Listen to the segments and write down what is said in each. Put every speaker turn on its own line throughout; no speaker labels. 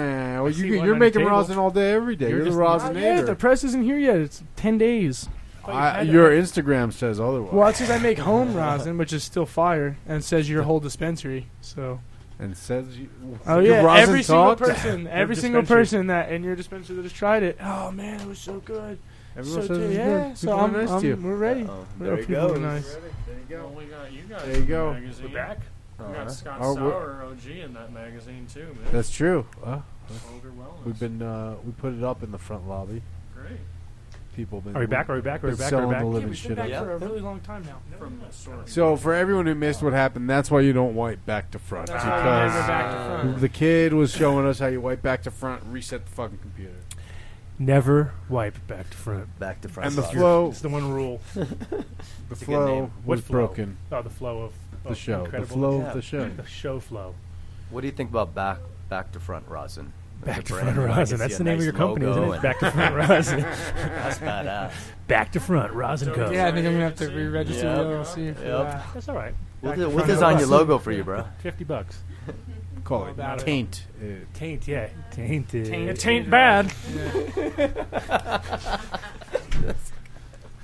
now.
see
You,
one
you're
on the
making
table.
rosin all day, every day.
You're
You're, the
just
rosinator.
not yet. The press isn't here yet. It's ten days.
I- your Instagram says otherwise.
Well, it says I make home rosin, which is still fire, and it says your whole dispensary. So,
And says you.
oh
your
yeah,
rosin
every
talk?
single person, every single
dispensary.
person that in your dispensary that has tried it. Oh man, it was so good.
Everyone
so
says
good.
it's
yeah.
good.
So
People are
I'm,
nice to
I'm-
you.
we're ready.
Oh,
We're
there it
people are
goes.
nice.
There you
Well, we got you guys
There you
in
go.
The magazine.
We're back.
We got
Uh-huh.
Scott
Oh, we're-
Sauer OG in that magazine too, man.
That's true. Uh,
Ogre Wellness.
we've been uh, we put it up in the front lobby.
great
People have been.
Are we back? Are we back? Are we
It's
back? Are we
selling the
back?
lip.
Yeah,
Living
we've been
shit
back
up.
for a really long time now.
from the source.
So for everyone who missed what happened, that's why you don't wipe back to front
That's why we never
because
Ah, back to front.
the kid was showing us how you wipe back to front, reset the fucking computer,
Never wipe back to front.
Back to front.
and the
side.
flow
It's the one rule.
the
a good name.
flow
What
was
flow?
broken.
Oh, the flow of, of
The show, the
incredible-
flow of
Yeah.
the show.
the show flow.
What do you think about back back to front rosin? As
Back
a
to
brand,
front
I
rosin.
can
That's
see
the
a
name
nice
of your company,
logo
isn't it?
and-
Back to front rosin.
That's badass.
Back to front rosin
Yeah.
goes.
Yeah, I think I'm gonna have to re-register
Yep.
the LLC for
Yep.
that.
That's all right.
We'll,
Back
do-
to
we'll
front
design your
rosin.
logo for you, bro.
Fifty bucks.
Call
All
it
about it.
taint. It.
Taint, yeah. Tainted.
Tainted.
Taint.
tain't bad.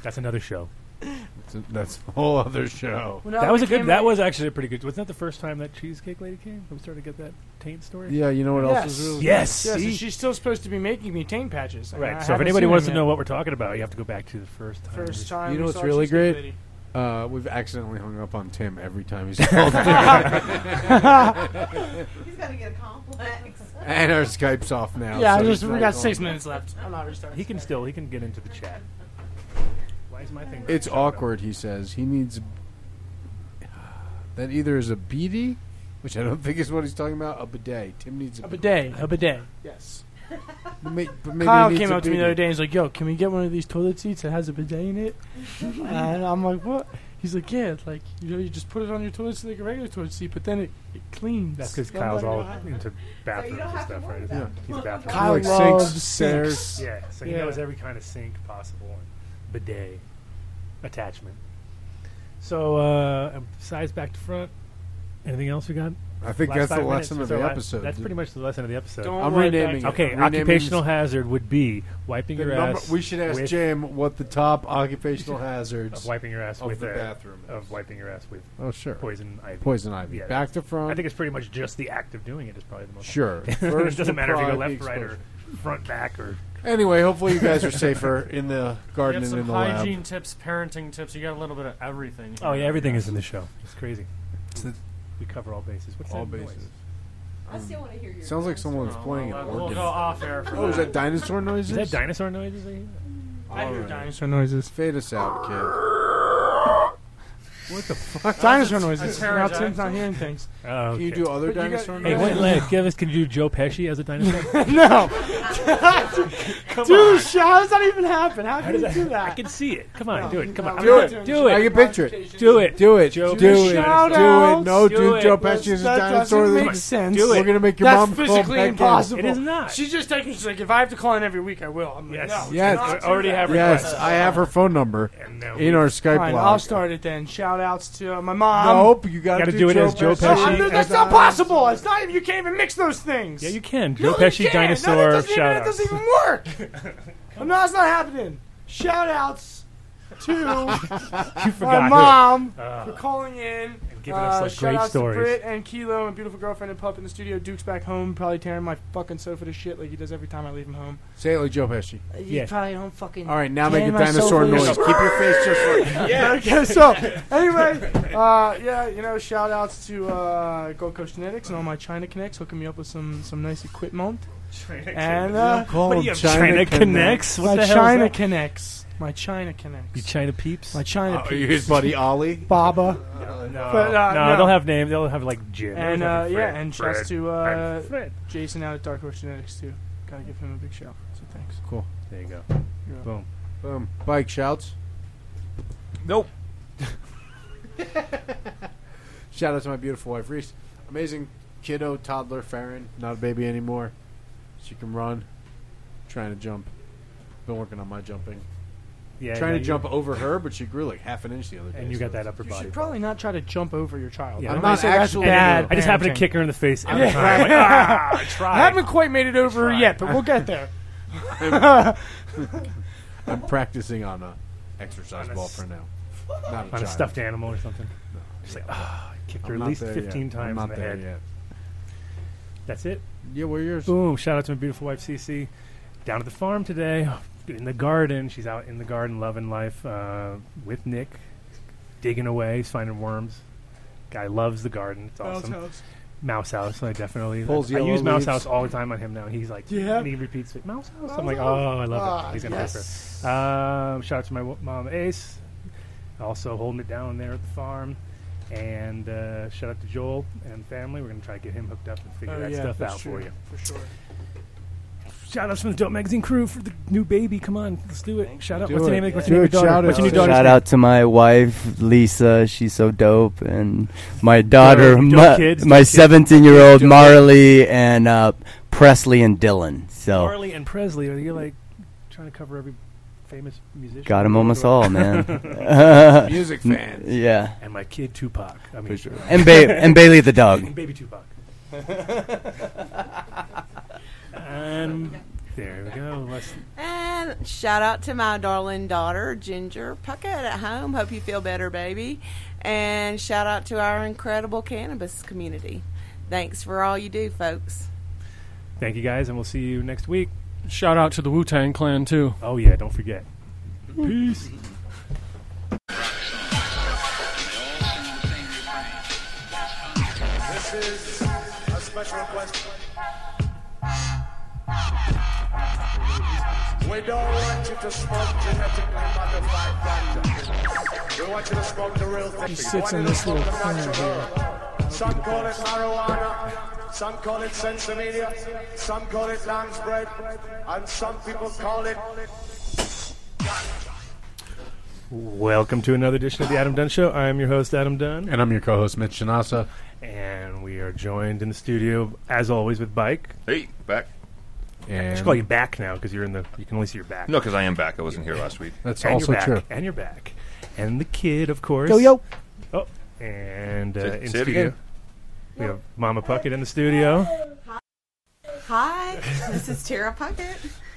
That's another show.
It's a- That's a whole other show.
When
That
Albert
was a good.
came
That
in-
was actually a pretty good. Wasn't that the first time that cheesecake lady came? That we started to get that taint story.
Yeah, you know what else
Yes.
is really
Yes.
Yes, and
see?
she's still supposed to be making me taint patches. and I
Right. So if
haven't
anybody
seen
wants to
them
know
yet.
what we're talking about, you have to go back to the first time.
first time,
You know
we
what's
saw
really
Cheesecake
great?
Lady.
Uh, we've accidentally hung up on Tim every time he's called, and
He's gonna get a complex.
our Skype's off now.
Yeah,
so
I
he's
just we
not
got
going.
six minutes left. I'm not restarting.
He can still. He can get into the chat. Why is my thing?
It's awkward, he says. He needs that either is a BD, which I don't think is what he's talking about, a bidet. Tim needs a,
A bidet, a bidet. Yes.
But may- but maybe he
Kyle
needs
came
a
up to me the
bidet.
other day and was like, "Yo, can we get one of these toilet seats that has a bidet in it?" and I'm like, "What?" He's like, "Yeah, it's like you know, you just put it on your toilet seat like a regular toilet seat, but then it, it cleans."
That's because
I'm like,
Kyle's all
"What?"
into bathrooms
don't
and
have
stuff,
to
right?
worry
Isn't
about
he? He's a bathroom.
Kyle
Like
loves
sinks,
sinks.
stairs.
Yeah, so he
Yeah.
knows every kind of sink possible and bidet attachment. So, uh, size back to front. Anything else we got?
I think
Last
that's the
five minutes,
lesson of
so
the
la-
episode.
That's pretty much the lesson of the episode.
Don't
I'm
wipe
renaming
back.
it.
okay,
Renaming
occupational
s-
hazard would be wiping
The
your
number-
ass.
we should ask
with-
Jim what the top occupational
Of
hazards
wiping your ass
of
with
the
a-
bathroom is.
Of wiping your ass with
Oh, sure.
poison ivy.
Poison ivy.
Yeah.
Back to front.
I think it's pretty much just the act of doing it is probably the most.
Sure.
it
First
doesn't
would
matter if you go
probably
left,
be
right, or
exposure.
front, back, or
Anyway, hopefully you guys are safer in the
we
garden
have
and
some
in the
hygiene
lab.
tips, parenting tips. You got a little bit of everything.
Oh
here.
yeah, everything is in the show. It's crazy.
It's the-
we cover all bases. What's
All
that noise?
bases.
I still want to hear your.
Sounds like
voice.
someone's
Oh,
playing
well,
an
We'll
organ.
go off air for
Oh, is
that.
that dinosaur noises?
Is that dinosaur noises? I hear?
I hear
Alright.
dinosaur noises.
Fade us out, kid. What the fuck?
Dinosaur noises.
pterodactyl.
Now Tim's not hearing things.
Oh,
Can you do other
But you got-
dinosaur
Hey,
noises?
wait, Lex, give us. Can you do Joe Pesci as a dinosaur?
no,
Come
dude, sh- how does that even happen? How can you do
I
that?
can see it. Come on,
No.
do it. Come on,
No,
I'm
we're
gonna-
not doing
do
I
it.
can picture it.
Do it.
Do it.
Joe
do
Pesci.
it.
Shout
do it. No,
outs.
do,
Do it.
Joe Pesci is a
That
dinosaur.
doesn't
that-
make sense.
Do it.
We're gonna make your
That's
mom call
physically
back in.
impossible.
It is not.
She's just taking. She's like, if I have to call in every week, I will. I'm
Yes.
Like, no,
Yes.
do not
I already
do that.
have
Yes, I have her phone number
And now
in our Skype
Fine,
log.
I'll start it then. Shout outs to uh, my mom.
Nope, you gotta,
Gotta do it as Joe
No,
Pesci.
I'm not- that's
as
not
a-
possible. It's not even. You can't even mix those things.
Yeah, you can.
No,
Joe
you
Pesci
can't.
dinosaur.
No, that doesn't even,
shout
that
out.
doesn't even work. I'm not. It's not happening. Shout outs to
You
my
forgot.
mom
Ah.
for calling in. uh,
And giving us, like,
shout
great
outs
stories.
to Britt and Kilo and beautiful girlfriend and pup in the studio. Duke's back home, probably tearing my fucking sofa to shit like he does every time I leave him home.
Say it like Joe Pesci.
He's
Yeah.
probably home fucking.
All right, now make a
Can I
dinosaur
sofa-
noise. Keep your face just like.
Yeah. okay, so anyway, uh, yeah, you know, shout outs to uh, Gold Coast Genetics and all my China Connects hooking me up with some some nice equipment. And uh,
Call
What do
him
you have,
China,
China
Connect.
Connects? What
my
the hell is
China
that?
Connects. My China Connects.
You China peeps?
my China
Oh,
pe-
his buddy Ollie.
Baba.
no,
But, uh,
no,
no.
they'll have names. They'll have like Jim.
And
They'll have
uh, yeah,
Fred.
and
Fred.
shouts to uh,
I'm Fred.
Jason out at Dark Horse Genetics too. Gotta give him a big shout. So thanks.
Cool.
There you go.
You're up.
Boom.
Boom. Bike shouts.
Nope.
Shout out to my beautiful wife, Reese. Amazing kiddo, toddler, Farron. Not a baby anymore. She can run. Trying to jump. Been working on my jumping.
Yeah,
trying
yeah,
to
you-
jump over her, but she grew like half an inch the other day.
and you got
so
that upper
You
body.
should probably not try to jump over your child.
Yeah.
I
I'm
might
not
say that's
actually-
bad
I just happened
parenting.
to kick her in the face every
Yeah.
time. I'm like, "Ah, I tried."
I haven't quite made it over
Try.
yet, but we'll get there.
I'm practicing on a exercise
On a
ball
s-
for now. Not a
on a
child.
stuffed animal or something. It's like, ah, I kicked
I'm
her at
not
least
there
15
yet. I'm
times in
not
the
there
head.
yet.
That's it.
Yeah, where yours?
Boom. Shout out to my beautiful wife, Cece. Down at the farm today, in the garden. She's out in the garden loving life uh, with Nick, digging away, he's finding worms. Guy loves the garden. It's awesome. Mouse House, I definitely.
Pulls
I, I
yellow
use Mouse
leaves.
House all the time on him now. He's like,
Yeah.
and he repeats it, Mouse House. I'm
Mouse
like,
House.
oh, I love
Ah,
it. He's gonna
yes.
hyper. Um, shout out to my w- mom, Ace, also holding it down there at the farm. And uh, shout out to Joel and family. We're gonna try to get him hooked up and figure
Oh,
that
yeah,
stuff
that's
out
true,
for you.
For sure.
Shout outs from the Dope Magazine crew for the new baby. Come on, let's do it. Shout out.
Do
What's the
it.
name? of- What's
Do
your name?
it. Shout
What's your new
out.
daughter's
Shout
name?
out to my wife, Lisa. She's so dope. And my daughter,
dope
my,
kids, dope
my
kids.
17 year old Marley, and uh, Presley and Dylan. So
Marley and Presley. Are you like trying to cover every famous musician?
got them almost all, man.
Music fans.
yeah.
And my kid Tupac. I mean, sure.
And, ba- and Bailey the dog.
And baby Tupac. um, there we go. Let's-
And shout out to my darling daughter, Ginger Puckett at home. Hope you feel better, baby. And shout out to our incredible cannabis community. Thanks for all you do, folks.
thank you guys, and we'll see you next week.
Shout out to the Wu Tang Clan too.
Oh yeah, don't forget. Peace.
We don't want you to smoke genetically modified ganja. We want you to smoke the real thing. He
sits in this little corner
Some call it marijuana, some call it sensimedia, some call it lamb's bread, and some people call it.
Welcome to another edition of the Adam Dunn Show. I am your host, Adam Dunn,
And I'm your co-host Mitch Shinasa.
and we are joined in the studio as always with Bike.
Hey, back.
And
I should call you back now because you're in the. You can only see your back.
No, because I am back. I wasn't here last week.
That's
and
also
you're back,
true.
And you're back, and the kid, of course. Oh, and uh,
Say- say
in
it
studio,
again.
we have Mama Puckett in the studio.
Hi, this is Tara Puckett.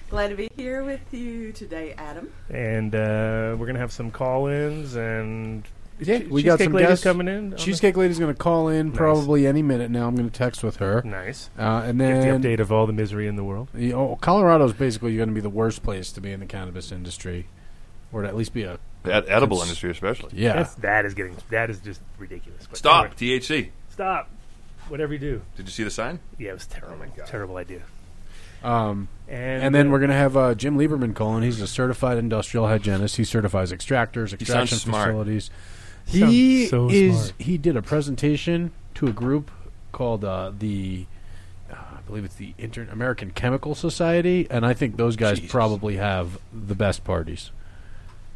Glad to be here with you today, Adam.
and uh, we're gonna have some call-ins and
Yeah,
Che-
we got
Cheesecake
some
Lady's
guests.
coming in. on
Cheesecake Lady's going to call in
Nice.
probably any minute now. I'm going to text with her,
the- nice.
uh, and
Get
then
the update of all the misery in the world.
You know, Colorado's basically going to be the worst place to be in the cannabis industry, or to at least be a
The ed- edible
It's-
industry, especially.
yeah.
That's that is getting that is just ridiculous. But
Stop
anyway,
THC.
stop, whatever you do.
Did you see the sign?
Yeah, it was terrible.
Oh
my God.
Terrible idea.
um,
And,
and, then
uh,
we're going to have uh, Jim Lieberman calling. He's a certified industrial hygienist. He certifies extractors,
He sounds
extraction
smart.
facilities.
Sounds
He
so
is.
smart.
He did a presentation to a group called uh, the. uh, I believe it's the Inter- American Chemical Society, and I think those guys
Jesus.
probably have the best parties.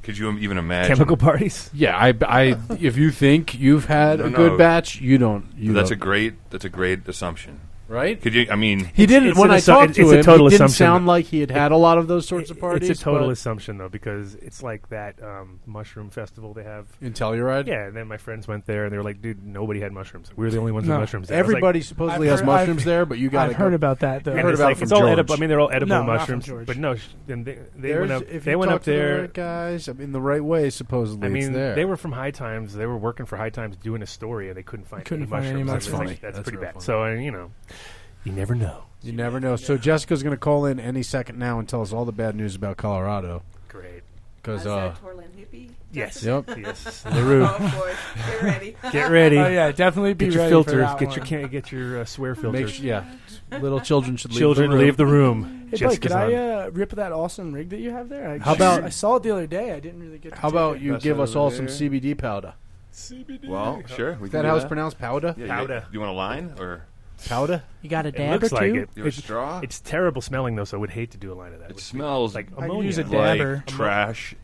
Could you even imagine?
chemical parties.
Yeah, I, I if you think you've had
No,
a
no.
good batch, you don't. You
That's a
don't,
great. That's a great assumption.
right.
Could you? I mean,
He didn't.
it's
when
an
I
assu-
talked
it's
to
a
him,
total
he didn't
assumption
sound like he had had a lot of those sorts of
It-
parties.
it's a total
but-
assumption though because it's like that um, mushroom festival they have.
in Telluride.
Yeah, and then my friends went there and they were like, "Dude, nobody had mushrooms. We were the only ones
No.
with mushrooms." there." I was like,
everybody supposedly
I've
has
heard-
mushrooms
I've-
there, but you got
I've
to
heard about that, though.
And
heard
it's
about
like,
it from
it's all
George.
edible. I mean, they're all edible
No, not from
mushrooms.
George.
But no, sh- and they, they went up. They went up
the
there.
right guys. I mean, the right way supposedly.
I
it's
mean,
there.
they were from High Times. They were working for High Times doing a story, and they couldn't find
Couldn't
any
find any
mushrooms.
mushrooms.
That's, like,
That's funny.
that's
That's
pretty
real
bad.
funny.
So, and, you know, you never know.
You never know. So Jessica's going to call in any second now and tell us all the bad news about Colorado.
Great.
Because
I
uh,
said Torland hippie.
Yes.
Yep.
Yes.
Larue,
Oh boy, get ready.
Get ready.
Oh yeah, definitely be
Get your
ready
filters.
For that
get
one.
your can- get your uh, swear filters.
make sure, yeah, little children should leave
Children,
the room.
leave the room.
Hey, Blake,
Jessica's
could I
on.
uh, rip that awesome rig that you have there? I,
How about-
I saw it the other day. I didn't really get. To
How
take
about
it.
you give us all some CBD powder?
well, sure. We can
Is that
do
how it's pronounced? Powder?
Yeah, you-
Powder.
You, want a line or
Powder?
You got a
it looks like it.
your
It's,
straw?
it's terrible smelling though, so I would hate to do a line of that.
it smells
like
like
could
ammonia.
use a
like
dabber.
trash.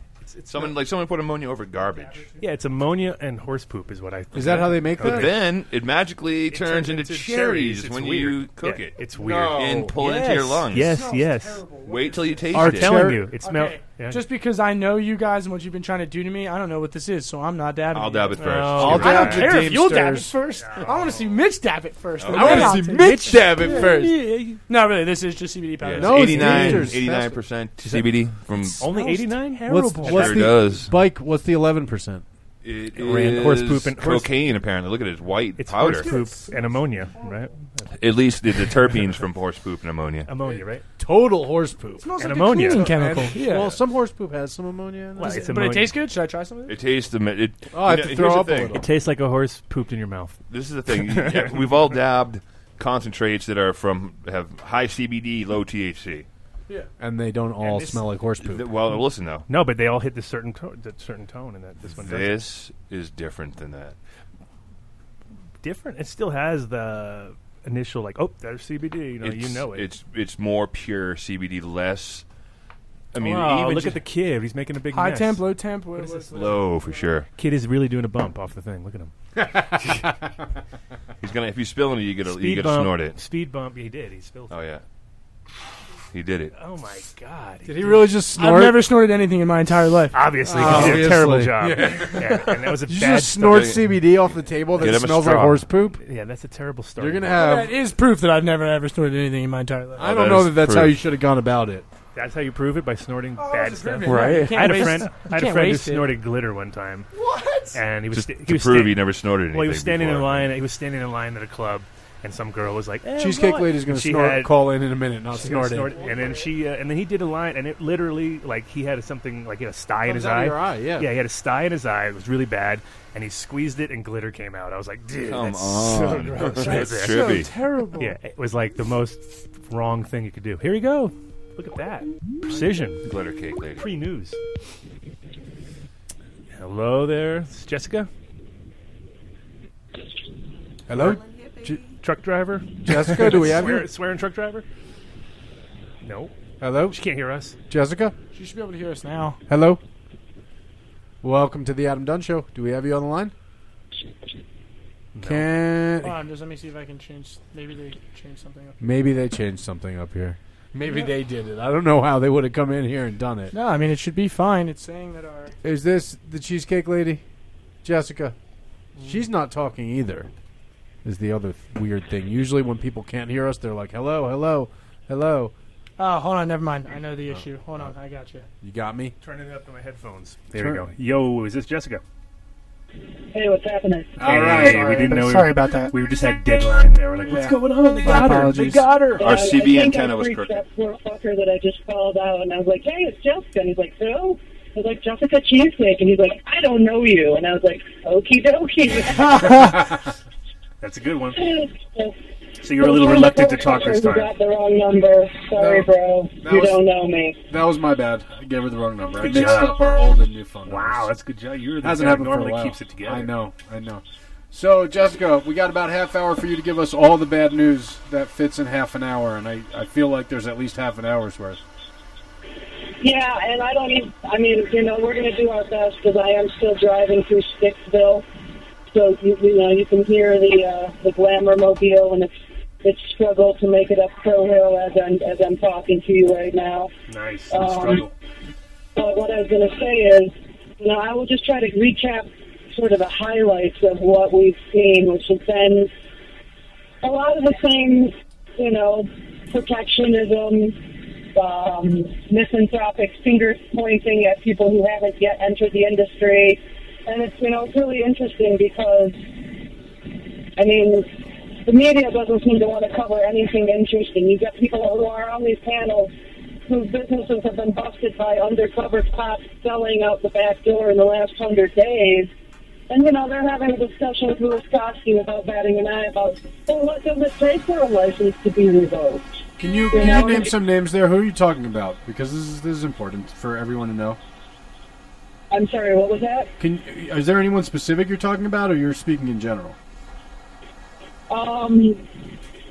someone like someone put ammonia over garbage,
yeah, it's ammonia and horse poop is what I.
Is that how they make
but
that?
then it magically turns into cherries
It's
when
weird.
you cook
Yeah,
it
It's weird.
and pull it into your lungs.
Yes, yes.
terrible.
Wait till you taste
Our
it.
telling you, it smells.
Okay. Just because I know you guys and what you've been trying to do to me, I don't know what this is, so I'm not dabbing.
I'll dab it first.
I'll
Oh, I don't
dab
care if you'll dab it
Dampsters.
first. I want to see Mitch dab it first.
Oh, I want to see Mitch dab it first.
No, really, this is just CBD powder.
Yes,
No, it's
89,
Nature's
89% CBD from
only eighty nine.
What's,
Terrible.
what's
Sure
the
does.
Bike? What's the eleven percent?
it
Ran horse
is
poop and- horse-
cocaine. Apparently, look at it, it's white
It's
powder.
horse poop and ammonia, right?
At least the, the terpenes from horse poop and ammonia.
Ammonia, right?
Total horse poop.
smells
And
like
ammonia.
a cleaning
So,
chemical.
and-
yeah.
Well, some horse poop has some ammonia. In it.
Well, it's
but
ammonia.
it tastes good. Should I try some of it?
It tastes the. mi- It,
Oh, I have
you know,
to throw
here's the
up a
thing.
little.
It tastes like a horse pooped in your mouth.
This is the thing. Yeah, we've all dabbed concentrates that are from have high CBD, low THC.
and they don't all
this-
smell like horse poop.
Th- Well, listen though,
No, but they all hit this certain to- that certain tone, and that this one does
this is different than that.
different. It still has the initial like, oh, there's CBD. You know, you
It's-
know it.
It's it's more pure CBD, less. I mean,
wow,
even
look at
just
the kid. He's making a big
High
mess.
temp, low temp. What,
is
what-
this?
low Oh, for sure.
Kid is really doing a bump off the thing. Look at him.
He's gonna if you spill any, you gotta you gotta
bump.
snort it.
Speed bump. He did. He spilled. it.
Oh yeah, he did it.
Oh my god.
Did he really just
I've never snorted anything in my entire life.
Obviously, 'cause he did a terrible
Obviously.
job. Yeah, and that was a
Did you
bad
just snort
stuff.
CBD off the table
Get
that
him a
smells like
straw.
horse poop?
start. Yeah, that's a terrible story.
You're gonna
That
have.
is proof that I've never ever snorted anything in my entire life.
I don't
Oh, that
know
is
that that's
proof.
how you should have gone about it.
That's how you prove it by snorting
Oh,
bad
that's
stuff.
proven. Right. You
I
can't
had a
waste-
friend. I had
can't
a friend who
waste it.
snorted glitter one time,
What?
and he was
Just
sta- he
to
was
prove
sta-
he never snorted anything.
Well, he was standing in
before.
line. He was standing in line at a club, and some girl was like, eh,
Cheesecake
what?
Lady's going to
She
snort.
had-
call in in a minute, not
she's gonna snort
snort, it.
it. And then she, uh, and then he did a line, and it literally, like, he had something like he had a sty in
Comes
his
out of
eye.
your eye, yeah.
yeah, he had a sty in his eye. It was really bad, and he squeezed it, and glitter came out. I was like, dude,
Come
that's so
on,
gross. right
that's
there.
So
trippy.
terrible.
Yeah, it was like the most wrong thing you could do. Here you go. Look at that precision.
Glitter cake lady.
Pre news. Hello there, it's Jessica,
Hello,
truck driver.
Jessica. Do we have
Swear,
you?
swearing truck driver. No,
Hello,
she can't hear us.
Jessica.
You should be able to hear us now.
Hello. Welcome to the Adam Dunn Show. Do we have you on the line? Can
Hold on, just let me see if I can change. Maybe they changed something up.
maybe they changed something up here? Maybe they did it. I don't know how they would have come in here and done it.
No, I mean it should be fine. It's saying that our
Is this the cheesecake lady, Jessica?
Mm.
She's not talking either. Is the other th- weird thing? Usually, when people can't hear us, they're like, "Hello, hello, hello."
Oh, hold on, never mind. I know the issue. Hold on, I got you.
You got me.
Turn it up to my headphones. There
Turn-
we go. Yo, is this Jessica?
Hey, what's happening?
All right. we didn't know.
Sorry about that.
We were just had deadline there. We're like, what's
Yeah.
going on? They
My
got her. They
apologies.
got her.
Our
I-
CB
I think
antenna
I
was
reached
crooked.
That poor fucker that I just called out, and I was like, "Hey, it's Jessica." And he's like, "So?" I was like, "Jessica Cheesecake," and he's like, "I don't know you." And I was like, "Okie dokie."
That's a good one.
So-
So you're a little reluctant to talk this
You
time.
got the wrong number. Sorry,
No.
bro.
That
You
was-
don't know me.
That was my bad. I gave her the wrong number. I
Good mixed job. up
our old and new phone
Wow, that's a good job. You're the
Hasn't
guy who
happened for
normally
a while.
keeps it together.
I know, I know. So, Jessica, we got about half hour for you to give us all the bad news that fits in half an hour, and I, I feel like there's at least half an hour's worth.
Yeah, and I don't even. I mean, you know, we're gonna do our best because I am still driving through Sticksville, so you, you know you can hear the uh, the glamour mobile and its its struggle to make it up Crow Hill as I'm as I'm talking to you right now.
Nice.
Um,
struggle.
But what I was going to say is, you know, I will just try to recap sort of the highlights of what we've seen, which has been a lot of the same, you know, protectionism, um, misanthropic finger pointing at people who haven't yet entered the industry. And it's, you know, it's really interesting because, I mean, the media doesn't seem to want to cover anything interesting. You've got people who are on these panels whose businesses have been busted by undercover cops selling out the back door in the last hundred days. And you know, they're having a discussion with Louis Koski without batting an eye about, well, what does it take for a license to be revoked?
Can you,
You
can
know,
you name
it-
some names there? Who are you talking about? Because this is, this is important for everyone to know.
I'm sorry, what was that?
Can Is there anyone specific you're talking about, or you're speaking in general?
Um,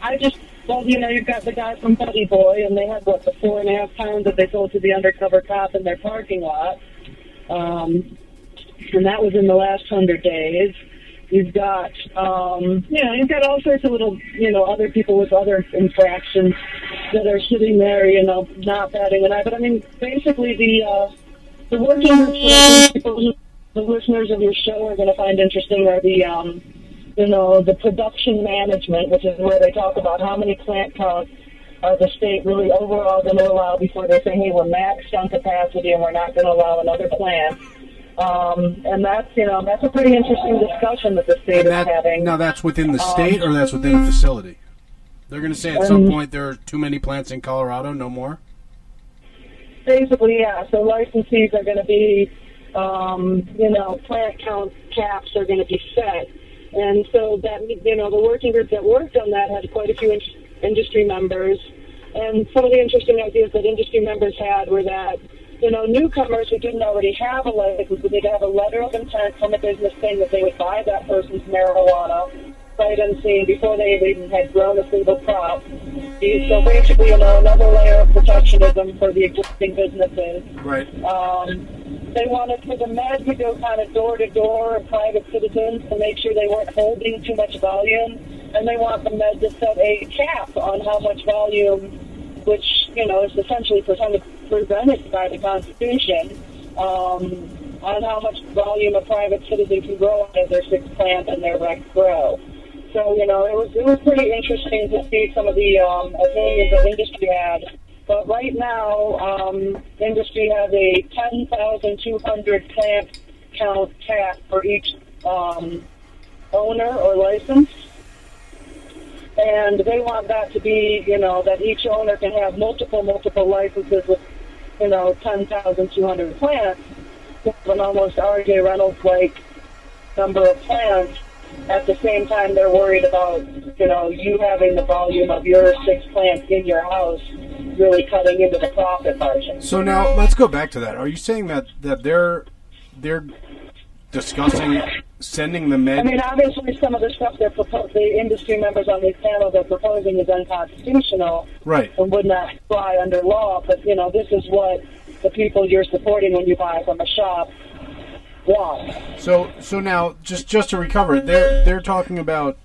I just, well, you know, you've got the guy from Buddy Boy, and they had, what, the four and a half pounds that they sold to the undercover cop in their parking lot. Um, and that was in the last hundred days. You've got, um, you know, you've got all sorts of little, you know, other people with other infractions that are sitting there, you know, not batting an eye. But I mean, basically, the uh, the working groups, people who the listeners of your show are going to find interesting are the, um, you know, the production management, which is where they talk about how many plant counts are the state really overall going to allow before they say, hey, we're maxed on capacity and we're not going to allow another plant. Um, and that's, you know, that's a pretty interesting discussion that the state is having.
Now that's within the
Um,
state or that's within a facility. They're going to say at some
Um,
point there are too many plants in Colorado, no more.
Basically, yeah. So licensees are going to be, um, you know, plant count caps are going to be set, and so that you know the working group that worked on that had quite a few in- industry members, and some of the interesting ideas that industry members had were that. You know, newcomers who didn't already have a license would need to have a letter of intent from a business saying that they would buy that person's marijuana sight unseen before they even had grown a single crop. So basically, you know, another layer of protectionism for the existing businesses.
Right.
Um, they wanted for the med to go kind of door to door and private citizens to make sure they weren't holding too much volume, and they want the med to set a cap on how much volume, which you know is essentially presented, presented by the Constitution, um, on how much volume a private citizen can grow out of their sixth plant and their rec grow. So you know it was it was pretty interesting to see some of the um, opinions that industry had. But right now, um, industry has a 10,200 plant count cap for each um, owner or license. And they want that to be, you know, that each owner can have multiple, multiple licenses with, you know, 10,200 plants. An almost RJ Reynolds like number of plants. At the same time, they're worried about, you know, you having the volume of your six plants in your house really cutting into the profit margin.
So now let's go back to that. Are you saying that that they're they're discussing sending the
I
med?
mean, obviously, some of the stuff they're proposing, the industry members on these panels are proposing is unconstitutional
right.
and would not fly under law. But you know, this is what the people you're supporting when you buy from a shop want.
So so now just just to recover it, they're they're talking about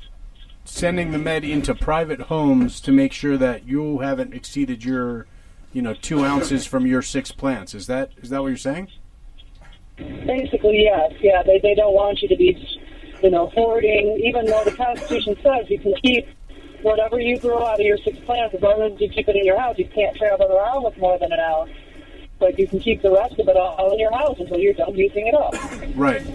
sending the med into private homes to make sure that you haven't exceeded your you know two ounces from your six plants. Is that is that what you're saying?
Basically, yes, yeah, they they don't want you to be, you know, hoarding. Even though the Constitution says you can keep whatever you grow out of your six plants as long as you keep it in your house. You can't travel around with more than an ounce, but you can keep the rest of it all in your house until you're done using it up.
Right.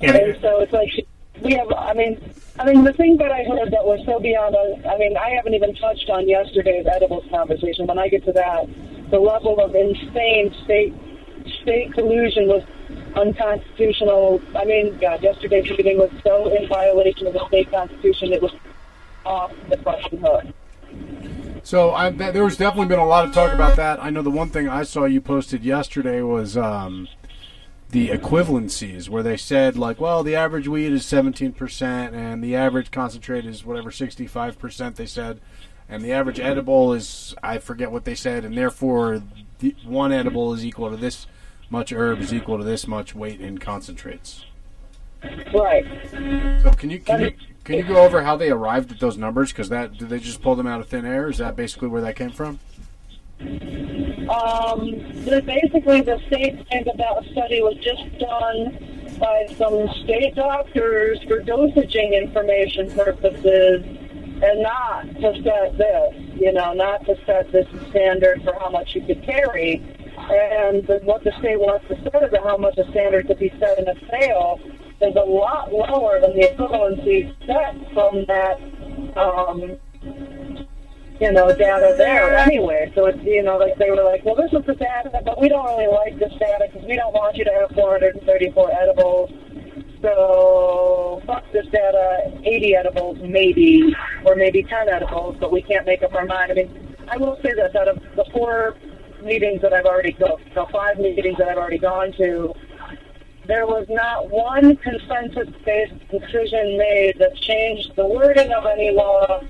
And so it's like we have. I mean, I mean, the thing that I heard that was so beyond. us- I mean, I haven't even touched on yesterday's edibles conversation. When I get to that, the level of insane state state collusion was unconstitutional. I mean, God, yesterday's meeting was so in violation of the state constitution. It was off the fucking hook.
So I, th- there was definitely been a lot of talk about that. I know the one thing I saw you posted yesterday was um, the equivalencies, where they said like, well, the average weed is seventeen percent, and the average concentrate is whatever sixty-five percent. They said, and the average edible is I forget what they said, and therefore the, one edible is equal to this much herb is equal to this much weight in concentrates.
Right.
So can you can you can you go over how they arrived at those numbers? Because that did they just pull them out of thin air? Is that basically where that came from?
Um, the, basically, the state think about study was just done by some state doctors for dosaging information purposes, and not to set this, you know, not to set this standard for how much you could carry. And the, what the state wants to set about how much a standard could be set in a sale is a lot lower than the equivalency set from that um, you know, data there anyway. So it's, you know, like they were like, well, this is the data, but we don't really like this data because we don't want you to have 434 edibles. So fuck this data, 80 edibles maybe, or maybe 10 edibles, but we can't make up our mind. I mean, I will say this, out of the four meetings that I've already go, the five meetings that I've already gone to, there was not one consensus-based decision made that changed the wording of any law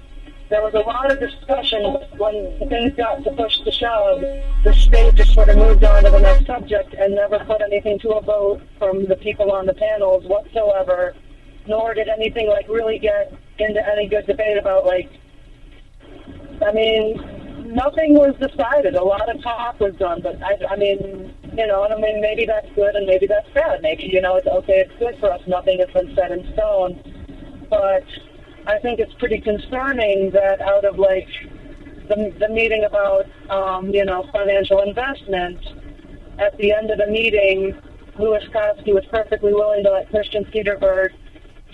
there was a lot of discussion but when things got to push the shove. The state just sort of moved on to the next subject and never put anything to a vote from the people on the panels whatsoever. nor did anything like really get into any good debate about like. I mean, nothing was decided. A lot of talk was done, but I, I mean, you know, and I mean, maybe that's good and maybe that's bad. Maybe you know, it's okay, it's good for us. Nothing has been set in stone, but I think it's pretty concerning that out of like the, the meeting about um, you know financial investment, at the end of the meeting, Lewis Koski was perfectly willing to let Christian Cedarberg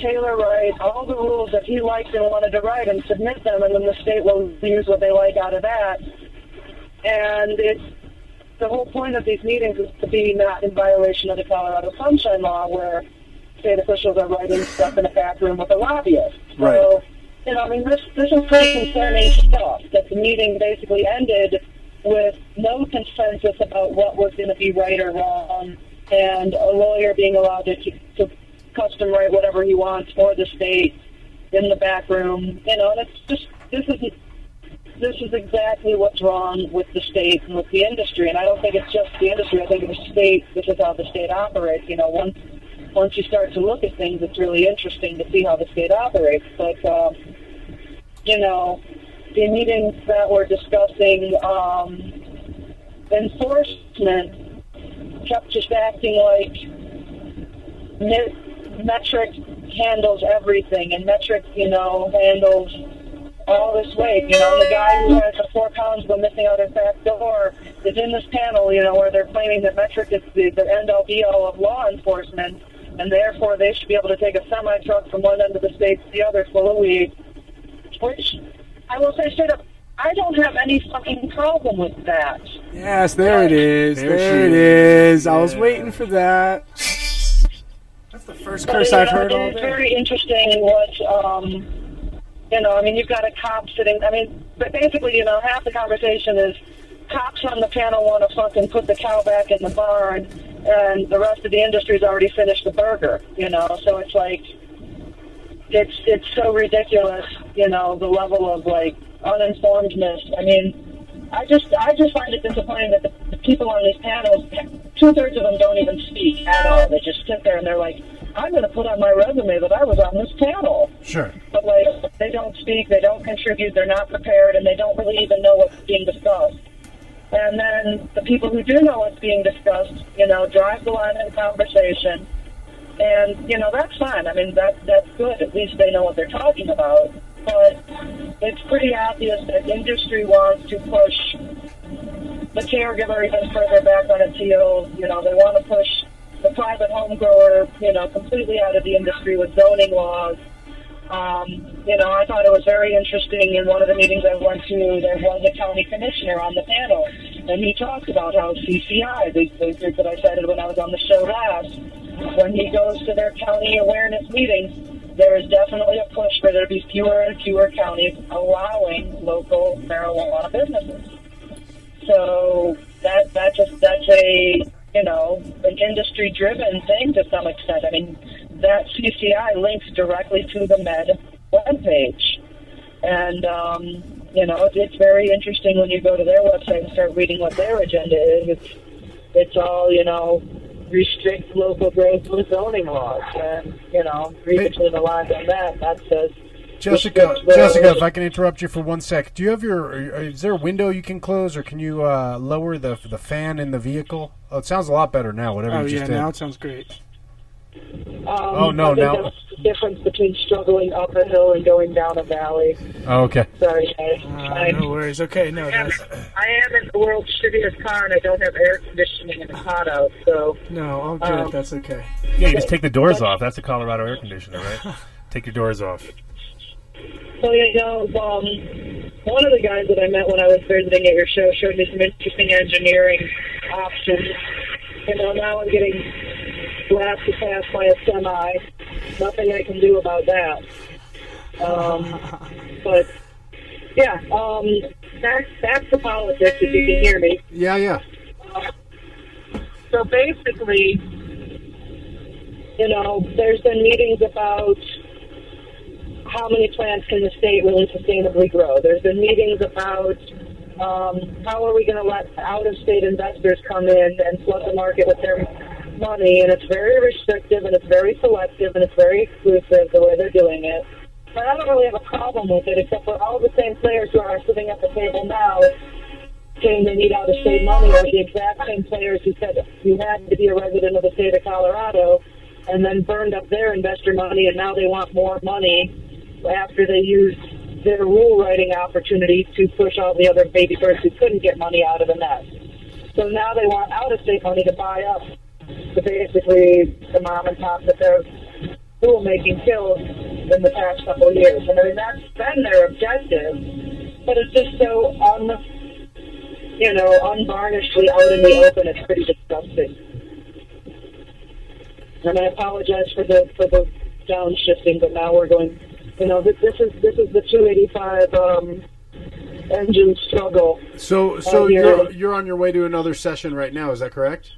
Taylor write all the rules that he liked and wanted to write and submit them, and then the state will use what they like out of that. And it's the whole point of these meetings is to be not in violation of the Colorado Sunshine Law, where state officials are writing stuff in a bathroom with a lobbyist. So, you know, I mean, this this is pretty concerning stuff. That the meeting basically ended with no consensus about what was going to be right or wrong, and a lawyer being allowed to, to custom write whatever he wants for the state in the back room. You know, and it's just this is this is exactly what's wrong with the state and with the industry. And I don't think it's just the industry. I think the state. This is how the state operates. You know, once once you start to look at things, it's really interesting to see how the state operates. But um, you know, the meetings that were discussing um, enforcement kept just acting like me- metric handles everything, and metric, you know, handles all this weight. You know, the guy who has the four pounds but missing out his back door is in this panel, you know, where they're claiming that metric is the, the end all be all of law enforcement, and therefore they should be able to take a semi truck from one end of the state to the other full of weed. Which I will say straight up, I don't have any fucking problem with that.
Yes, there it is.
There
There,
she
it is. I was waiting for that.
That's the
first
But,
curse
you
I've
know,
heard
it
all
is
day.
very interesting what, um, you know, I mean, you've got a cop sitting, I mean, but basically, you know, half the conversation is cops on the panel want to fucking put the cow back in the barn, and the rest of the industry's already finished the burger, you know, so it's like, it's, it's so ridiculous, you know, the level of, like, uninformedness. I mean, I just, I just find it disappointing that the, the people on these panels, two thirds of them don't even speak at all. They just sit there and they're like, I'm going to put on my resume that I was on this panel.
Sure.
But like, they don't speak, they don't contribute, they're not prepared, and they don't really even know what's being discussed. And then the people who do know what's being discussed, you know, drive the line in the conversation. And, you know, that's fine. I mean, that, that's good. At least they know what they're talking about. But it's pretty obvious that industry wants to push the caregiver even further back on its heels. You know, they want to push the private home grower, you know, completely out of the industry with zoning laws. Um, you know, I thought it was very interesting in one of the meetings I went to, there was a county commissioner on the panel, and he talked about how CCI, the, the group that I cited when I was on the show last, when he goes to their county awareness meetings, there is definitely a push for there to be fewer and fewer counties allowing local marijuana businesses. So that that just that's a you know an industry driven thing to some extent. I mean that CCI links directly to the Med webpage, and um, you know it's, it's very interesting when you go to their website and start reading what their agenda is. It's it's all you know restrict local growth with zoning laws, and you know read between the lines on that. That says.
Jessica,
restrict growth.
Jessica, if I can interrupt you for one sec, do you have your? are- are- Is there a window you can close, or can you uh, lower the the fan in the vehicle? Oh, it sounds a lot better now. Whatever
Oh
you
yeah,
just
now
did.
it sounds great.
Um,
Oh, no,
I think
now-
that's the difference between struggling up a hill and going down a valley.
Oh, okay.
Sorry, guys.
Uh, no worries. Okay, no, that's,
I am in the world's shittiest car, and I don't have air conditioning in the hot out, so.
no, all good.
Um,
Oh, that's okay.
Yeah, you just take the doors off. That's a Colorado air conditioner, right? take your doors off.
So you know, um, one of the guys that I met when I was visiting at your show showed me some interesting engineering options. You know, now I'm getting blasted past by a semi. Nothing I can do about that. Um, but yeah, um, that's that's the politics. If you can hear me.
Yeah, yeah.
So basically, you know, there's been meetings about how many plants can the state really sustainably grow. There's been meetings about um, how are we going to let out-of-state investors come in and flood the market with their money, and it's very restrictive, and it's very selective, and it's very exclusive the way they're doing it. But I don't really have a problem with it, except for all the same players who are sitting at the table now saying they need out of state money are the exact same players who said you had to be a resident of the state of Colorado and then burned up their investor money, and now they want more money after they used their rule writing opportunity to push all the other baby birds who couldn't get money out of the net. So now they want out of state money to buy up the basically the mom and pop that their rule making killed in the past couple of years. And I mean that's been their objective. But it's just so un you know, unvarnishedly out in the open, it's pretty disgusting. And I apologize for the for the downshifting, but now we're going you know, this, this is this is the two eighty five um engine struggle.
So, so
And you're-
you're you're on your way to another session right now. Is that correct?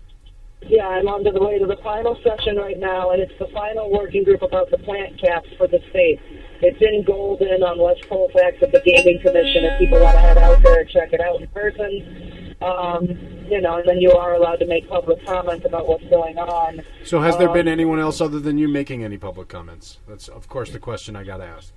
Yeah, I'm on the way to the final session right now, and it's the final working group about the plant caps for the state. It's in Golden on West Colfax at the Gaming Commission. If people want to head out there and check it out in person, um, you know, and then you are allowed to make public comments about what's going on.
So, has there
Um,
been anyone else other than you making any public comments? That's of course the question I got to ask.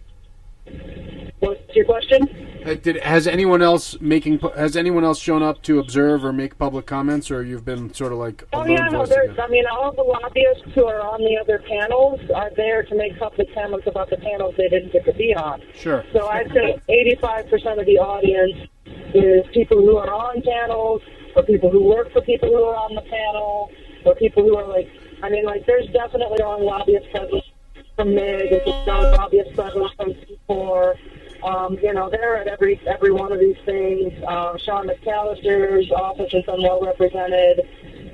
What's your question?
Uh, Did has anyone else making pu- has anyone else shown up to observe or make public comments, or you've been sort of like a
Oh
lone
yeah, no,
voice
there's.
again?
I mean, all the lobbyists who are on the other panels are there to make public comments about the panels they didn't get to be on.
Sure.
So I'd say 85% of the audience is people who are on panels, or people who work for people who are on the panel, or people who are like, I mean, like, there's definitely on lobbyist presence from MIG, and there's lobbyist presence from C4. Um, you know, they're at every every one of these things. Um, Sean McAllister's office has been well represented.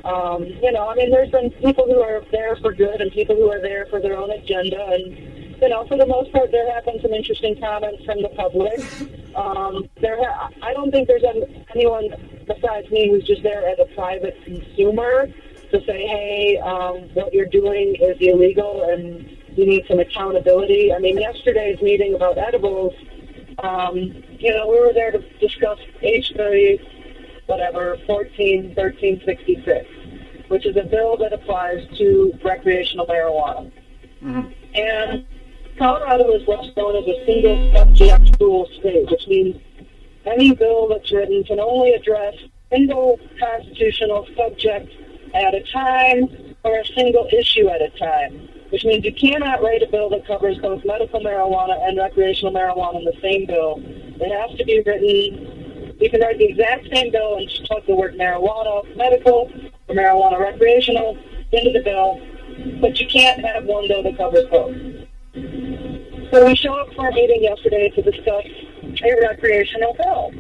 Um, you know, I mean, there's been people who are there for good and people who are there for their own agenda, and you know, uh, for the most part, there have been some interesting comments from the public. Um, there, ha- I don't think there's an, anyone besides me who's just there as a private consumer to say, hey, um, what you're doing is illegal and you need some accountability. I mean, yesterday's meeting about edibles, um, you know, we were there to discuss H30, whatever, 14, 1366, which is a bill that applies to recreational marijuana. And Colorado is what's known as a single subject rule state, which means any bill that's written can only address a single constitutional subject at a time or a single issue at a time, which means you cannot write a bill that covers both medical marijuana and recreational marijuana in the same bill. It has to be written, you can write the exact same bill and just plug the word marijuana medical or marijuana recreational into the bill, but you can't have one bill that covers both. So we show up for a meeting yesterday to discuss a recreational bill.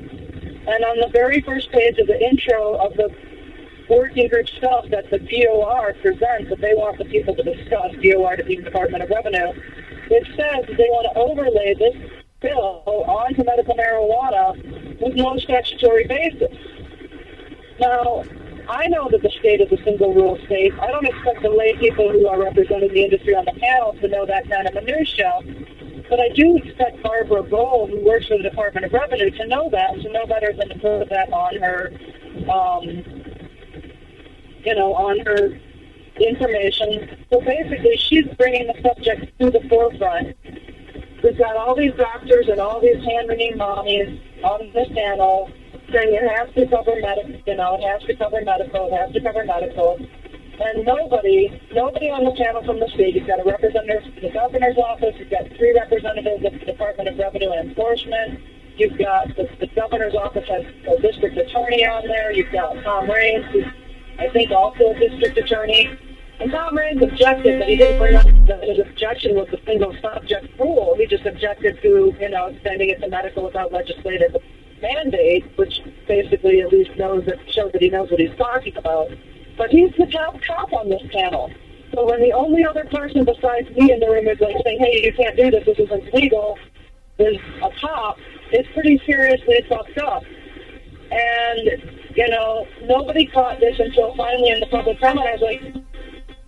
And on the very first page of the intro of the working group stuff that the DOR presents that they want the people to discuss, DOR to be the Department of Revenue, it says that they want to overlay this bill onto medical marijuana with no statutory basis. Now, I know that the state is a single rule state. I don't expect the lay people who are representing the industry on the panel to know that kind of minutia. But I do expect Barbara Gold, who works for the Department of Revenue, to know that, to know better than to put that on her, um, you know, on her information. So basically, she's bringing the subject to the forefront. We've got all these doctors and all these hand-wringing mommies on this panel saying it has to cover medical, you know, it has to cover medical, it has to cover medical. And nobody, nobody on the panel from the state, you've got a representative from the governor's office, you've got three representatives of the Department of Revenue and Enforcement, you've got the, the governor's office has a district attorney on there, you've got Tom Raines, who's I think also a district attorney. And Tom Raines objected, but he didn't bring up that his objection was the single subject rule. He just objected to, you know, extending it to medical without legislative mandate, which basically at least knows that shows that he knows what he's talking about. But he's the top cop on this panel. So when the only other person besides me in the room is like saying, "Hey, you can't do this. This isn't legal," is a cop. It's pretty seriously fucked up. And you know, nobody caught this until finally in the public comment. I was like,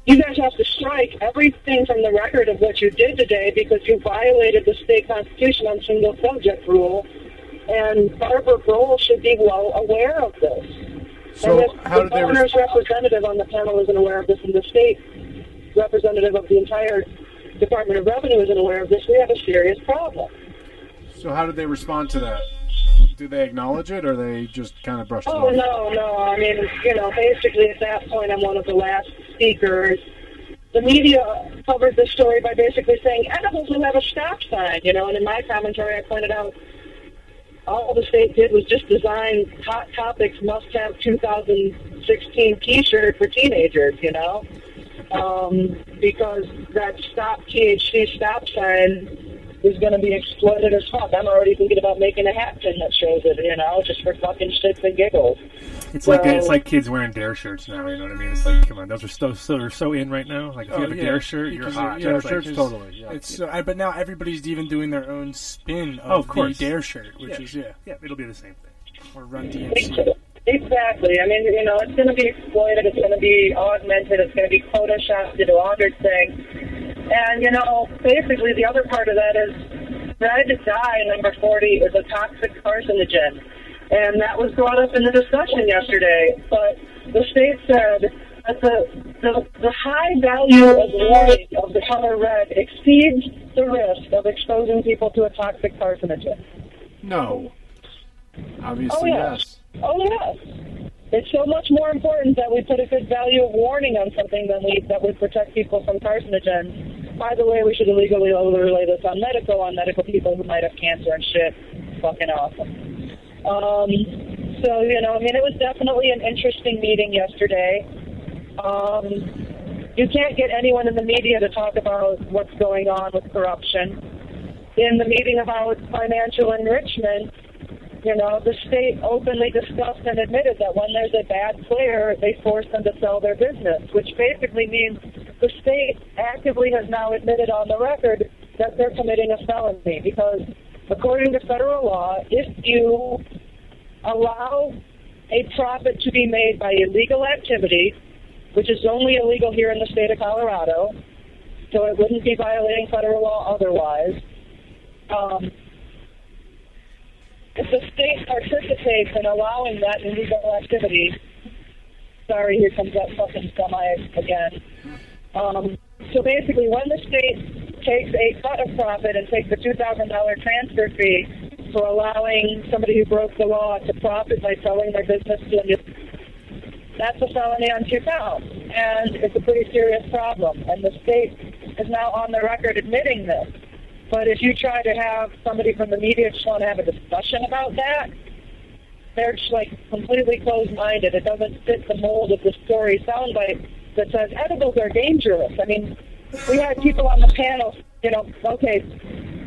you guys have to strike everything from the record of what you did today because you violated the state constitution on single subject rule, and Barbara Broll should be well aware of this.
So
and this
how did
the
they? res-
governor's representative on the panel isn't aware of this, and the state representative of the entire Department of Revenue isn't aware of this. We have a serious problem.
so how did they respond to that? Do they acknowledge it, or they just kind of brushed it
Oh
off?
no, no. I mean, you know, basically at that point, I'm one of the last speakers. The media covered this story by basically saying edibles will have a stop sign, you know. And in my commentary, I pointed out all the state did was just design hot topics must have 2016 T-shirt for teenagers, you know, um, because that stop THC stop sign is going to be exploited as fuck. I'm already thinking about making a hat pin that shows it, you know, just for fucking shits and giggles.
It's like it's
So-
like kids wearing Dare shirts now. You know what I mean? It's like, come on, those are so so they're so in right now. Like if
Oh,
you have a
yeah,
Dare shirt, you're
because,
hot.
you know,
It's like-
shirts totally, It's so, I, but now everybody's even doing their own spin of,
Oh, of course.
the Dare shirt, which
Yeah.
is yeah,
yeah, it'll be the same thing.
Or Run DMC.
Exactly. I mean, you know, it's going to be exploited. It's going to be augmented. It's going to be photoshopped into other things. And you know, basically, the other part of that is red dye number forty is a toxic carcinogen, and that was brought up in the discussion yesterday. But the state said that the the, the high value of light of the color red exceeds the risk of exposing people to a toxic carcinogen.
No. Obviously,
Oh, yeah.
yes.
Oh yes. It's so much more important that we put a good value of warning on something than we that would protect people from carcinogens. By the way, we should illegally overlay this on medical on medical people who might have cancer and shit. Fucking awesome. Um, so you know, I mean, it was definitely an interesting meeting yesterday. Um, you can't get anyone in the media to talk about what's going on with corruption. In the meeting about financial enrichment, you know, the state openly discussed and admitted that when there's a bad player, they force them to sell their business, which basically means the state actively has now admitted on the record that they're committing a felony because, according to federal law, if you allow a profit to be made by illegal activity, which is only illegal here in the state of Colorado, so it wouldn't be violating federal law otherwise. Um, if the state participates in allowing that illegal activity, sorry, here comes that fucking semi again. Um, so basically, when the state takes a cut of profit and takes a $2,000 transfer fee for allowing somebody who broke the law to profit by selling their business to a new that's a felony on two counts, and it's a pretty serious problem. And the state is now on the record admitting this. But if you try to have somebody from the media just want to have a discussion about that, they're just like completely closed-minded. It doesn't fit the mold of the story soundbite that says edibles are dangerous. I mean, we had people on the panel, you know, okay,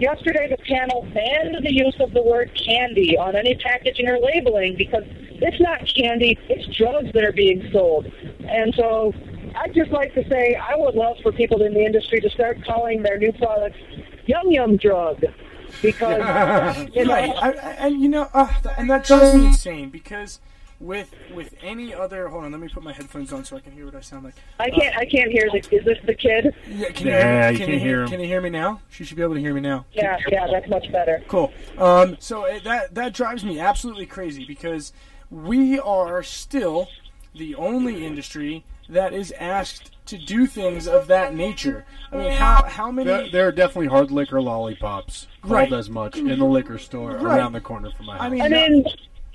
yesterday the panel banned the use of the word candy on any packaging or labeling because it's not candy, it's drugs that are being sold. And so I'd just like to say I would love for people in the industry to start calling their new products yum yum drug because, you know,
right. I, I- and you know, uh, th- and that drives me insane because with with any other, hold on, let me put my headphones on so I can hear what I sound like.
I can't. I can't hear. The, is this the kid?
Yeah. Can
Yeah,
you,
you
can
can hear him.
Can you hear me now? She should be able to hear me now.
Yeah, yeah, that's much better.
Cool. Um, so uh, that that drives me absolutely crazy because we are still the only industry that is asked to do things of that nature. I mean, how how many?
There, there are definitely hard liquor lollipops called
Right.
as much in the liquor store
Right.
around the corner from my house.
I mean,
I mean,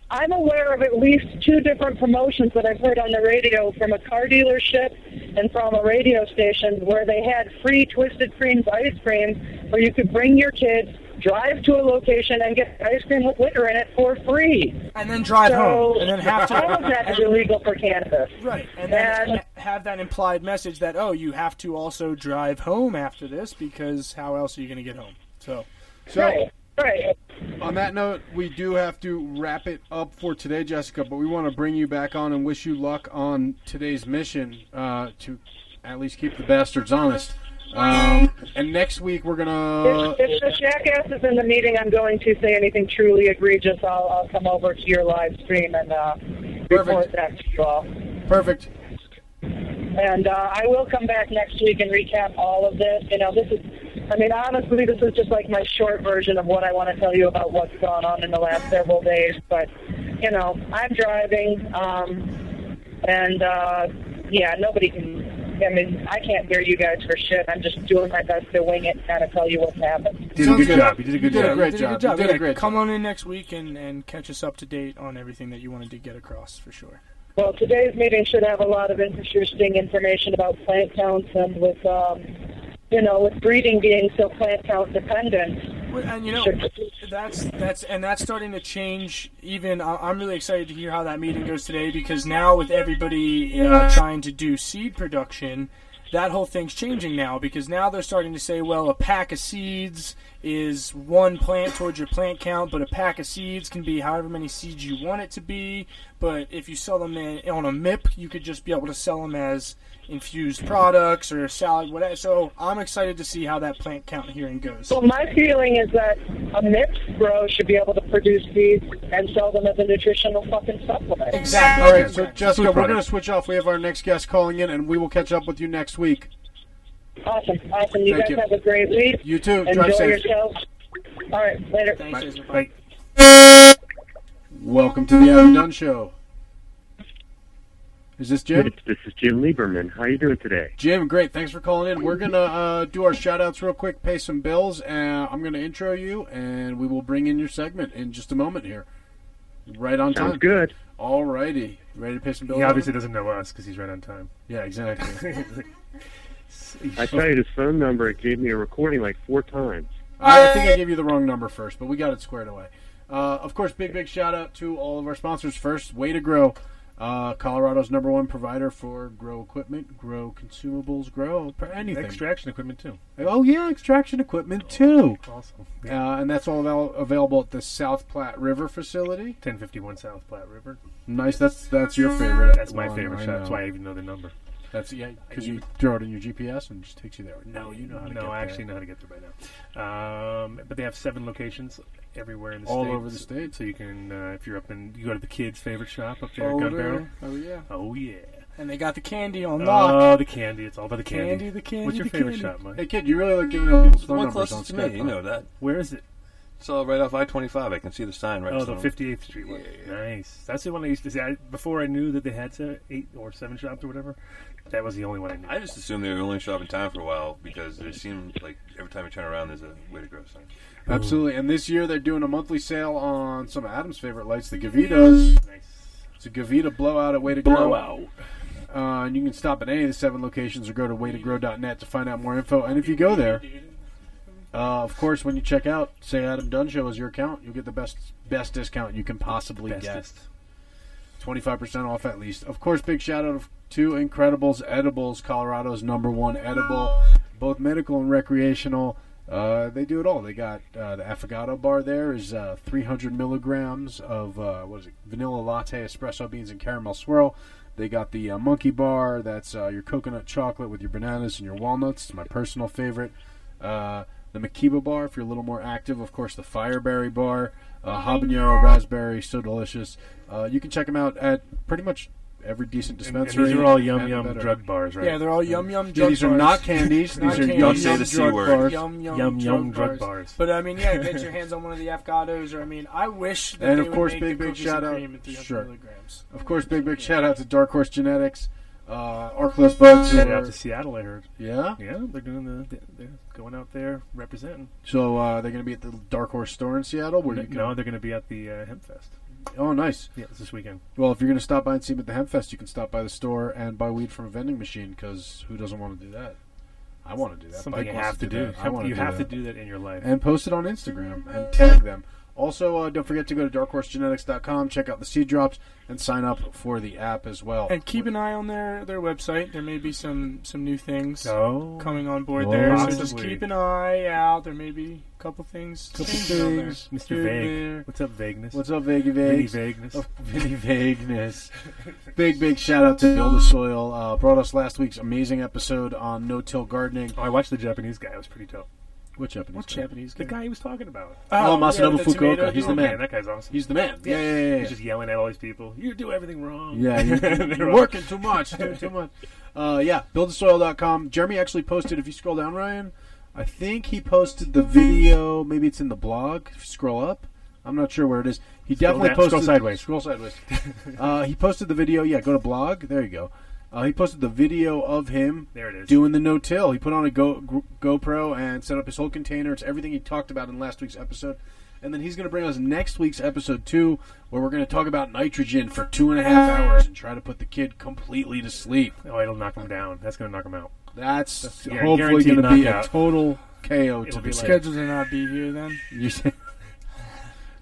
I'm aware of at least two different promotions that I've heard on the radio from a car dealership and from a radio station where they had free Twisted Creams ice cream where you could bring your kids, drive to a location, and get ice cream with liquor in it for free.
And then drive home, and then have to-
All of that is illegal for cannabis.
Right, and then have that implied message that oh, you have to also drive home after this because how else are you going to get home? So,
So- Right,
right.
On that note, we do have to wrap it up for today, Jessica, but we want to bring you back on and wish you luck on today's mission uh, to at least keep the bastards honest. Um, and next week, we're going
If,
to.
if the jackass is in the meeting I'm going to say anything truly egregious, I'll, I'll come over to your live stream and uh, report that to you all.
Perfect.
And uh, I will come back next week and recap all of this. You know, this is, I mean, honestly, this is just like my short version of what I want to tell you about what's gone on in the last several days. But, you know, I'm driving. Um, And uh, yeah, nobody can. I mean, I can't hear you guys for shit. I'm just doing my best to wing it and kind of tell you what's happened.
did a good job. You did a good
You
job.
did a good job.
You did
Yeah,
a great job.
Come on in next week and, and catch us up to date on everything that you wanted to get across for sure.
Well, today's meeting should have a lot of interesting information about plant counts and with, um, you know, with breeding being so plant count dependent.
Well, And you know, that's that's and that's starting to change. Even I- I'm really excited to hear how that meeting goes today because now with everybody uh, trying to do seed production, that whole thing's changing now because now they're starting to say, well, a pack of seeds is one plant towards your plant count, but a pack of seeds can be however many seeds you want it to be. But if you sell them in, on a MIP, you could just be able to sell them as infused products or salad, whatever. So I'm excited to see how that plant count hearing goes.
So my feeling is that a MIPS grow should be able to produce seeds and sell them as a nutritional fucking supplement.
Exactly.
All right, so Jessica, we're going to
product.
switch off. We have our next guest calling in, and we will catch up with you next week.
Awesome, awesome. You
Thank
guys
you.
have a great week.
You too.
Enjoy
Drive safe.
yourselves. All right, later.
Welcome to the Adam Dunn Show. Is this Jim?
This is Jim Lieberman. How you doing today?
Jim, great. Thanks for calling in. We're going to uh, do our shout outs real quick, pay some bills, and I'm going to intro you, and we will bring in your segment in just a moment here. Right on time.
Sounds good.
All righty. Ready to pay some bills?
He obviously doesn't know us because he's right on time.
Yeah, exactly.
I tried his phone number. It gave me a recording like four times.
I I think I gave you the wrong number first, but we got it squared away. Uh, of course, big, big shout out to all of our sponsors first. Way to Grow, uh, Colorado's number one provider for grow equipment, grow consumables, grow pr- anything.
Extraction equipment too.
Oh, yeah, extraction equipment too.
Awesome.
Uh, and that's all avail- available at the South Platte River facility.
1051 South Platte River.
Nice. That's that's your favorite.
That's my
one,
favorite
I
shop. That's
know.
why I even know the number.
That's yeah, because you throw it in your GPS and it just takes you there. No, you know how to
no,
get
I
there.
actually know how to get there by now. Um, but they have seven locations everywhere in the
All
state.
over the state.
So you can, uh, if you're up in, you go to the kids' favorite shop up there, at Gun
Boulder.
Barrel.
Oh yeah.
Oh yeah.
And they got the candy on lock.
Oh, the candy. It's all about the candy.
Candy, the candy,
What's your
the
favorite
candy.
shop, Mike?
Hey kid, you really like giving up people's phone
one
numbers on
closest to me,
Skype.
you know that.
Where is it?
It's all right off I twenty five. I can see the sign right.
oh,
next
the
to 'em.
58th Street one. Nice. That's the one I used to see. I, before I knew that they had se- eight or seven shops or whatever, that was the only one I knew.
I just assumed they were the only shop in town for a while because there seemed like every time you turn around, there's a way to grow sign.
Oh.
Absolutely. And this year they're doing a monthly sale on some of Adam's favorite lights, the Gavitas.
Nice.
It's a Gavita blowout at Way to
Blowout.
Grow. Uh, and you can stop at any of the seven locations or go to waytogrow.net to find out more info. And if you go there, uh, of course, when you check out, say Adam Dunn Show is your account, you'll get the best best discount you can possibly
Bestest.
get. 25% off at least. Of course, big shout out to Incredibles Edibles, Colorado's number one edible, both medical and recreational. Uh, they do it all. They got uh, the affogato bar. There is uh, 300 milligrams of uh, what is it? Vanilla latte, espresso beans, and caramel swirl. They got the uh, monkey bar. That's uh, your coconut chocolate with your bananas and your walnuts. It's my personal favorite. Uh, the Makiba bar, if you're a little more active. Of course, the Fireberry bar, uh, habanero raspberry, so delicious. Uh, you can check them out at pretty much every decent
And- and
dispensary.
these are all yum
and
yum
better.
drug bars, right?
Yeah, they're all yum yum.
Yeah,
drug
these are
bars.
not candies.
Not
These are
candies.
yum yum drug bars.
Yum yum,
Yum, yum drug bars.
But I mean, yeah, get your hands on one of the afghados, or I mean, I wish. That
and
they
of course,
would make
big
the
big
cookies
shout
and
out.
cream at 300
Sure.
milligrams.
Of course, big big shout out to Dark Horse Genetics, uh, Arcless Buds.
Headed out to Seattle, I heard.
Yeah?
Yeah, they're doing the, they're going out there representing.
So uh, they're going to be at the Dark Horse store in Seattle, where you can.
No, they're going to be at the uh, Hemp Fest.
Oh, nice.
Yeah, it's this weekend.
Well, if you're going to stop by and see them at the Hempfest, you can stop by the store and buy weed from a vending machine because who doesn't want to do that? I want to do that.
Something
Mike
you
wants
have to do.
that. I wanna
you have
that.
to do that in your life.
And post it on Instagram and tag them. Also, uh, don't forget to go to darkhorsegenetics.com, check out the seed drops, and sign up for the app as well.
And keep an eye on their, their website. There may be some, some new things
Oh.
coming on board
Oh,
there. So just
possibly.
keep an eye out. There may be a couple things.
Couple
changing on there.
things.
Mr.
Here
Vague.
and there.
What's up, Vagueness?
What's up, Vague
Vinny
Vagues?
Vagueness.
Oh, Vinny Vagueness. big, big shout out to Build a Soil. Uh, brought us last week's amazing episode on no till gardening.
Oh, I watched the Japanese guy. It was pretty dope.
What Japanese?
What
Japanese
The guy he was talking about.
Oh, Masanobu Fukuoka. He's
Oh,
the man.
That guy's awesome.
He's the man. Yeah, yeah, yeah. yeah.
He's just yelling at all these people. You do everything wrong.
Yeah, you,
They're
you're
all-
working too much, doing too much. Uh, yeah, buildasoil.com. Jeremy actually posted, if you scroll down, Ryan, I think he posted the video. Maybe it's in the blog. If you scroll up, I'm not sure where it is. He He
Scroll
definitely
down-
posted
scroll sideways.
Scroll sideways. uh, he posted the video. Yeah, go to blog. There you go. Uh, he posted the video of him
There it is.
doing the no till. He put on a go, gr- GoPro and set up his whole container. It's everything he talked about in last week's episode. And then he's going to bring us next week's episode two, where we're going to talk about nitrogen for two and a half hours and try to put the kid completely to sleep.
Oh, it'll knock him down. That's going to knock him out.
That's,
a guar-
hopefully
guaranteed
going to be a
knockout.
total KO
It'll
to
be
the
like-
kid.
Scheduled to not be here then.
You said-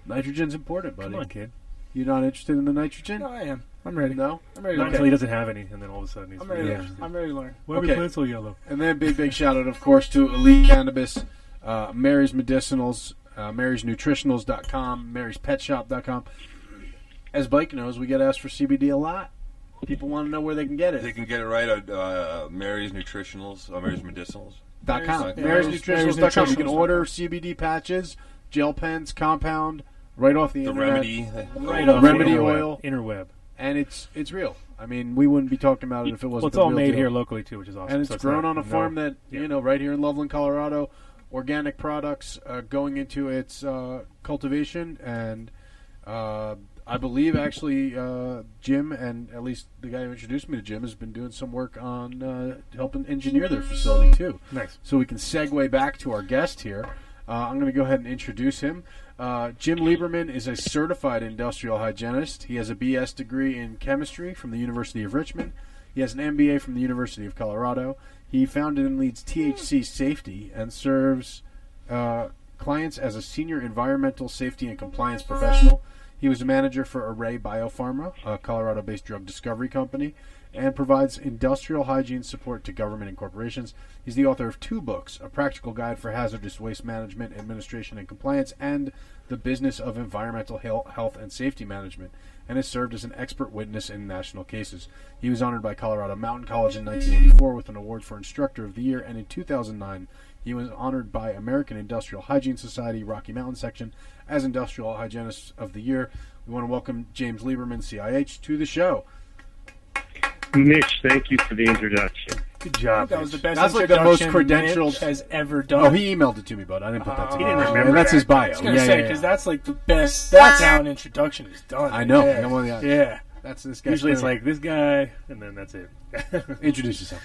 Nitrogen's important, buddy.
Come on, kid.
You're not interested in the nitrogen?
No, I am. I'm ready.
No,
I'm ready.
Not
to
until
learn.
he doesn't have any, and then all of a sudden he's
I'm ready. to
really
learn.
interested.
I'm ready to learn.
Why are we playing so yellow?
And then big, big shout out, of course, to Elite Cannabis, uh, Mary's Medicinals, uh, Mary's Nutritionals.com, Mary's Pet Shop.com. As Bike knows, we get asked for CBD a lot. People want to know where they can get it.
They can get it right at uh, Mary's Nutritionals, uh, Mary's Medicinals.
dot com. Mary's
Mary's-
Nutritionals dot com. You can order CBD patches, gel pens, compound, right off the,
The
internet.
remedy.
right
Right
off
off
remedy
the interweb.
oil,
interweb,
and it's it's real. I mean, we wouldn't be talking about it if it wasn't.
Well, it's
the
all
real
made
deal.
here locally, too, which is awesome.
And it's
So it's
grown
not-
on a
no-
farm that you know right here in Loveland, Colorado. Organic products uh, going into its uh, cultivation, and uh, I believe actually uh, Jim and at least the guy who introduced me to Jim has been doing some work on uh, helping engineer their facility too.
Nice.
So we can segue back to our guest here. Uh, I'm going to go ahead and introduce him. Uh, Jim Lieberman is a certified industrial hygienist. He has a BS degree in chemistry from the University of Richmond. He has an MBA from the University of Colorado. He founded and leads THC Safety and serves uh, clients as a senior environmental safety and compliance professional. He was a manager for Array Biopharma, a Colorado based drug discovery company, and provides industrial hygiene support to government and corporations. He's the author of two books A Practical Guide for Hazardous Waste Management, Administration, and Compliance, and The Business of Environmental Hel- Health and Safety Management, and has served as an expert witness in national cases. He was honored by Colorado Mountain College in 1984 with an award for Instructor of the Year, and in 2009, he was honored by American Industrial Hygiene Society Rocky Mountain Section as Industrial Hygienist of the Year. We want to welcome James Lieberman, CIH, to the show. Hmm.
Mitch, thank you for the introduction.
Good job.
That was the best.
That's like the most
introduction
credentialed-
Mitch has ever done.
Oh, he emailed it to me, but I didn't put that
Oh.
together. And that's his bio.
I was gonna
yeah,
say
yeah, yeah.
because that's like the best. That's how an introduction is done.
Oh, I know.
Yeah.
Come on, yeah.
Yeah.
That's this guy.
Usually it's like this guy, and then that's it.
Introduce yourself.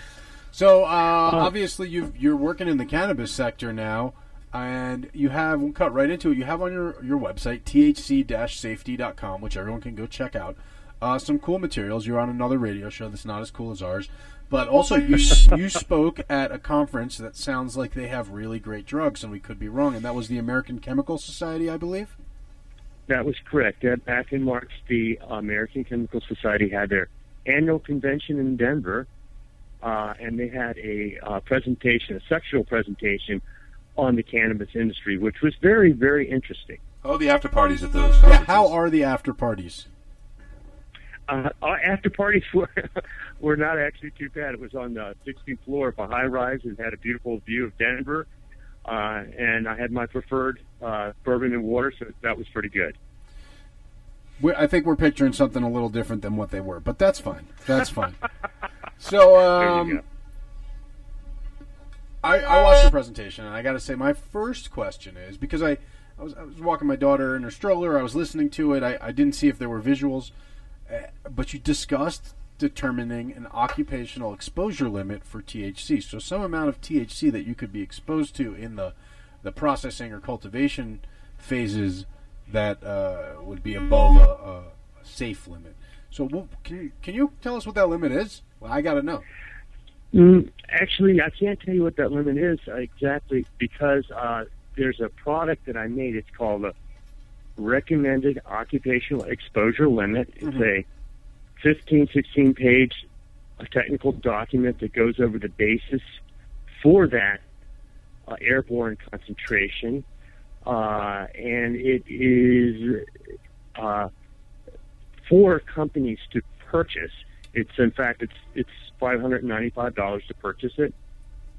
So uh, obviously you you're working in the cannabis sector now, and you have we'll cut right into it. You have on your your website thc-safety.com, which everyone can go check out. Uh, some cool materials. You're on another radio show that's not as cool as ours, but also you s- you spoke at a conference that sounds like they have really great drugs, and we could be wrong. And that was the American Chemical Society, I believe.
That was correct. Uh, Back in March, the American Chemical Society had their annual convention in Denver, uh, and they had a uh, presentation, a sexual presentation on the cannabis industry, which was very, very interesting.
Oh, the after parties at those.
Yeah. How are the after parties?
Uh, our after parties were were not actually too bad. It was on the 16th floor of a high rise and had a beautiful view of Denver. Uh, and I had my preferred uh, bourbon and water, so that was pretty good.
we I think we're picturing something a little different than what they were, but that's fine. That's fine. so, um, I, I watched your presentation, and I got to say, my first question is because I, I, was, I was walking my daughter in her stroller, I was listening to it, I, I didn't see if there were visuals, uh, but you discussed determining an occupational exposure limit for THC. So, some amount of THC that you could be exposed to in the, the processing or cultivation phases that uh, would be above a, a safe limit. So, wh- can you, can you tell us what that limit is? Well, I got to know.
Mm, actually, I can't tell you what that limit is uh, exactly because uh, there's a product that I made. It's called the Recommended Occupational Exposure Limit. It's a 15, 16 page uh, technical document that goes over the basis for that uh, airborne concentration. Uh, and it is uh, for companies to purchase. It's in fact it's it's five hundred and ninety five dollars to purchase it.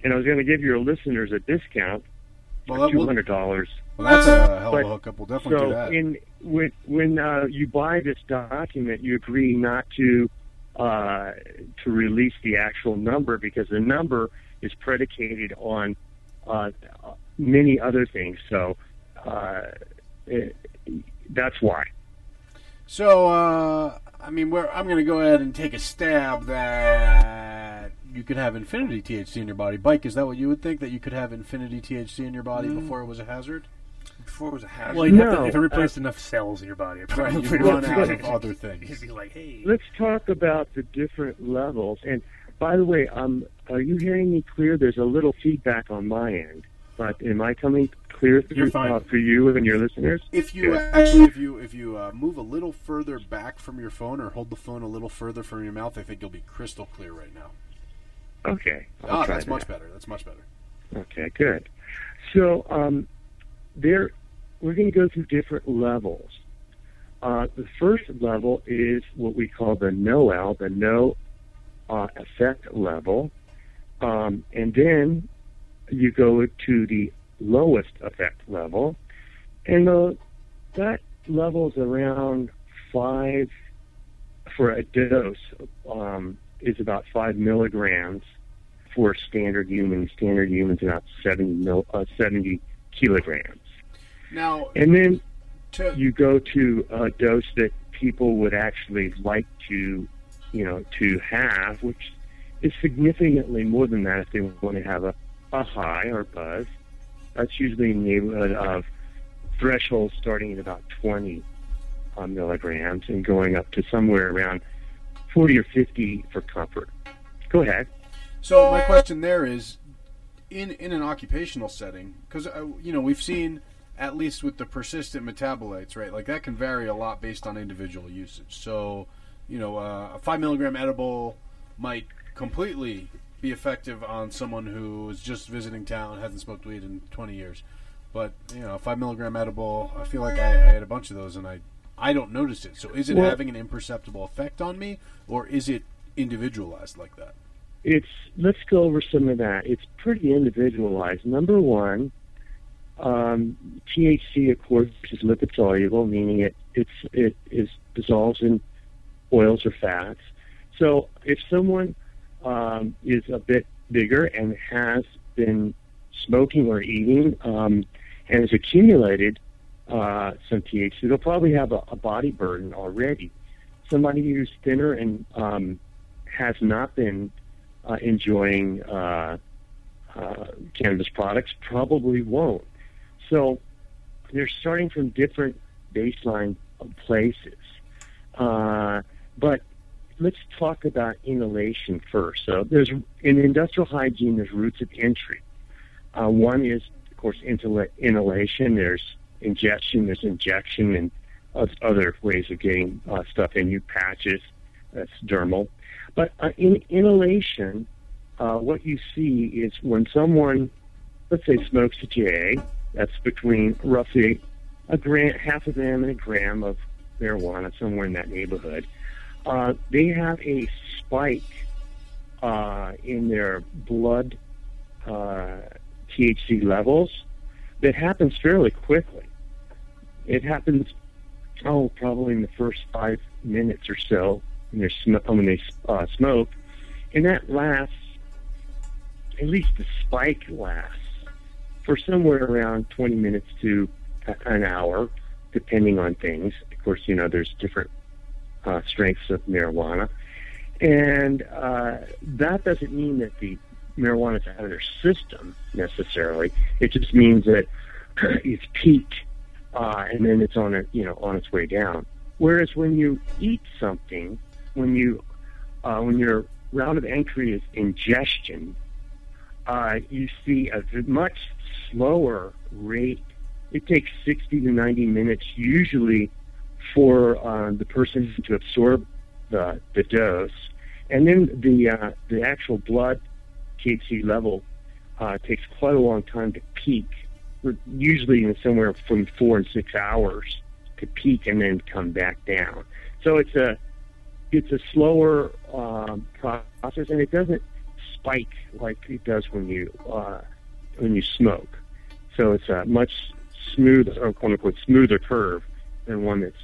And I was going to give your listeners a discount
Well,
of
that will-
two hundred dollars.
Well, that's a hell of a hookup. We'll definitely
so
do that.
in when when uh, you buy this document, you agree not to uh, to release the actual number because the number is predicated on uh, many other things. So uh, it, that's why.
So, uh, I mean, we're, I'm going to go ahead and take a stab that you could have infinity THC in your body. Bike, is that what you would think? That you could have infinity THC in your body
Mm.
before it was a hazard? Before it was a hazard?
Well, you have to, if it replaced enough cells in your body, it
Right,
probably
you run out of other things.
You'd be like, hey,
Let's talk about the different levels. And by the way, um, are you hearing me clear? There's a little feedback on my end, but am I coming clear through,
You're fine.
Uh, for you and your listeners?
If you uh,
Good.
actually, if you if you uh, move a little further back from your phone or hold the phone a little further from your mouth, I think you'll be crystal clear right now.
okay, I'll
Ah,
try
that's
that.
much better. That's much better.
Okay, good. So um, there, we're going to go through different levels. Uh, the first level is what we call the NOEL, the no uh, effect level, um, and then you go to the lowest effect level, and the, that level's around five for a dose um, is about five milligrams for standard humans. Standard humans about 70, mil, uh, 70 kilograms.
Now,
And then
To-
you go to a dose that people would actually like to, you know, to have, which is significantly more than that if they want to have a, a high or buzz. That's usually in the neighborhood of thresholds starting at about 20 uh, milligrams and going up to somewhere around 40 or 50 for comfort. Go ahead.
So my question there is, in in an occupational setting, because uh, you know we've seen at least with the persistent metabolites, right? Like that can vary a lot based on individual usage. So, you know, uh, a five milligram edible might completely be effective on someone who is just visiting town, hasn't smoked weed in twenty years. But you know, a five milligram edible, I feel like I, I had a bunch of those and I I don't notice it. So is it
Well-
having an imperceptible effect on me, or is it individualized like that?
It's let's go over some of that. It's pretty individualized. Number one, um, THC, of course, is lipid soluble, meaning it it's it is dissolves in oils or fats. So if someone um, is a bit bigger and has been smoking or eating um, and has accumulated uh, some THC, they'll probably have a, a body burden already. Somebody who's thinner and um, has not been uh, enjoying uh, uh, cannabis products probably won't. So they're starting from different baseline places. Uh, but let's talk about inhalation first. So there's in industrial hygiene, there's routes of entry. Uh, one is, of course, intela- inhalation. There's ingestion. There's injection, and o- other ways of getting uh, stuff in you, patches. That's dermal. But uh, in inhalation, uh, what you see is when someone, let's say, smokes a J, that's between roughly a gram, half a gram and a gram of marijuana, somewhere in that neighborhood. Uh, they have a spike uh, in their blood uh, THC levels that happens fairly quickly. It happens, oh, probably in the first five minutes or so when, they're sm- when they uh, smoke, and that lasts, at least the spike lasts, for somewhere around 20 minutes to a- an hour, depending on things. Of course, you know, there's different uh, strengths of marijuana. And uh, that doesn't mean that the marijuana is out of their system necessarily. It just means that it's peaked uh, and then it's on it, you know, on its way down. Whereas when you eat something, when you uh, when your route of entry is ingestion, uh, you see a v- much slower rate. It takes 60 to 90 minutes usually for uh, the person to absorb the, the dose. And then the, uh, the actual blood THC level uh, takes quite a long time to peak, We're usually in somewhere from four and six hours to peak and then come back down. So it's a it's a slower um, process, and it doesn't spike like it does when you uh, when you smoke. So it's a much smoother, or quote unquote, smoother curve than one that's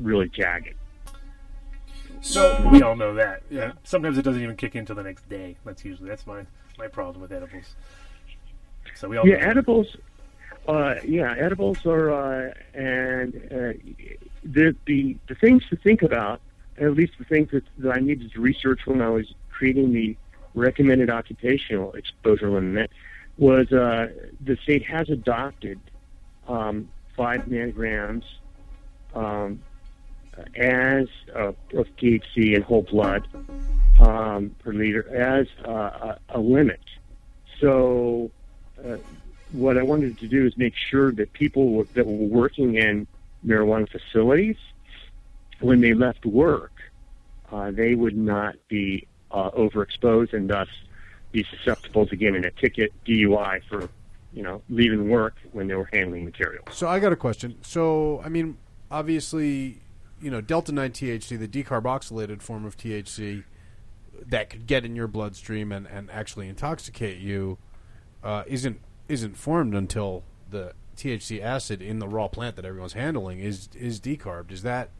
really jagged.
So
we all know that.
Yeah.
Sometimes it doesn't even kick in till the next day. That's usually that's my my problem with edibles. So we all
yeah,
know that.
edibles. Uh, yeah, edibles are, uh, and uh, the, the the things to think about, at least the things that, that I needed to research when I was creating the recommended occupational exposure limit, was uh, the state has adopted um, five nanograms um, as uh, of THC in whole blood um, per liter as uh, a, a limit. So, uh, what I wanted to do is make sure that people were, that were working in marijuana facilities, when they left work, uh, they would not be uh, overexposed and thus be susceptible to getting a ticket, DUI for you know leaving work when they were handling material.
So I got a question. So I mean, obviously, you know, delta nine THC, the decarboxylated form of THC that could get in your bloodstream and, and actually intoxicate you, uh, isn't isn't formed until the THC acid in the raw plant that everyone's handling is is decarbed. Is that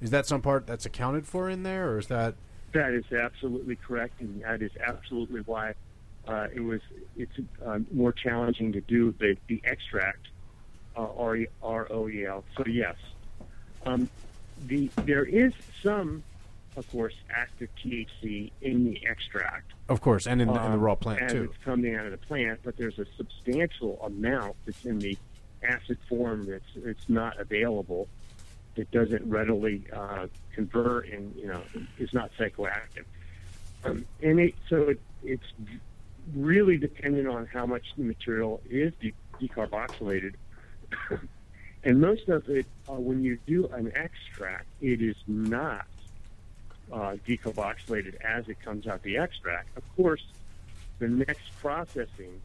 is that some part that's accounted for in there, or is that
That is absolutely correct, and that is absolutely why uh, it was it's uh, more challenging to do the, the extract uh, R R O E L. So yes, um, the there is some, of course, active THC in the extract.
of course, and in, the, in the
um,
raw plant
as
too?
It's coming out of the plant, but there's a substantial amount that's in the acid form that's it's not available. That doesn't readily uh, convert and you know is not psychoactive. Um, and it, so it, it's really dependent on how much the material is de- decarboxylated. and most of it, uh, when you do an extract, it is not uh, decarboxylated as it comes out the extract. Of course, the next processing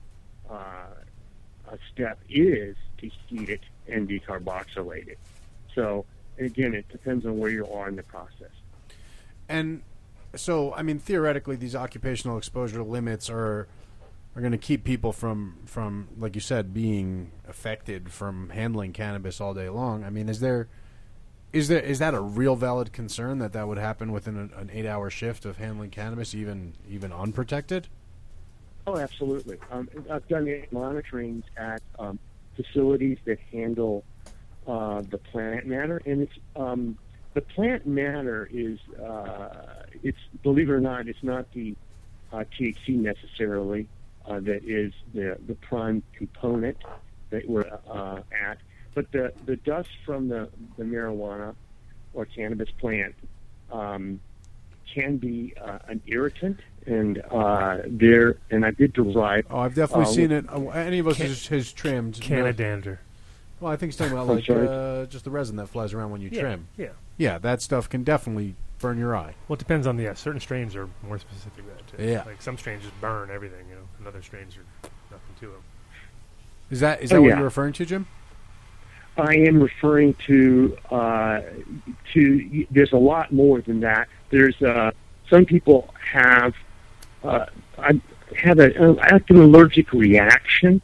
uh, uh, step is to heat it and decarboxylate it. So, again, it depends on where you are in the process.
And so, I mean, theoretically, these occupational exposure limits are are going to keep people from from, like you said, being affected from handling cannabis all day long. I mean, is there is there is that a real valid concern that that would happen within an, an eight hour shift of handling cannabis, even even unprotected?
Oh, absolutely. Um, I've done monitorings at um, facilities that handle uh, the plant matter, and it's um, the plant matter is uh, it's believe it or not, it's not the uh, THC necessarily uh, that is the the prime component that we're uh, at, but the the dust from the the marijuana or cannabis plant um, can be uh, an irritant and uh, there, and I did derive.
Oh, I've definitely seen it. Uh, any of us has, has trimmed
Canadander.
Well, I think it's talking about
I'm
like
sorry?
uh, just the resin that flies around when you
Yeah,
trim.
yeah.
yeah, that stuff can definitely burn your eye.
Well, it depends on the yeah. Certain strains are more specific to that. Too.
Yeah.
Like some strains just burn everything. You know, and other strains are nothing to them.
Is that is
Oh,
that what
yeah.
you're referring to, Jim?
I am referring to uh, to. There's a lot more than that. There's uh, some people have uh, I have a, like an allergic reaction.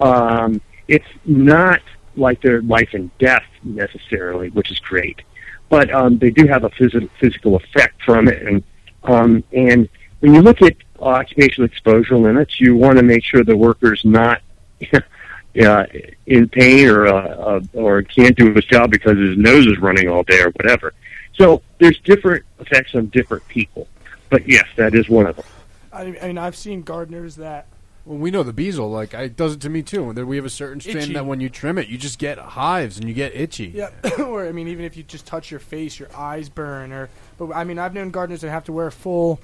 Um, it's not like their life and death necessarily, which is great, but um, they do have a phys- physical effect from it. And um, and when you look at occupational exposure limits, you want to make sure the worker's not uh, in pain or uh, uh, or can't do his job because his nose is running all day or whatever. So there's different effects on different people, but yes, that is one of them.
I, I mean, I've seen gardeners that
Well, we know the bezel. Like I, it does it to me too. And there- we have a certain strain
Itchy.
that when you trim it, you just get hives and you get itchy.
Yeah, or I mean, even if you just touch your face, your eyes burn. Or, but I mean, I've known gardeners that have to wear full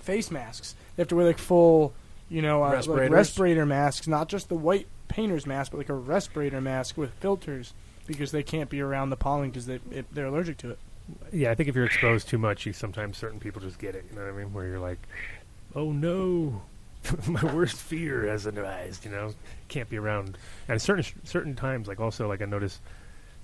face masks. They have to wear like full, you know, uh, like
Respirators?
respirator masks, not just the white painter's mask, but like a respirator mask with filters because they can't be around the pollen because they it, they're allergic to it.
Yeah, I think if you're exposed too much, you sometimes certain people just get it. You know what I mean? Where you're like, oh no, my worst fear has arised. You know, can't be around. And certain certain times, like also like I noticed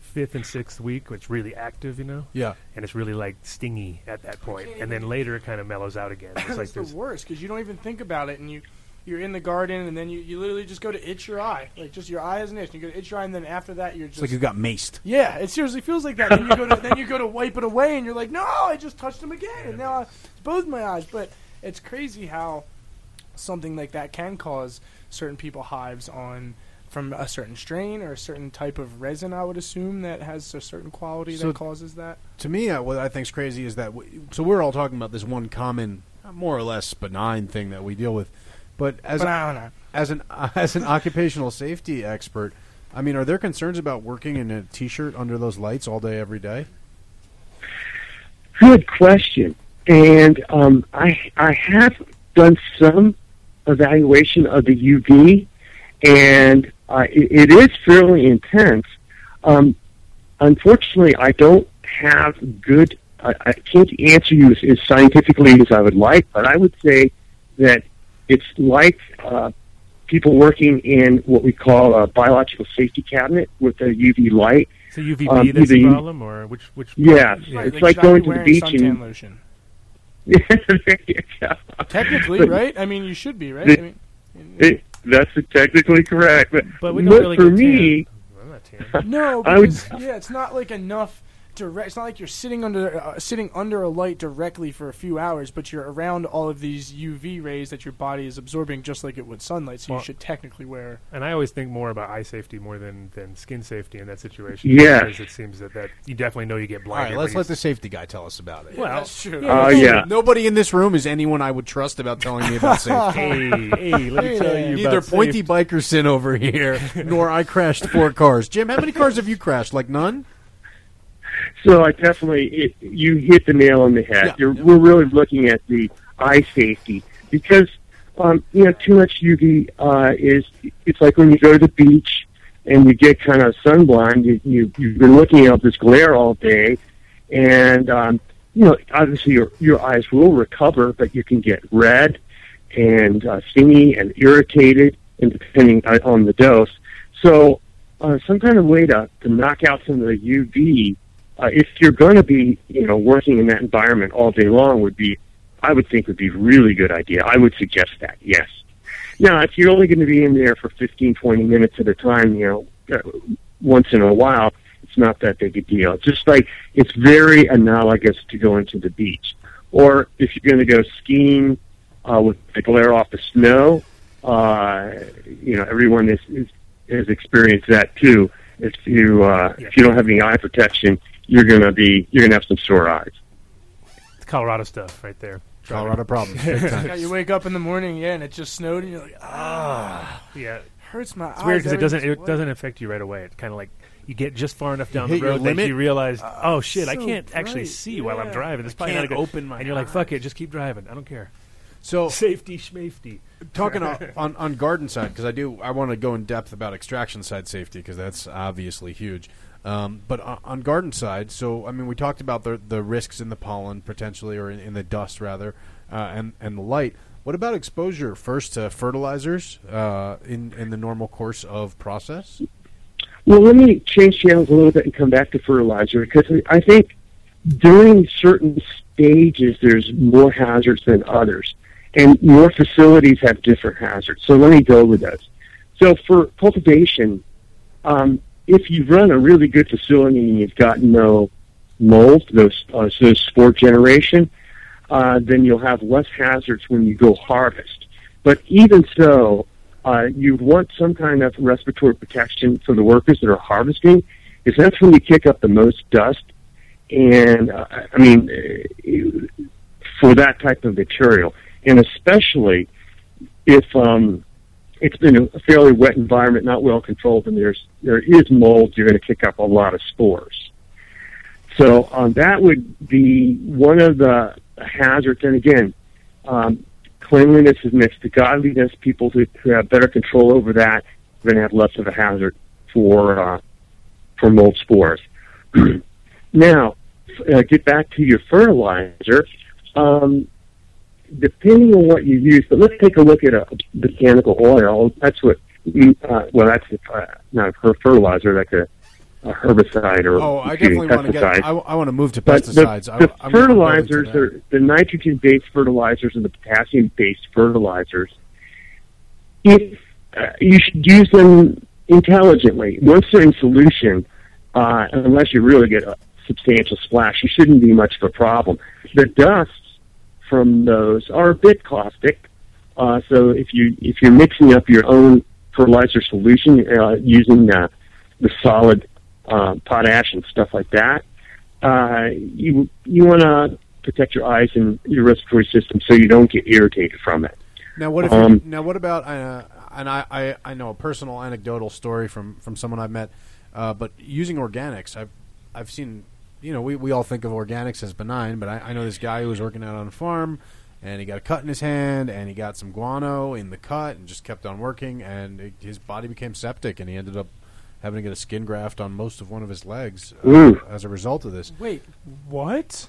fifth and sixth week, it's really active. You know.
Yeah.
And it's really like stingy at that point,
can't
and then
even-
later it kind of mellows out again. It's like
That's the
there's
worst because you don't even think about it, and you you're in the garden, and then you, you literally just go to itch your eye, like just your eye is an itch. And you go to itch your eye, and then after that, you're just
It's like you got maced.
Yeah, it seriously feels like that. Then you go to then you go to wipe it away, and you're like, no, I just touched him again, and now I, it's both my eyes. But it's crazy how something like that can cause certain people hives on from a certain strain or a certain type of resin, I would assume, that has a certain quality
So-
that causes that.
To me, I, what I think's crazy is that. W- so we're all talking about this one common, uh, more or less benign thing that we deal with, but as
Banana.
as an as an occupational safety expert, I mean, are there concerns about working in a t-shirt under those lights all day every day?
Good question. And um, I I have done some evaluation of the UV, and uh, it, it is fairly intense. Um, unfortunately, I don't have good. I, I can't answer you as, as scientifically as I would like, but I would say that it's like uh, people working in what we call a biological safety cabinet with a UV light.
So UVB
Um,
that's the
either-
problem, or which which?
Yeah, it's like going to the
wearing
beach
suntan
and
lotion.
there you go.
Technically,
But-
right? I mean, you should be, right?
The-
I mean,
it- that's technically correct, but,
But we don't really
for
get
me,
No,
I would.
because, yeah, it's not like enough direct. It's not like you're sitting under uh, sitting under a light directly for a few hours, but you're around all of these UV rays that your body is absorbing, just like it would sunlight. So
Well-
you should technically wear.
And I always think more about eye safety more than, than skin safety in that situation.
Yes.
because it seems that, that you definitely know you get
All
blinded.
right,
when
let's
you
let the safety guy tell us about it.
Well, that's true.
Oh, yeah.
Nobody in this room is anyone I would trust about telling me about safety.
Hey, hey, let me tell you
Neither
about
pointy biker sin over here, nor I crashed four cars. Jim, how many cars have you crashed? Like none.
so I definitely it, you hit the nail on the head. You're, We're really looking at the eye safety because um, you know too much UV uh, is it's like when you go to the beach and you get kind of sunblind. You, you you've been looking at this glare all day, and um, you know obviously your your eyes will recover, but you can get red and uh, stingy and irritated, and depending on- on the dose. So uh, some kind of way to, to knock out some of the UV, uh, if you're going to be, you know, working in that environment all day long would be, I would think would be a really good idea. I would suggest that, yes. Now, if you're only going to be in there for 15, 20 minutes at a time, you know, uh, once in a while, it's not that big a deal. Just like it's very analogous to going to the beach. Or if you're going to go skiing uh, with the glare off the snow, uh, you know, everyone is, is has experienced that too. If you uh, if you don't have any eye protection, you're gonna be you're gonna have some sore eyes.
It's Colorado stuff right there.
Colorado
um,
problems, big time.
Yeah, you wake up in the morning, yeah, and it just snowed, and you're like, ah,
yeah,
hurts my
It's
eyes.
weird because it doesn't
everything's
it
wet.
doesn't affect you right away. It's kind of like you get just far enough down the
hit your
road that
limit? Uh,
you realize, oh shit, I
so
can't actually
bright.
see while I'm
Yeah.
driving. It's
I
probably
can't
not a good,
open my
And you're like, fuck it, just keep driving. I don't care.
So
safety schmafety.
Talking on, on on garden side because I do I want to go in depth about extraction side safety because that's obviously huge. Um, but on, on garden side, so I mean we talked about the the risks in the pollen potentially or in, in the dust rather, uh, and and the light. What about exposure first to fertilizers uh, in in the normal course of process?
Well, let me change channels a little bit and come back to fertilizer because I think during certain stages there's more hazards than others, and more facilities have different hazards. So let me go with those. So for cultivation, um, if you run a really good facility and you've got no mold, no uh, so sport generation, uh, then you'll have less hazards when you go harvest. But even so, uh, you want some kind of respiratory protection for the workers that are harvesting, because that's when you kick up the most dust. And uh, I- I mean, uh, for that type of material, and especially if um, it's been a fairly wet environment, not well controlled, and there's there is mold, you're going to kick up a lot of spores. So um, that would be one of the hazards. And again, um, cleanliness is next to godliness. People who, who have better control over that are going to have less of a hazard for uh, for mold spores. now, f- uh, get back to your fertilizer. Um, depending on what you use, but let's take a look at a mechanical oil. That's what. Uh, well, that's uh, not a fer- fertilizer. That's a, a herbicide or
Oh, I
excuse me,
definitely want to get.
pesticide
I, want to move to
but
pesticides. I-
The, the
I'm gonna go into
fertilizers
that.
are the nitrogen based fertilizers and the potassium based fertilizers. If uh, you should use them intelligently. Once they're in solution, uh, unless you really get a substantial splash, you shouldn't be much of a problem. The dusts from those are a bit caustic, uh, so if you if you're mixing up your own fertilizer solution uh, using uh, the solid uh, potash and stuff like that. Uh, you you want to protect your eyes and your respiratory system so you don't get irritated from it.
Now what if
Um,
now what about uh, and I, I I know a personal anecdotal story from from someone I've met, uh, but using organics I've I've seen you know we, we all think of organics as benign, but I, I know this guy who was working out on a farm and he got a cut in his hand and he got some guano in the cut and just kept on working and it, his body became septic and he ended up having to get a skin graft on most of one of his legs uh,
Ooh.
as a result of this.
Wait, what?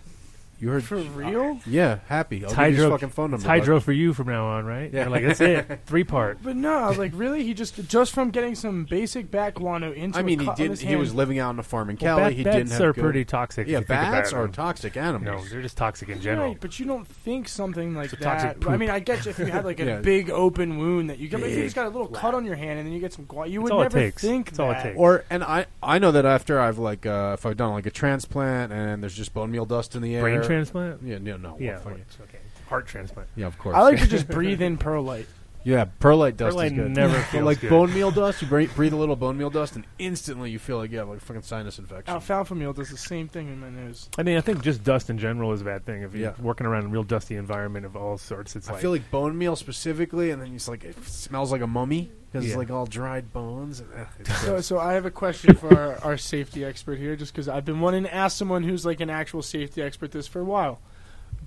You heard
for real?
Yeah, happy. I'll
It's
give you his
hydro-
fucking phone
it's
number.
hydro
bud.
for you from now on, right?
Yeah.
You're like that's it, three part.
But no, I was like, really? He just just from getting some basic back guano into.
I mean,
a
he
cut on
did.
his
He
hand.
was living out on a farm in
Well,
Cali.
bat-
he
bats
didn't have
are
good-
pretty toxic if you
Yeah,
think about
bats
it.
are toxic animals.
No, they're just toxic in general.
Right, but you don't think something
It's
like
a toxic
that. I mean,
poop.
I get you if you had like a
Yeah.
big open wound that you get. But if you
Big
just got a little cut on your hand and then you get some guano, you would
all it
never
takes.
think
It's
that.
all it takes.
Or and I I know that after I've like uh, if I've done like a transplant and there's just bone meal dust in the air.
Brain transplant?
Yeah, no, no.
Yeah,
fuck it.
okay. Heart transplant.
Yeah, of course.
I like to just breathe in perlite.
Yeah, perlite dust
Perlite
is good.
never
But,
feels
like
good.
bone meal dust. You breathe, breathe a little bone meal dust, and instantly you feel like you have like a fucking sinus infection.
Alfalfa meal does the same thing in my nose.
I mean, I think just dust in general is a bad thing. If you're
Yeah.
working around in a real dusty environment of all sorts, it's
I
like,
feel like bone meal specifically, and then it's like it smells like a mummy because it's
Yeah.
like all dried bones. And, uh, it's
So,
gross.
so I have a question for our, our safety expert here, just because I've been wanting to ask someone who's like an actual safety expert this for a while.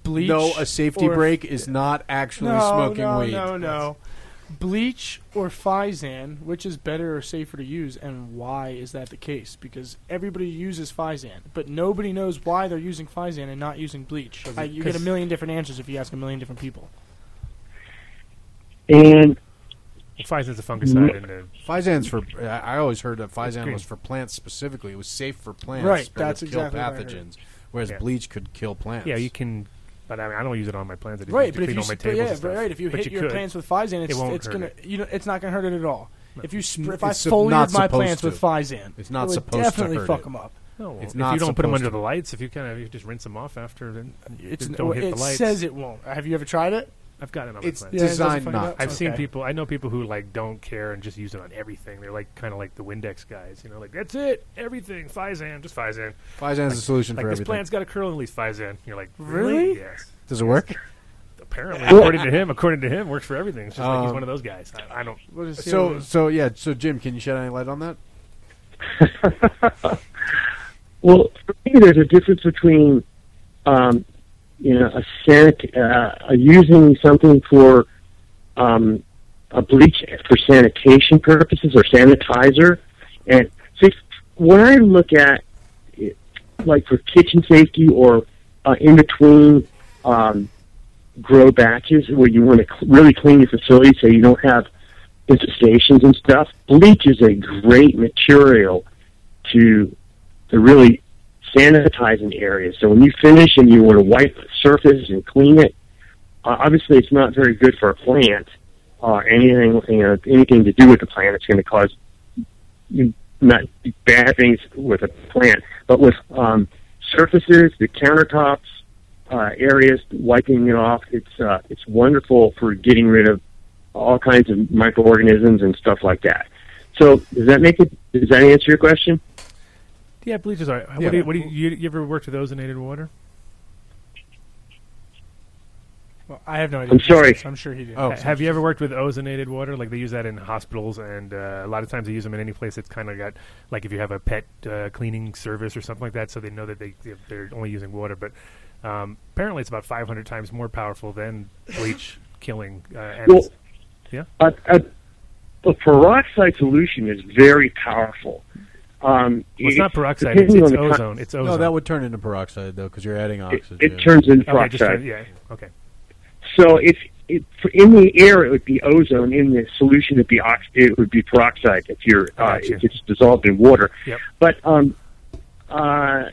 Bleach?
no, a safety
or-
break is not actually
no,
smoking
no,
weed.
No, no, Bleach or Fizan, which is better or safer to use, and why is that the case? Because everybody uses Fizan, but nobody knows why they're using Fizan and not using bleach. I, you get a
'cause-
million different answers if you ask a million different people.
And
Fizan's a fungicide. And a,
Fizan's for. I I always heard that Fizan
green.
was for plants specifically. It was safe for plants,
Right,
but it
that's
would
exactly what I
kill
heard.
pathogens. Whereas
Yeah.
bleach could kill plants.
yeah, you can. But I, mean, I don't use it on my plants. I just use
Right,
it
but if
to
you,
clean all my
sp-
tables
yeah,
and stuff.
but right, if you
But
hit your
could.
plants with Fizan, it's,
it won't
it's
hurt
gonna
it.
you know it's not gonna hurt it at all. If you sp- if I
It's sup-
foliated
not
my
supposed
plants
to.
with Fizan,
It's not
it would
supposed to
definitely
hurt
fuck
it.
them up.
No, well,
It's
if
not
you don't put them
supposed
under
to.
the lights, if you kind of you just rinse them off after, then
It's
just
n-
don't hit
it
the lights.
says it won't. Have you ever tried it?
I've got it on
It's
my
Yeah, it
plants.
doesn't designed fuck it not up.
I've seen
Okay.
people. I know people who like don't care and just use it on everything. They're like kind of like the Windex guys. You know, like that's it, everything. Fizan, just Fizan.
Fizan's
like,
the solution
like,
for
this
everything.
plant's got a curl and leaf Fizan. You're like
Really?
Yes.
Does it work?
Apparently, according to him, according to him, works for everything. It's just like he's
Um,
one of those guys. I, I don't.
What is
So, so yeah. So, Jim, can you shed any light on that?
Well, for me, there's a difference between, um, you know, a sanit- uh, using something for um, a bleach for sanitation purposes or sanitizer, and see when I look at, it, like for kitchen safety or uh, in between um, grow batches where you want to cl- really clean your facility so you don't have infestations and stuff, bleach is a great material to to really sanitize an area. So when you finish and you want to wipe the surface and clean it, uh, obviously it's not very good for a plant or anything you know, anything to do with the plant. It's going to cause you- not bad things with a plant, but with um, surfaces, the countertops, uh, areas, wiping it off. It's uh, it's wonderful for getting rid of all kinds of microorganisms and stuff like that. So does that make it? Does that answer your question?
Yeah, bleachers are.
Yeah.
What do you, what do you, you, you ever worked with ozonated water?
Well, I have no idea.
I'm sorry.
I'm sure he did.
Oh,
Ha- have you ever worked with ozonated water? Like they use that in hospitals, and uh, a lot of times they use them in any place that's kind of got, like if you have a pet uh, cleaning service or something like that, so they know that they if they're only using water. But um, apparently, it's about 500 times more powerful than bleach killing. Uh, and
Well-
yeah,
a, a, a peroxide solution is very powerful. Um,
Well, it's
it-
not peroxide; it's,
depending
it's
on the con-
ozone. It's ozone.
No, that would turn into peroxide though, because you're adding oxygen.
it turns into
okay,
peroxide.
just turn- yeah, okay.
So if it, for- in the air it would be ozone, in the solution it'd be ox- it would be peroxide if you're uh,
Gotcha.
if it's dissolved in water.
Yep.
But um, uh,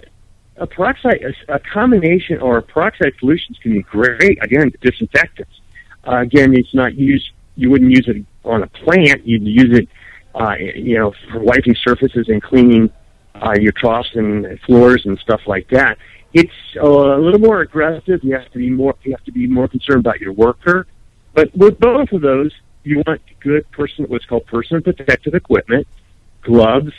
a peroxide, a, a combination or peroxide solutions can be great again disinfectants. Uh, again, it's not used. You wouldn't use it on a plant. You'd use it, uh, you know, for wiping surfaces and cleaning uh, your troughs and floors and stuff like that. It's uh, a little more aggressive. You have to be more. You have to be more concerned about your worker. But with both of those, you want good person what's called personal protective equipment, gloves,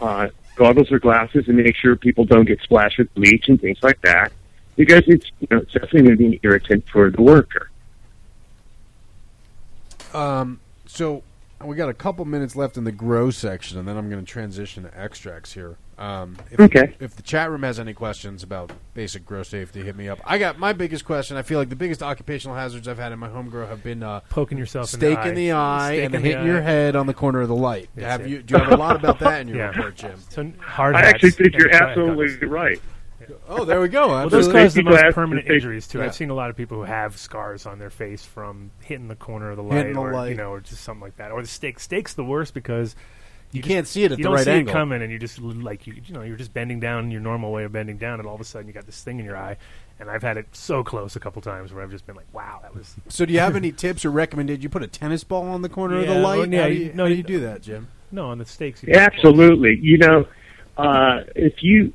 uh, goggles or glasses, and make sure people don't get splashed with bleach and things like that. Because it's you know it's definitely going to be an irritant for the worker.
Um, so we got a couple minutes left in the grow section, and then I'm going to transition to extracts here. Um, if,
Okay.
If the chat room has any questions about basic grow safety, hit me up. I got my biggest question. I feel like the biggest occupational hazards I've had in my home grow have been uh,
Poking yourself in the
stake
eye.
in the eye,
Stake
and
in the
hitting your
eye.
head on the corner of the light.
That's
have
it.
you? Do you have a lot about that in your
Yeah.
report, Jim?
So hard
I actually
hats
think
and
you're
riot
absolutely right.
Oh, there we go.
Well, those cause
Absolutely.
the
Safety
most
glasses
permanent
and-
injuries too.
yeah.
I've seen a lot of people who have scars on their face from hitting the corner of the light,
Hitting the
or you
light.
know, or just something like that. Or the stake. Stake's the worst because you, just-
can't see it at
you
the
don't
right
see
angle.
It coming, and you just l- like you, you know, you're just bending down in your normal way of bending down, and all of a sudden you got this thing in your eye. And I've had it so close a couple times where I've just been like, "Wow, that was."
So, do you have any tips or recommended? You put a tennis ball on the corner of the
Yeah,
light.
well, yeah,
how do
you-
you,
no,
how do
you-
you do that, Jim?
No, on the stakes. You
Yeah, absolutely. You know, uh, if you,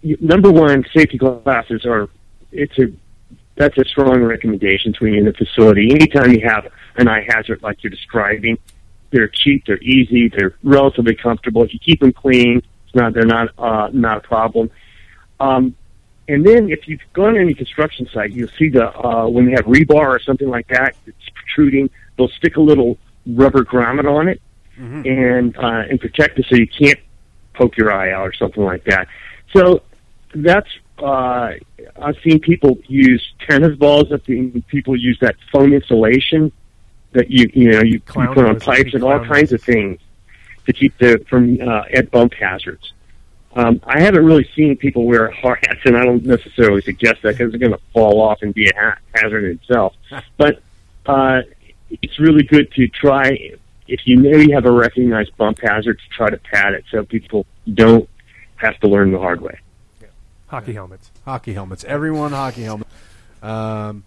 you number one, safety glasses are it's a that's a strong recommendation when you're in the facility. Anytime you have an eye hazard like you're describing, they're cheap, they're easy, they're relatively comfortable. You keep them clean. It's not they're not uh, not a problem. Um, and then if you've gone to any construction site, you'll see the uh, when they have rebar or something like that, it's protruding. They'll stick a little rubber grommet on it and uh, and protect it so you can't poke your eye out or something like that. So that's uh, I've seen people use tennis balls. I've seen people use that foam insulation that you you know you, you
Clown
put on
noses, you
pipes and all
clown
kinds of things to keep the from uh, at bump hazards. Um, I haven't really seen people wear hard hats, and I don't necessarily suggest that because they're going to fall off and be a ha- hazard in itself. But uh, it's really good to try if you know you have a recognized bump hazard to try to pad it so people don't have to learn the hard way.
hockey helmets.
Hockey helmets. Everyone hockey helmet. Um,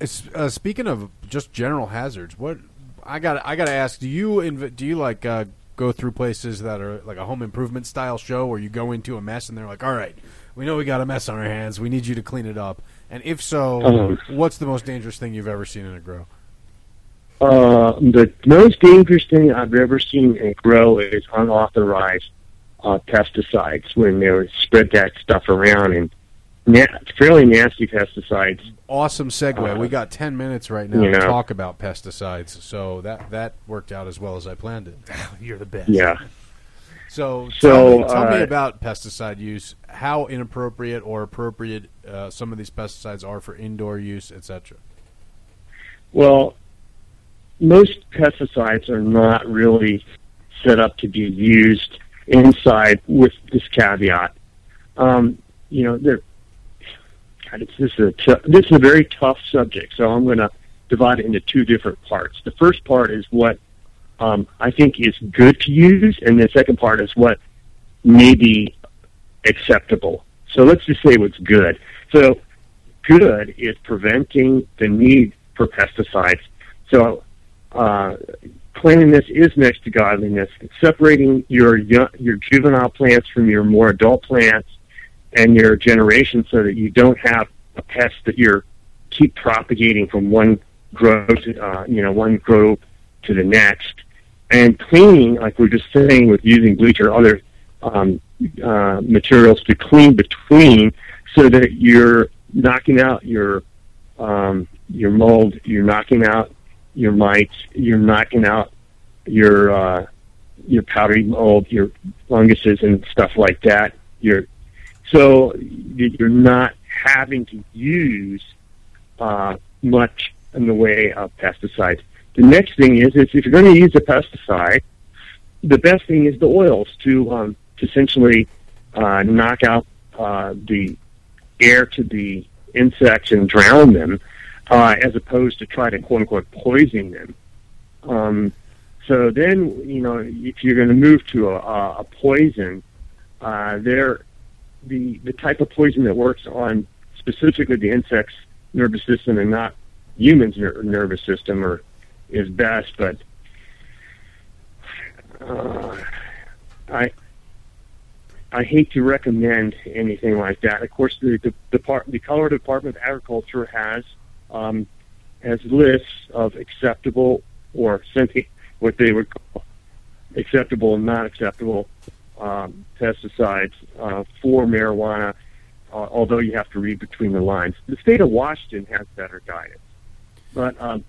it's- uh, speaking of just general hazards, what I got I got to ask: Do you inv- do you like uh, go through places that are like a home improvement style show where you go into a mess and they're like, "All right, we know we got a mess on our hands. We need you to clean it up." And if so,
Um.
what's the most dangerous thing you've ever seen in a grow?
Uh, the most dangerous thing I've ever seen in grow is unauthorized uh, pesticides when they would spread that stuff around and na- fairly nasty pesticides.
Awesome segue. we got ten minutes right now
You
to
know.
talk about pesticides, so that that worked out as well as I planned it.
You're the best.
Yeah.
So, tell,
So,
me, tell me
uh,
about pesticide use, how inappropriate or appropriate uh, some of these pesticides are for indoor use, etc.
Well, most pesticides are not really set up to be used inside with this caveat. Um, you know, they're, God, it's, this, is a t- this is a very tough subject, so I'm going to divide it into two different parts. The first part is what um, I think is good to use, and the second part is what may be acceptable. So let's just say what's good. So good is preventing the need for pesticides. So, uh, cleanliness is next to godliness. Separating your yo- your juvenile plants from your more adult plants and your generation, so that you don't have a pest that you're keep propagating from one grow to uh, you know one grow to the next. And cleaning, like we we're just saying, with using bleach or other um, uh, materials to clean between, so that you're knocking out your um, your mold, you're knocking out your mites, you're knocking out your uh, your powdery mold, your funguses and stuff like that. You're so y- you're not having to use uh, much in the way of pesticides. The next thing is, is if you're going to use a pesticide, the best thing is the oils to um, to essentially uh, knock out uh, the air to the insects and drown them, uh, as opposed to try to quote unquote poison them. Um, so then, you know, if you're going to move to a- a, a poison, uh, there the the type of poison that works on specifically the insect's nervous system and not humans' ner- nervous system or is best. But uh, I I hate to recommend anything like that. Of course, the the, the, part, the Colorado Department of Agriculture has um, has lists of acceptable or synthi- what they would call acceptable and not acceptable um, pesticides uh, for marijuana, uh, although you have to read between the lines. The state of Washington has better guidance. But um,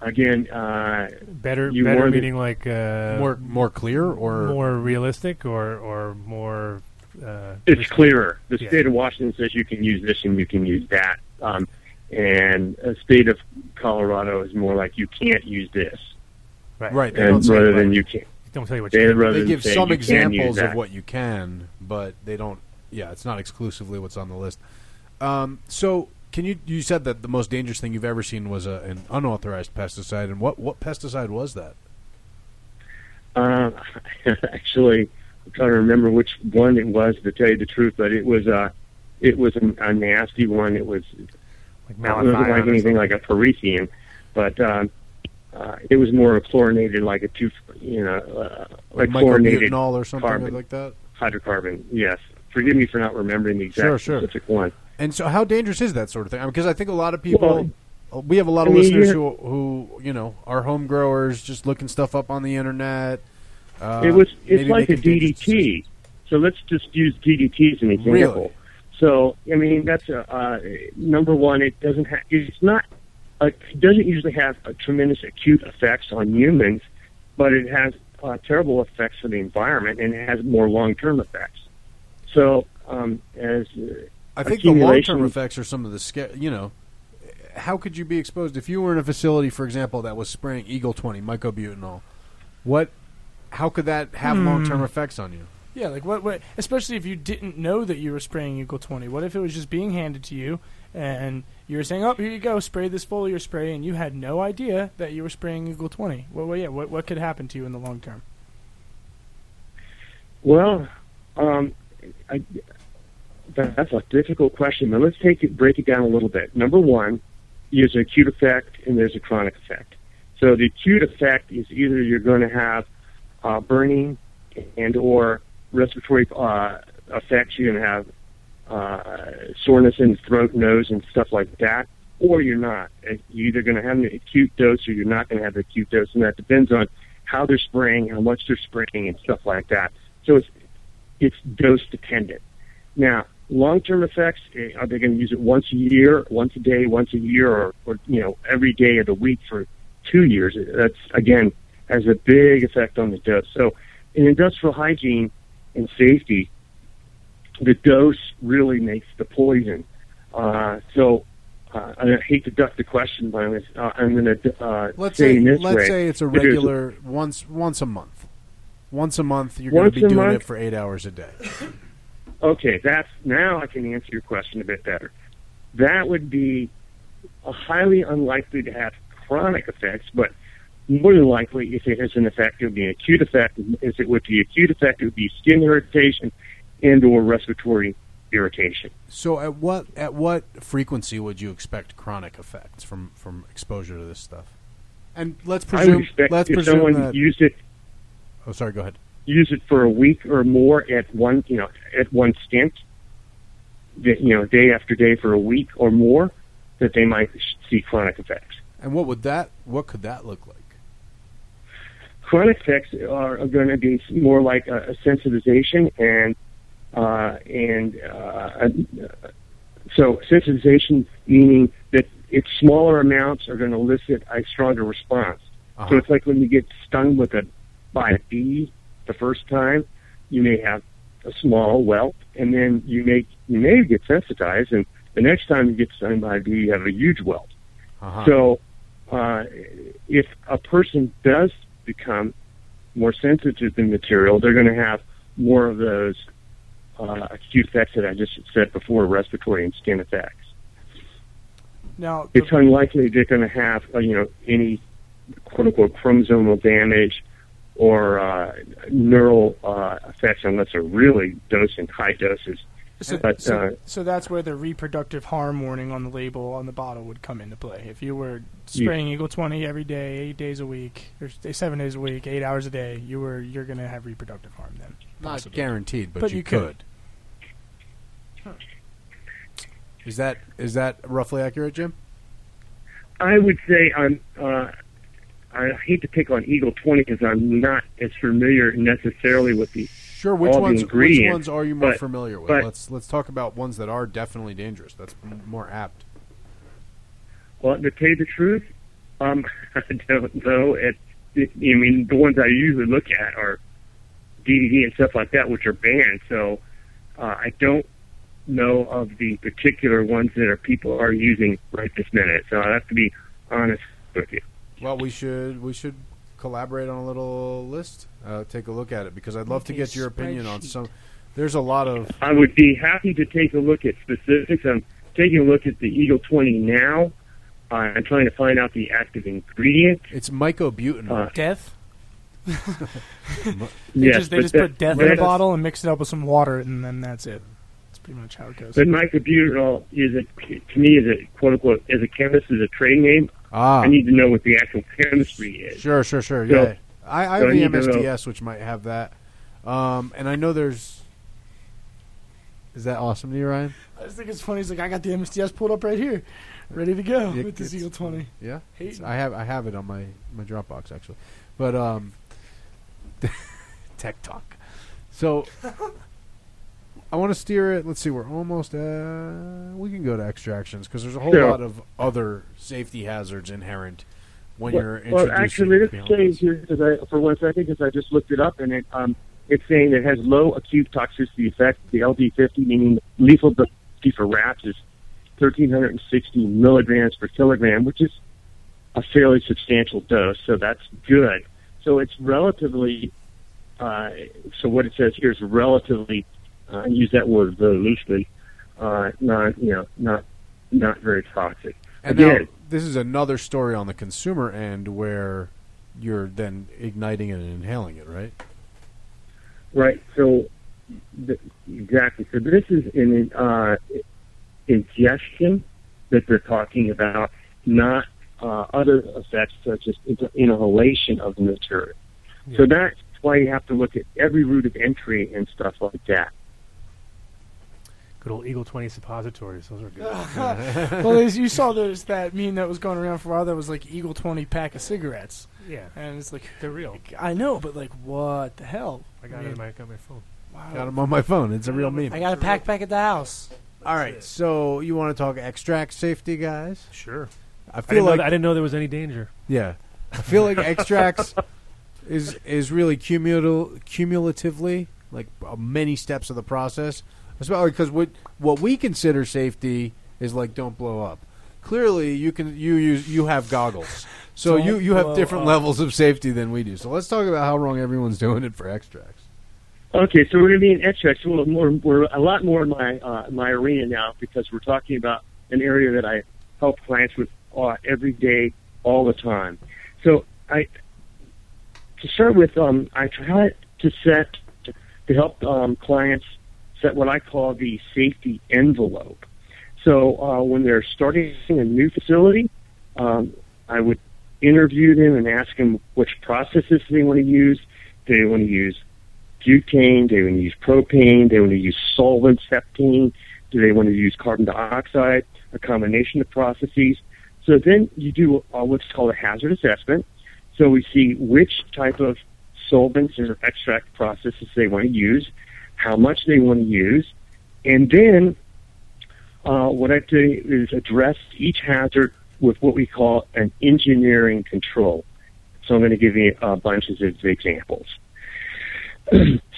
again, uh,
Better,
you
better
warned-
meaning like uh,
More- more clear or-
more realistic or or more. Uh,
it's clearer. The
Yeah.
state of Washington says you can use this and you can use that, um, and the state of Colorado is more like you can't use this,
Right.
Right, they don't
and
say-
rather
right.
than you can't.
Don't tell you what
they,
you can.
rather
They
than
give
saying
some
you can use
examples of
that.
what you can, but they don't. Yeah, it's not exclusively what's on the list. Um, so, can you? You said that the most dangerous thing you've ever seen was a, an unauthorized pesticide, and what what pesticide was that?
Uh, actually, I'm trying to remember which one it was. To tell you the truth, but it was a, it was a, a nasty one. It was it
like,
wasn't like
malathion or
anything like a Parisian, but um, uh, it was more chlorinated, like a two, you know, uh, like chlorinated
Microbutanol or something
carbon,
like that.
hydrocarbon. Yes, forgive me for not remembering the exact
Sure, sure.
specific one.
And so, how dangerous is that sort of thing? Because I think a lot of people, uh, we have a lot of
I mean,
listeners
you're-
who, who you know are home growers, just looking stuff up on the internet. Uh,
it was it's
maybe
like a
making dangerous-
DDT. So let's just use DDT as an example.
Really?
So I mean that's a, uh, number one. It doesn't ha- it's not uh, it doesn't usually have a tremendous acute effects on humans, but it has uh, terrible effects for the environment and it has more long term effects. So um, as uh,
I think the long term
accumulation-
effects are some of the sca- you know. How could you be exposed if you were in a facility, for example, that was spraying Eagle Twenty mycobutanol? What? How could that have
Hmm.
long term effects on you?
Yeah, like what, what? Especially if you didn't know that you were spraying Eagle Twenty. What if it was just being handed to you, and you were saying, "Oh, here you go, spray this foliar spray," and you had no idea that you were spraying Eagle Twenty? Well, well yeah. What what could happen to you in the long term?
Well, um, I, that's a difficult question, but let's take it, break it down a little bit. Number one, there's an acute effect and there's a chronic effect. So the acute effect is either you're going to have uh, burning and or respiratory uh, effects. You're going to have uh, soreness in the throat, nose, and stuff like that, or you're not. Uh, You're either going to have an acute dose or you're not going to have an acute dose, and that depends on how they're spraying, how much they're spraying, and stuff like that. So it's it's dose dependent. Now, long term effects eh, are they going to use it once a year, once a day, once a year, or, or you know every day of the week for two years? That's again has a big effect on the dose. So in industrial hygiene and safety, the dose really makes the poison. Uh, so uh, I hate to duck the question, but I'm going to uh, I'm gonna, uh,
Let's
say,
say
in this
let's
way.
say it's a
If there's
regular once once a month. Once a month, you're going to
Once
be
a
doing
month?
it for eight hours a day.
Okay, that's now I can answer your question a bit better. That would be uh, highly unlikely to have chronic effects, but more than likely, if it has an effect, it would be an acute effect. If it would be acute effect, it would be skin irritation and/or respiratory irritation.
So, at what at what frequency would you expect chronic effects from from exposure to this stuff? And let's
I would
presume
expect
let's
if
presume
someone
that.
used it
oh, sorry. Go ahead.
use it for a week or more at one you know at one stint that you know day after day for a week or more that they might see chronic effects
And what would that? What could that look like?
chronic effects are going to be more like a, a sensitization and uh, and uh, so sensitization meaning that its smaller amounts are going to elicit a stronger response. Uh-huh.
Uh-huh.
So it's like when you get stung with a by a bee the first time, you may have a small welt, and then you may you may get sensitized, and the next time you get stung by a bee, you have a huge welt.
Uh-huh.
So, uh, if a person does become more sensitive to the material, they're going to have more of those uh, acute effects that I just said before, respiratory and skin effects.
Now,
It's unlikely they're going to have uh, you know any quote unquote chromosomal damage or uh, neural uh, effects unless they're really dosed in high doses.
so,
but
so,
uh,
so that's where the reproductive harm warning on the label on the bottle would come into play. If you were
Yeah.
spraying Eagle Twenty every day, eight days a week, or s- seven days a week, eight hours a day, you were you're going to have reproductive harm then.
Not
Possibly.
guaranteed, but,
But
you,
you
could.
could.
Is that is that roughly accurate, Jim?
I would say I'm. Uh, I- I hate to pick on Eagle 20 because I'm not as familiar necessarily with the
Sure, which
all
ones?
the
Which
ingredients.
ones are you more
but-
familiar with?
but-
let's let's talk about ones that are definitely dangerous. That's m- more apt.
Well, to tell you the truth, um, I don't know. It, it, I mean, the ones I usually look at are DDD and stuff like that, which are banned. So uh, I don't know of the particular ones that are people are using right this minute. So I have to be honest with you.
Well, we should we should collaborate on a little list. Uh, take a look at it because I'd love to
Make a
get your opinion on some. There's a lot of
I would be happy to take a look at specifics. I'm taking a look at the Eagle 20 now. Uh, I'm trying to find out the active ingredient. Uh,
It's mycobutanol.
Death. They
Yes,
just, they
but
just
that-
put death in
but
a
that's-
bottle and mix it up with some water, and then that's it. That's pretty much how it goes.
But mycobutanol is a, to me is a quote unquote as a chemist is a trade name.
Ah.
I need to know what the actual chemistry is.
Sure, sure, sure.
So-
Yeah, I, I have
so
the
you know-
MSDS, which might have that. Um, and I know there's. Is that awesome to you, Ryan?
I just think it's funny. He's like, I got the MSDS pulled up right here, ready to go
It-
with the
it's-
Seal 20.
Yeah,
Hating.
I have I have it on my my Dropbox actually, but um, tech talk. So I want to steer it. Let's see, we're almost at. We can go to extractions because there's a whole
Yeah.
lot of other safety hazards inherent when
well,
you're introducing.
well, actually, this
beyond-
stays here because I, for one second, because I just looked it up and it um, it's saying it has low acute toxicity effect. The LD50, meaning lethal density for rats, is 1,360 milligrams per kilogram, which is a fairly substantial dose. So that's good. So it's relatively. Uh, so what it says here is relatively. Uh, I use that word very loosely. Uh, not you know not not very toxic.
And now,
Again,
this is another story on the consumer end where you're then igniting it and inhaling it, right?
Right. So, th- exactly. So this is an uh, ingestion that they're talking about, not uh, other effects such as in- inhalation of the material. So that's why you have to look at every route of entry and stuff like that.
Good old Eagle 20 suppositories. Those are good.
well, as you saw, there's that meme that was going around for a while that was like Eagle 20 pack of cigarettes.
Yeah.
And it's like,
they're real.
I know, but like, what the hell?
I got it in my, got my phone.
Wow.
Got them on my phone. It's a real meme.
Oh. I got a pack back at the house.
All right, so you want to talk extract safety, guys?
Sure.
I
I,
feel
didn't
like
know, I didn't know there was any danger.
Yeah, I feel like extracts is is really cumulative, cumulatively like uh, many steps of the process, especially because what what we consider safety is like don't blow up. Clearly, you can you use you have goggles, so
Don't
you you have
blow
different
up.
levels of safety than we do. So let's talk about how wrong everyone's doing it for extracts.
Okay, so we're going to be in extracts. We're, more, we're a lot more in my uh, my arena now because we're talking about an area that I help clients with uh, every day, all the time. So I to start with, um, I try to set to help um, clients set what I call the safety envelope. So uh, when they're starting a new facility, um, I would interview them and ask them which processes they want to use. Do they want to use butane? Do they want to use propane? Do they want to use solvents, septane? Do they want to use carbon dioxide? A combination of processes. So then you do uh, what's called a hazard assessment. So we see which type of solvents or extract processes they want to use, how much they want to use, and then uh, what I do is address each hazard with what we call an engineering control. So I'm going to give you a bunch of examples.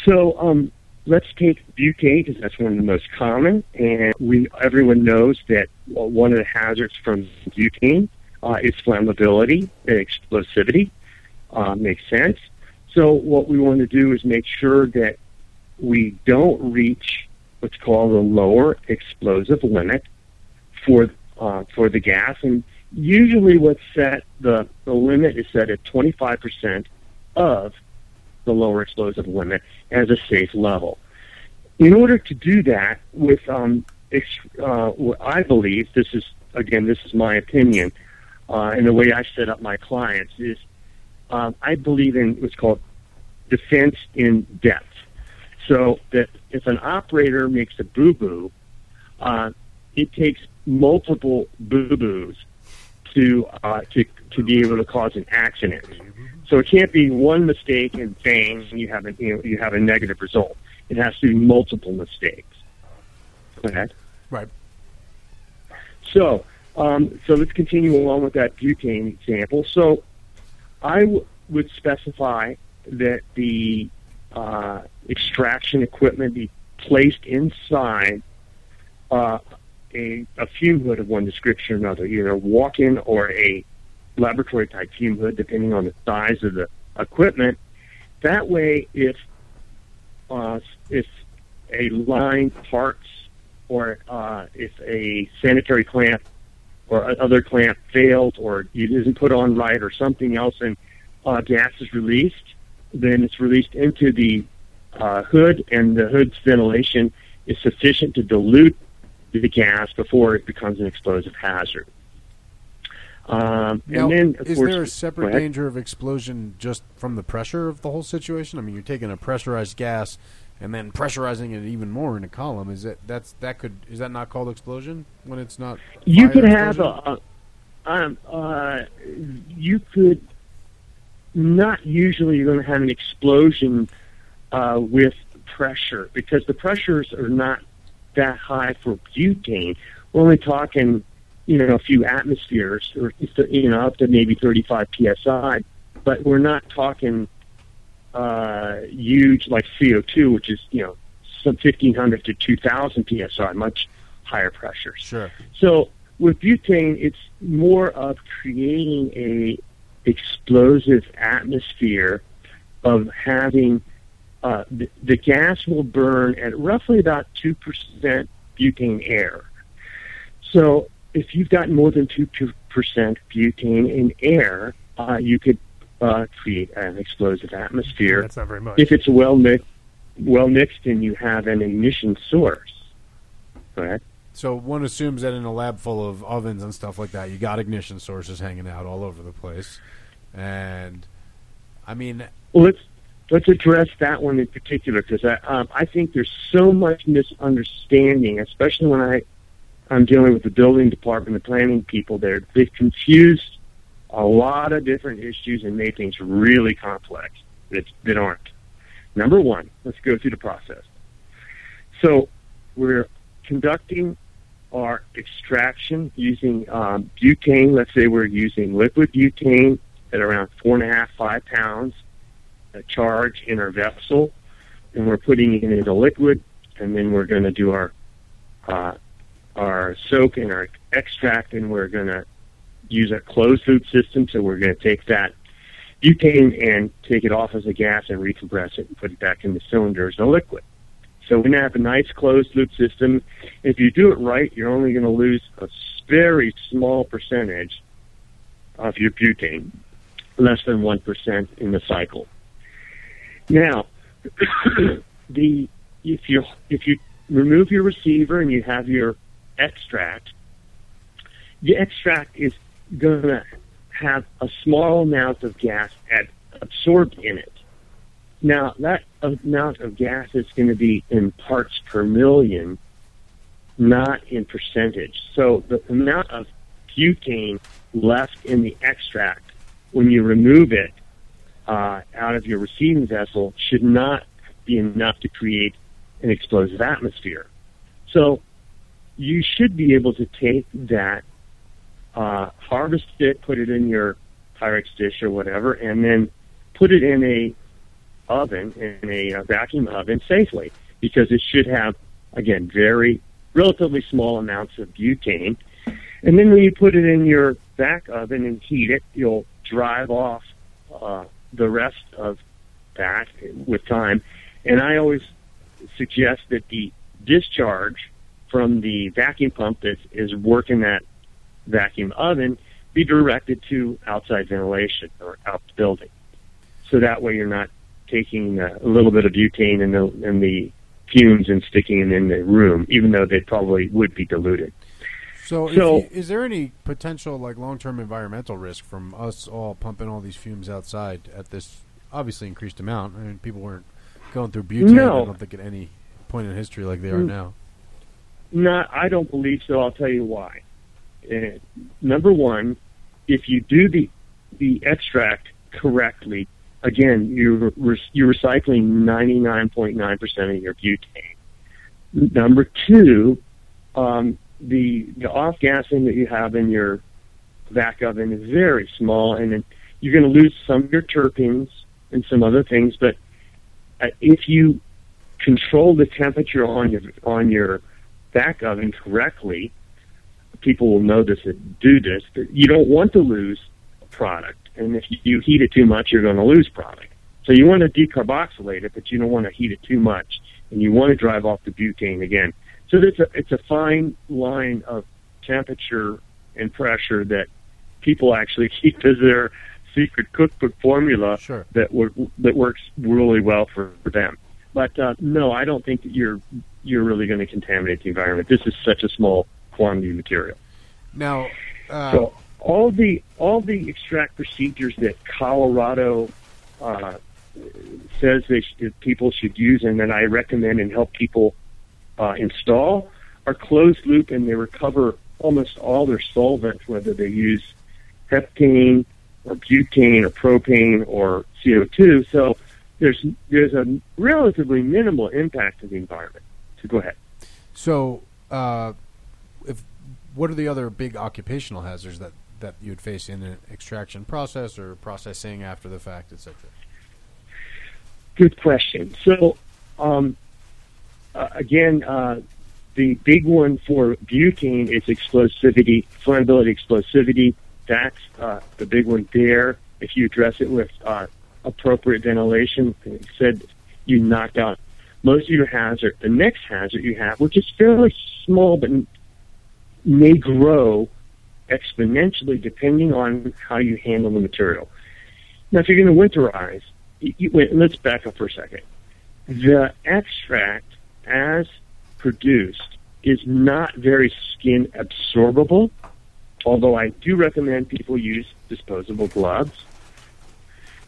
so um, let's take butane because that's one of the most common, and we everyone knows that well, one of the hazards from butane uh, is flammability and explosivity. Uh, makes sense. So what we want to do is make sure that we don't reach what's called the lower explosive limit for uh, for the gas, and usually what's set the the limit is set at 25 percent of the lower explosive limit as a safe level. In order to do that, with um, ex- uh, what I believe this is again this is my opinion, uh, and the way I set up my clients is um, I believe in what's called defense in depth. So that if an operator makes a boo boo, uh, it takes multiple boo boos to uh, to to be able to cause an accident. So it can't be one mistake and bang, you have a you, know, you have a negative result. It has to be multiple mistakes. Okay.
Right.
So, um, so let's continue along with that butane example. So, I w- would specify that the uh, extraction equipment be placed inside uh, a, a fume hood of one description or another, either a walk-in or a laboratory type fume hood, depending on the size of the equipment. That way, if uh, if a line parts or uh, if a sanitary clamp or a- other clamp fails or it isn't put on right or something else and uh, gas is released, then it's released into the uh, hood and the hood's ventilation is sufficient to dilute the gas before it becomes an explosive hazard. Um,
Now,
and then, of
is
course,
there a
go
separate
ahead.
danger of explosion just from the pressure of the whole situation? I mean, you're taking a pressurized gas and then pressurizing it even more in a column. Is that that's that could is that not called explosion when it's not?
You
fire
could have
explosion?
a, a- um, uh, you could not usually you're going to have an explosion uh, with pressure because the pressures are not that high for butane. We're only talking, you know, a few atmospheres or you know up to maybe 35 psi, but we're not talking uh, huge like CO2, which is you know some 1500 to 2000 psi, much higher pressures.
Sure.
So with butane, it's more of creating a explosive atmosphere of having uh, the, the gas will burn at roughly about two percent butane air. So if you've got more than two percent butane in air, uh, you could uh, create an explosive atmosphere.
That's not very much.
If it's well mixed, well mixed, and you have an ignition source, correct?
So one assumes that in a lab full of ovens and stuff like that, you got ignition sources hanging out all over the place, and I mean,
Well, let's let's address that one in particular because I um, I think there's so much misunderstanding, especially when I I'm dealing with the building department, the planning people. There, they've confused a lot of different issues and made things really complex that that aren't. Number one, let's go through the process. So we're conducting our extraction using um, butane. Let's say we're using liquid butane at around four and a half, five pounds a charge in our vessel, and we're putting it into liquid, and then we're going to do our uh, our soak and our extract, and we're going to use a closed loop system. So we're going to take that butane and take it off as a gas and recompress it and put it back in the cylinder as a liquid. So we now have a nice closed loop system. If you do it right, you're only going to lose a very small percentage of your butane, less than 1% in the cycle. Now, the if you if you remove your receiver and you have your extract, the extract is going to have a small amount of gas ad, absorbed in it. Now that amount of gas is going to be in parts per million, not in percentage. So the amount of butane left in the extract when you remove it uh, out of your receiving vessel should not be enough to create an explosive atmosphere. So you should be able to take that, uh, harvest it, put it in your Pyrex dish or whatever, and then put it in a oven, in a uh, vacuum oven safely, because it should have, again, very relatively small amounts of butane. And then when you put it in your back oven and heat it, you'll drive off uh, the rest of that with time. And I always suggest that the discharge from the vacuum pump that is working that vacuum oven be directed to outside ventilation or out the building. So that way you're not taking uh, a little bit of butane in the, in the fumes and sticking it in the room, even though they probably would be diluted.
so, if
So-
you- is there any potential like long-term environmental risk from us all pumping all these fumes outside at this obviously increased amount? I mean, people weren't going through butane.
No.
I don't think at any point in history like they are
Mm.
now.
No, I don't believe so. I'll tell you why. Uh, number one, if you do the the extract correctly, again, you're re- you're recycling 99.9% of your butane. Number two, um, the the off gassing that you have in your back oven is very small, and then you're going to lose some of your terpenes and some other things. But uh, if you control the temperature on your on your back oven correctly, people will notice it. Do this. But You don't want to lose product, and if you heat it too much, you're going to lose product. So you want to decarboxylate it, but you don't want to heat it too much, and you want to drive off the butane again. So it's a it's a fine line of temperature and pressure that people actually keep as their secret cookbook formula that wor- that works really well for, for them. But uh, no, I don't think that you're you're really going to contaminate the environment. This is such a small quantity of material.
Now, uh,
So all the all the extract procedures that Colorado uh, says they sh- that people should use, and that I recommend and help people uh, install, are closed loop, and they recover almost all their solvents, whether they use heptane or butane or propane or CO two. So there's there's a relatively minimal impact to the environment. So go ahead.
so uh, if what are the other big occupational hazards that that you would face in an extraction process or processing after the fact, etc.
Good question. So, um, uh, again, uh, the big one for butane is explosivity, flammability, explosivity. That's uh, the big one there. If you address it with uh, appropriate ventilation, like I said you knock out most of your hazard. The next hazard you have, which is fairly small but n- may grow exponentially depending on how you handle the material. Now, if you're going to winterize, you, you, wait, let's back up for a second. The extract, as produced, is not very skin absorbable, although I do recommend people use disposable gloves.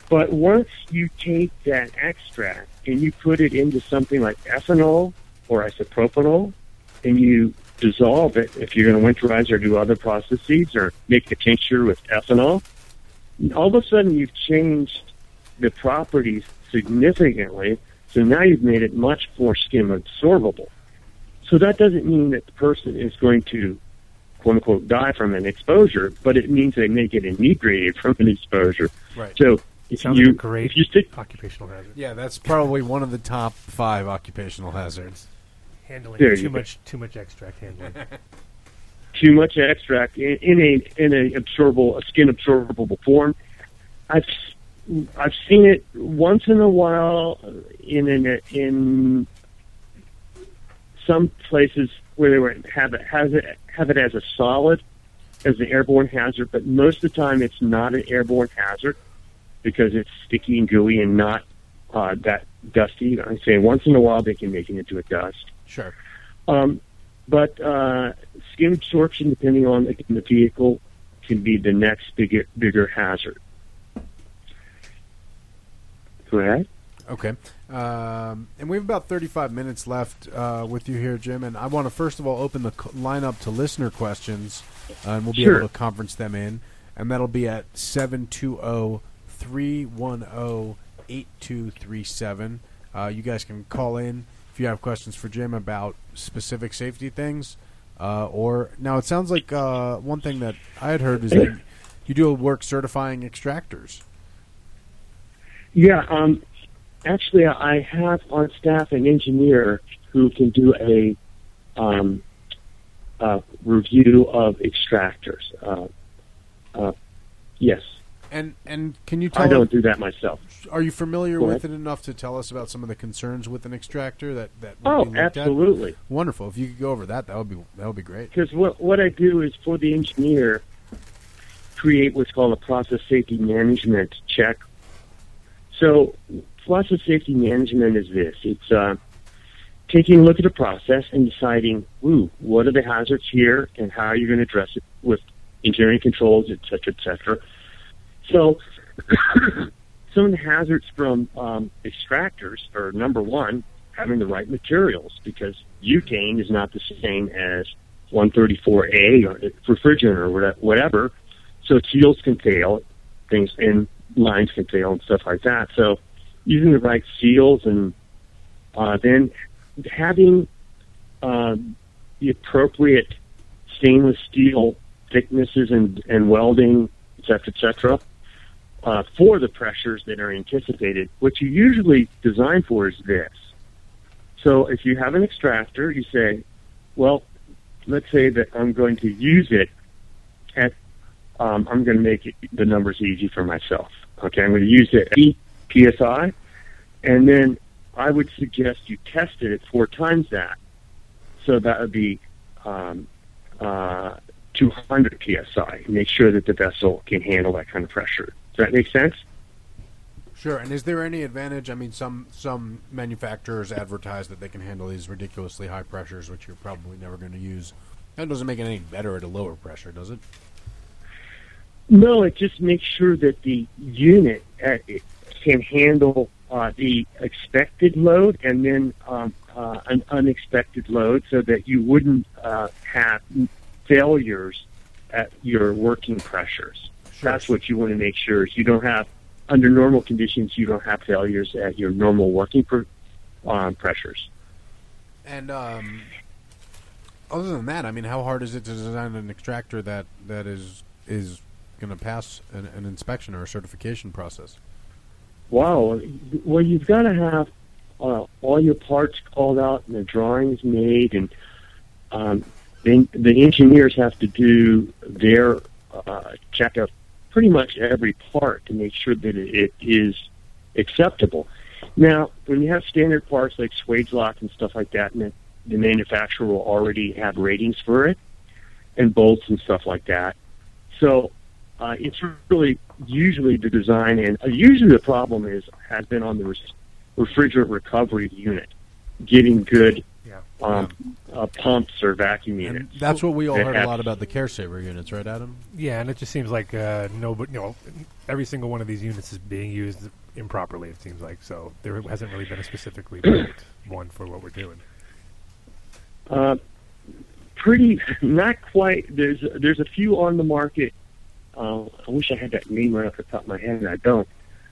But once you take that extract and you put it into something like ethanol or isopropanol, and you dissolve it, if you're going to winterize or do other processes or make a tincture with ethanol, all of a sudden you've changed the properties significantly. So now you've made it much more skin absorbable. So that doesn't mean that the person is going to quote unquote die from an exposure, but it means they may get inebriated from an exposure.
Right.
So if
Sounds
you
like a great
if you stick
occupational hazard.
Yeah, that's probably one of the top five occupational hazards.
Handling
There you
too
go.
much, too much extract handling.
too much extract in, in a in a absorbable a skin absorbable form. I've s- I've seen it once in a while in an, in some places where they were have it has it have it as a solid as an airborne hazard, but most of the time it's not an airborne hazard because it's sticky and gooey and not uh, that dusty. I say once in a while they can make it into a dust.
Sure.
Um, but uh, skin absorption, depending on the, the vehicle, can be the next bigger bigger hazard. Correct.
Okay. Um, and we have about 35 minutes left uh, with you here, Jim. And I want to first of all open the c- line up to listener questions, uh, and we'll be
Sure.
able to conference them in. And that'll be at oh, 720 310 8237. Uh, You guys can call in if you have questions for Jim about specific safety things. Uh, or now it sounds like uh, one thing that I had heard is that you do work certifying extractors.
Yeah. Um, actually, I have on staff an engineer who can do a um, uh, review of extractors. Uh, uh, yes,
And and can you tell
I don't do that myself.
Are you familiar
Go
with it enough to tell us about some of the concerns with an extractor that that? would
Oh,
be looked at?
absolutely.
Wonderful. If you could go over that, that would be that would be great.
Because what what I do is for the engineer, create what's called a process safety management check. So process safety management is this: it's uh, taking a look at a process and deciding, ooh, what are the hazards here, and how are you going to address it with engineering controls, et cetera, et cetera. So some of the hazards from um, extractors are number one, having the right materials because butane is not the same as 134A or refrigerant or whate- whatever. so shields can fail, things and lines can fail and stuff like that. So using the right seals and uh, then having uh, the appropriate stainless steel thicknesses and, and welding, et cetera, et cetera, uh, for the pressures that are anticipated. What you usually design for is this. So if you have an extractor, you say, well, let's say that I'm going to use it at, um, I'm going to make it, the numbers easy for myself. Okay, I'm going to use it at 8 PSI, and then I would suggest you test it at four times that. So that would be um, uh, 200 psi. Make sure that the vessel can handle that kind of pressure. Does that make sense?
Sure. And is there any advantage? I mean, some some manufacturers advertise that they can handle these ridiculously high pressures, which you're probably never going to use. That doesn't make it any better at a lower pressure, does it?
No, it just makes sure that the unit uh, it can handle uh, the expected load and then um, uh, an unexpected load so that you wouldn't uh, have failures at your working pressures. That's what you want to make sure is you don't have, under normal conditions, you don't have failures at your normal working pr- um, pressures.
And um, other than that, I mean, how hard is it to design an extractor that that is is going to pass an, an inspection or a certification process?
Wow. Well, you've got to have uh, all your parts called out and the drawings made, and um, then the engineers have to do their uh, check of pretty much every part to make sure that it, it is acceptable. Now, when you have standard parts like swage lock and stuff like that, and the, the manufacturer will already have ratings for it, and bolts and stuff like that. So uh, it's really usually the design, and uh, usually the problem is has been on the res- refrigerant recovery unit, getting good um, Uh, pumps or vacuum units.
That's what we all
That
heard a
have-
lot about the CareSaver units, right, Adam?
Yeah, and it just seems like uh, no, but you know, every single one of these units is being used improperly. It seems like so there hasn't really been a specifically built one for what we're doing.
Uh, pretty, not quite. There's there's a few on the market. Uh, I wish I had that name right off the top of my head, and I don't.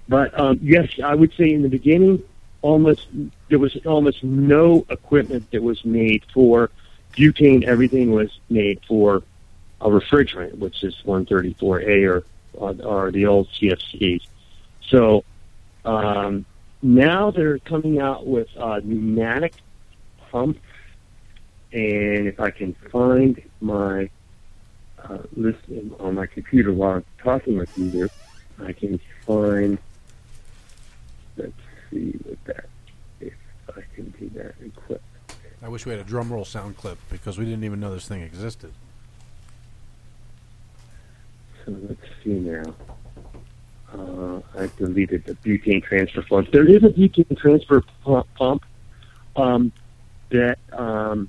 But um, yes, I would say in the beginning, almost there was almost no equipment that was made for butane. Everything was made for a refrigerant, which is 134A or or, or the old CFCs. So um, now they're coming out with uh, pneumatic pump and if I can find my uh, list on my computer while I'm talking with you here, I can find. Let's see what that. If I can do that and click.
I wish we had a drum roll sound clip because we didn't even know this thing existed.
So Uh, let's see now. Uh, I deleted the butane transfer pump. There is a butane transfer pu- pump um, that um,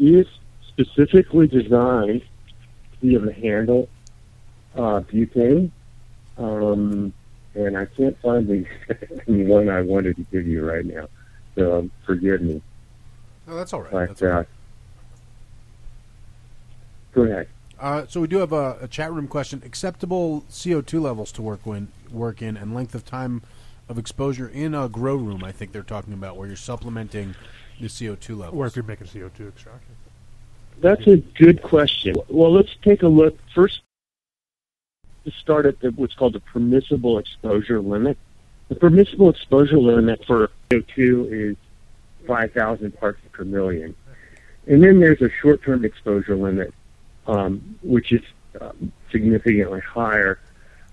is specifically designed to be able to handle uh, butane. Um, and I can't find the one I wanted to give you right now. So um, forgive me.
Oh, that's all right.
But, uh, go ahead.
Uh, so we do have a, a chat room question: acceptable CO two levels to work when work in and length of time of exposure in a grow room. I think they're talking about where you're supplementing the CO two levels, or if
you're making CO two extraction.
That's a good question. Well, let's take a look first. Let's start at the, what's called the permissible exposure limit. The permissible exposure limit for CO2 is 5,000 parts per million, and then there's a short-term exposure limit, um, which is uh, significantly higher.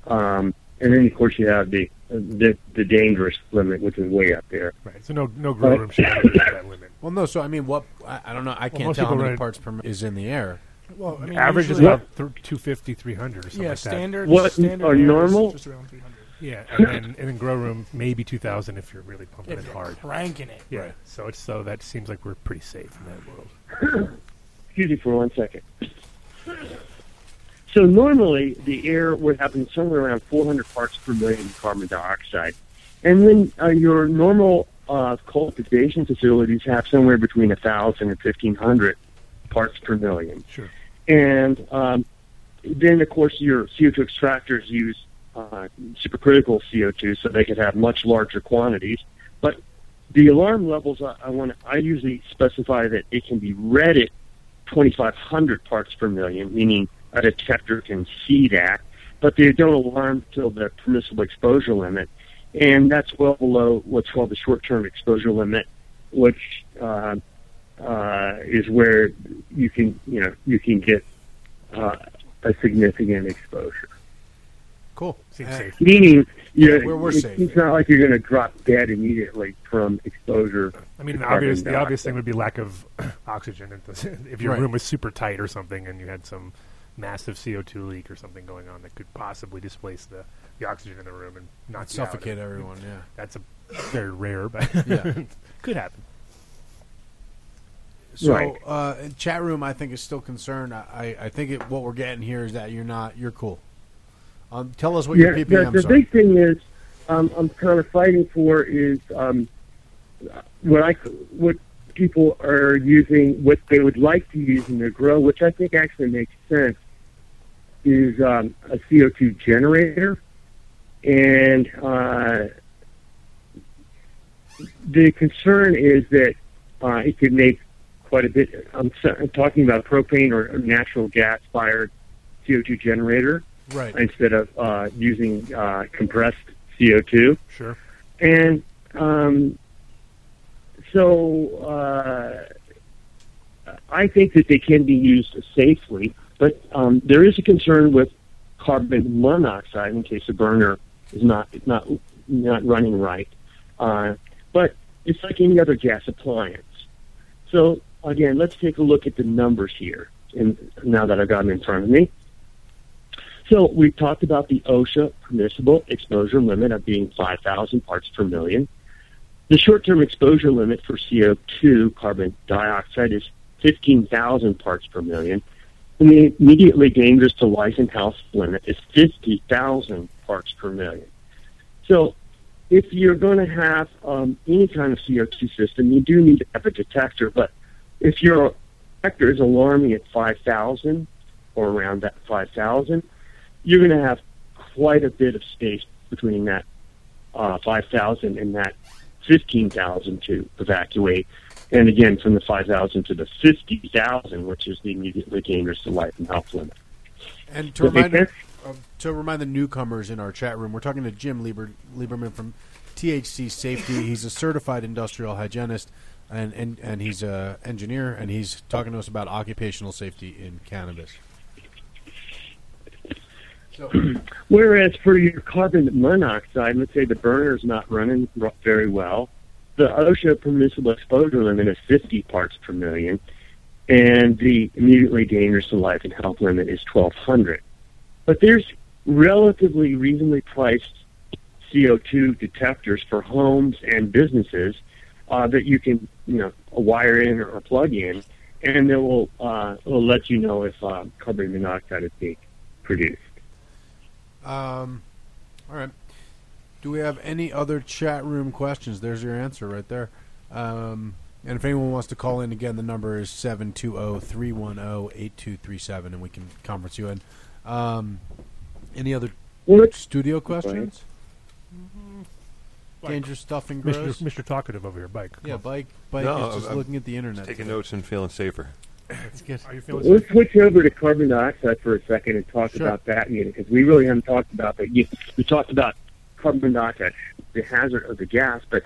Um, and then, of course, you have the, the the dangerous limit, which is way up there.
Right. So no no grow
Right.
room should have that limit.
Well, no. So I mean, what I, I don't know. I
Well,
can't
most
tell how
people
many
rate-
parts per mi- is in the air.
Well, I mean,
Average is
usually-
about th- 250, 300 or something
Yeah,
like that.
standard- What, standard or air is normal? just around 300.
Yeah, and then, and then grow room maybe 2,000 if you're really pumping
If
it
you're
hard.
cranking it.
Yeah,
Right.
so it's so that seems like we're pretty safe in that world.
Excuse me for one second. So normally the air would happen somewhere around 400 parts per million carbon dioxide, and then uh, your normal uh, cultivation facilities have somewhere between 1,000 and 1,500 parts per million.
Sure.
And um, then of course your CO2 extractors use uh, supercritical CO2 so they could have much larger quantities. But the alarm levels uh, I, I want I usually specify that it can be read at 2,500 parts per million, meaning a detector can see that, but they don't alarm till the permissible exposure limit, and that's well below what's called the short-term exposure limit, which uh, uh, is where you can you know you can get uh, a significant exposure.
Cool.
Seems safe.
Meaning,
Yeah,
you know,
we're- we're
it's,
safe.
it's not like you're going to drop dead immediately from exposure.
I mean,
to
the obvious,
carbon
the obvious thing would be lack of oxygen if, the, if your
Right.
room was super tight or something and you had some massive CO2 leak or something going on that could possibly displace the, the oxygen in the room and knock you out.
Suffocate everyone, yeah.
That's a very rare, but
Yeah.
could happen.
So,
Right.
uh, chat room, I think is still concerned. I, I I think it, what we're getting here is that you're not, you're cool. Um, tell us what your
the,
PPMs
the
are.
big thing is um, I'm kind of fighting for is um, what I what people are using, what they would like to use in their grow, which I think actually makes sense, is um, a CO2 generator, and uh, the concern is that uh, it could make quite a bit. I'm, so- I'm talking about propane or natural gas fired CO2 generator
Right.
instead of uh, using uh, compressed CO2.
Sure.
And um, so uh, I think that they can be used safely, but um, there is a concern with carbon monoxide in case the burner is not is not not running right. Uh, but it's like any other gas appliance. So again, let's take a look at the numbers here. And now that I've got them in front of me, so we talked about the OSHA permissible exposure limit of being 5,000 parts per million. The short-term exposure limit for CO2 carbon dioxide is 15,000 parts per million. And the immediately dangerous to life and health limit is 50,000 parts per million. So if you're going to have um, any kind of CO2 system, you do need to have a detector. But if your detector is alarming at 5,000 or around that 5,000, you're going to have quite a bit of space between that uh, 5,000 and that 15,000 to evacuate. And again, from the 5,000 to the 50,000, which is the immediately dangerous to life and health limit.
And to
Does that make
remind uh, to remind the newcomers in our chat room, we're talking to Jim Lieber, Lieberman from THC Safety. He's a certified industrial hygienist, and, and, and he's a engineer, and he's talking to us about occupational safety in cannabis.
Whereas for your carbon monoxide, let's say the burner is not running r- very well, the OSHA permissible exposure limit is 50 parts per million, and the immediately dangerous to life and health limit is 1,200. But there's relatively reasonably priced CO2 detectors for homes and businesses uh, that you can, you know, wire in or plug in, and that will uh, will let you know if uh, carbon monoxide is being produced.
Um, all right. Do we have any other chat room questions? There's your answer right there. Um, and if anyone wants to call in again, the number is oh, 720-310-8237, and we can conference you in. Um, any other studio questions? Dangerous stuff and
Mr.
gross.
Mr. Talkative over here, Bike. come
Yeah,
on.
Bike- Bike is just looking at the internet
Taking
today.
notes and feeling safer.
Are you feeling
Let's switch over to carbon dioxide for a second and talk
Sure.
about that unit because we really haven't talked about that. You, we talked about carbon dioxide, the hazard of the gas, but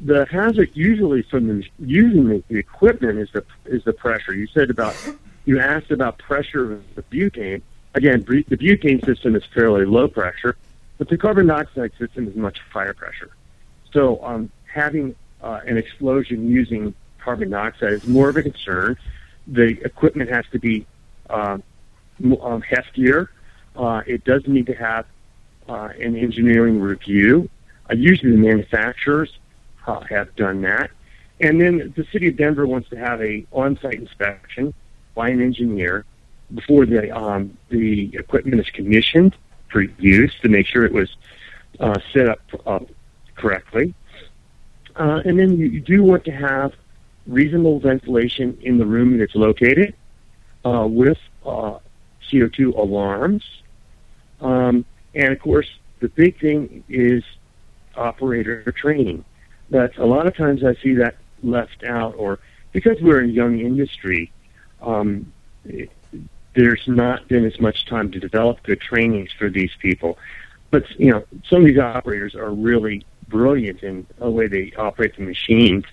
the hazard usually from the, using the, the equipment is the is the pressure. You said about you asked about pressure of the butane. Again, bu- the butane system is fairly low pressure, but the carbon dioxide system is much higher pressure. So um, having uh, an explosion using carbon dioxide is more of a concern. The equipment has to be um, m- um, heftier. Uh, it does need to have uh, an engineering review. Uh, usually, the manufacturers uh, have done that. And then the city of Denver wants to have a on-site inspection by an engineer before the um, the equipment is commissioned for use to make sure it was uh, set up uh, correctly. Uh, and then you, you do want to have reasonable ventilation in the room that it's located uh, with uh, CO2 alarms. Um, and of course, the big thing is operator training. But a lot of times I see that left out, or because we're a young industry, um, it- there's not been as much time to develop good trainings for these people. But you know, some of these operators are really brilliant in the way they operate the machines.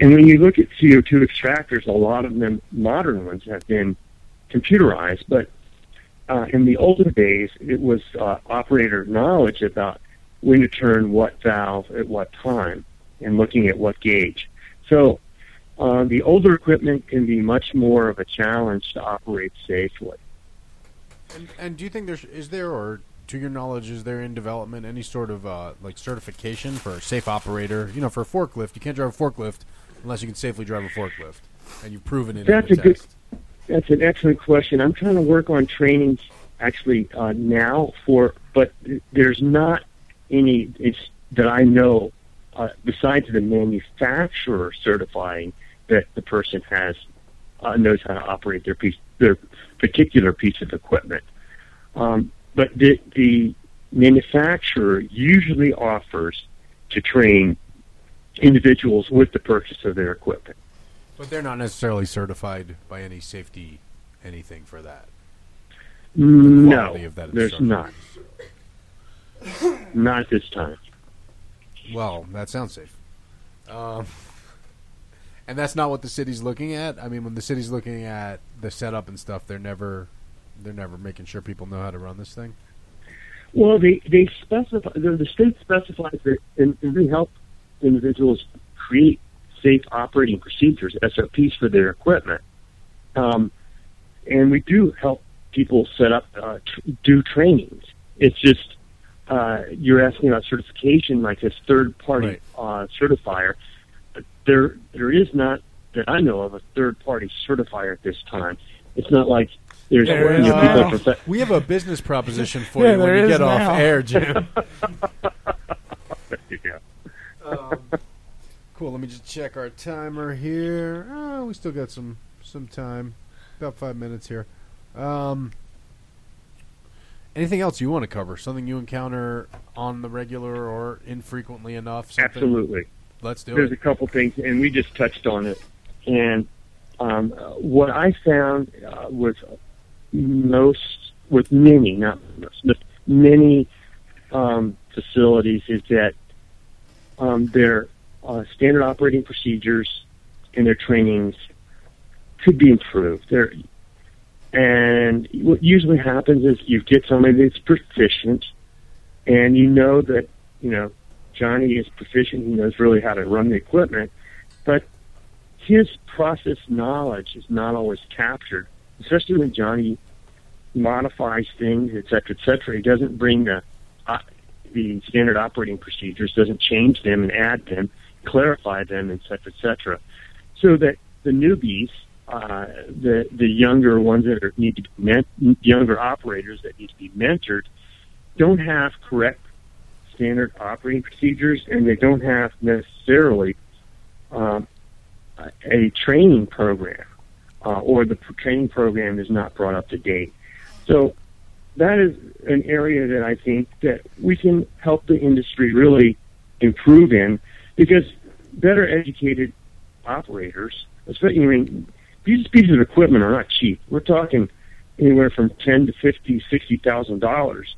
And when you look at CO2 extractors, a lot of them, modern ones, have been computerized. But uh, in the olden days, it was uh, operator knowledge about when to turn what valve at what time and looking at what gauge. So uh, the older equipment can be much more of a challenge to operate safely.
And, and do you think there's is there or to your knowledge is there in development any sort of uh, like certification for a safe operator? You know, for a forklift, you can't drive a forklift unless you can safely drive a forklift, and you've proven it.
That's
in
a
the
good.
test.
That's an excellent question. I'm trying to work on trainings actually uh, now for, but there's not any it's, that I know uh, besides the manufacturer certifying that the person has uh, knows how to operate their piece, their particular piece of equipment. Um, but the, the manufacturer usually offers to train individuals with the purchase of their equipment.
But they're not necessarily certified by any safety anything for that.
No,
of that
there's not. not at this time.
Well, that sounds safe. Um, and that's not what the city's looking at. I mean, when the city's looking at the setup and stuff, they're never they're never making sure people know how to run this thing.
Well, they they specify the, the state specifies that, and, and they help individuals create safe operating procedures (SOPs) for their equipment. Um, and we do help people set up uh, tr- do trainings. It's just uh, you're asking about certification, like this third party uh, certifier. But there there is not that I know of a third party certifier at this time. It's not like there's
There
you
is
know, people
now.
profe-
We have a business proposition for
Yeah,
you when
there
you
is
get
now.
off air, Jim.
yeah.
Um, cool. Let me just check our timer here. Oh, we still got some some time, about five minutes here. Um, anything else you want to cover? Something you encounter on the regular or infrequently enough? Something?
Absolutely.
Let's do
There's
it.
a couple things, and we just touched on it. And um, uh, what I found uh, with most, with many, not most, but many um, facilities is that um, their uh, standard operating procedures and their trainings could be improved. They're, and what usually happens is you get somebody that's proficient, and you know that you know Johnny is proficient. He knows really how to run the equipment, but his process knowledge is not always captured, especially when Johnny modifies things, et cetera, et cetera. He doesn't bring the uh, the standard operating procedures, doesn't change them and add them, clarify them, et cetera, et cetera, so that the newbies. Uh, the the younger ones that are, need to be men- younger operators that need to be mentored don't have correct standard operating procedures, and they don't have necessarily um, a- a training program, uh, or the p- training program is not brought up to date. So that is an area that I think that we can help the industry really improve in, because better educated operators, especially I mean, these pieces of equipment are not cheap. We're talking anywhere from ten to fifty, sixty thousand dollars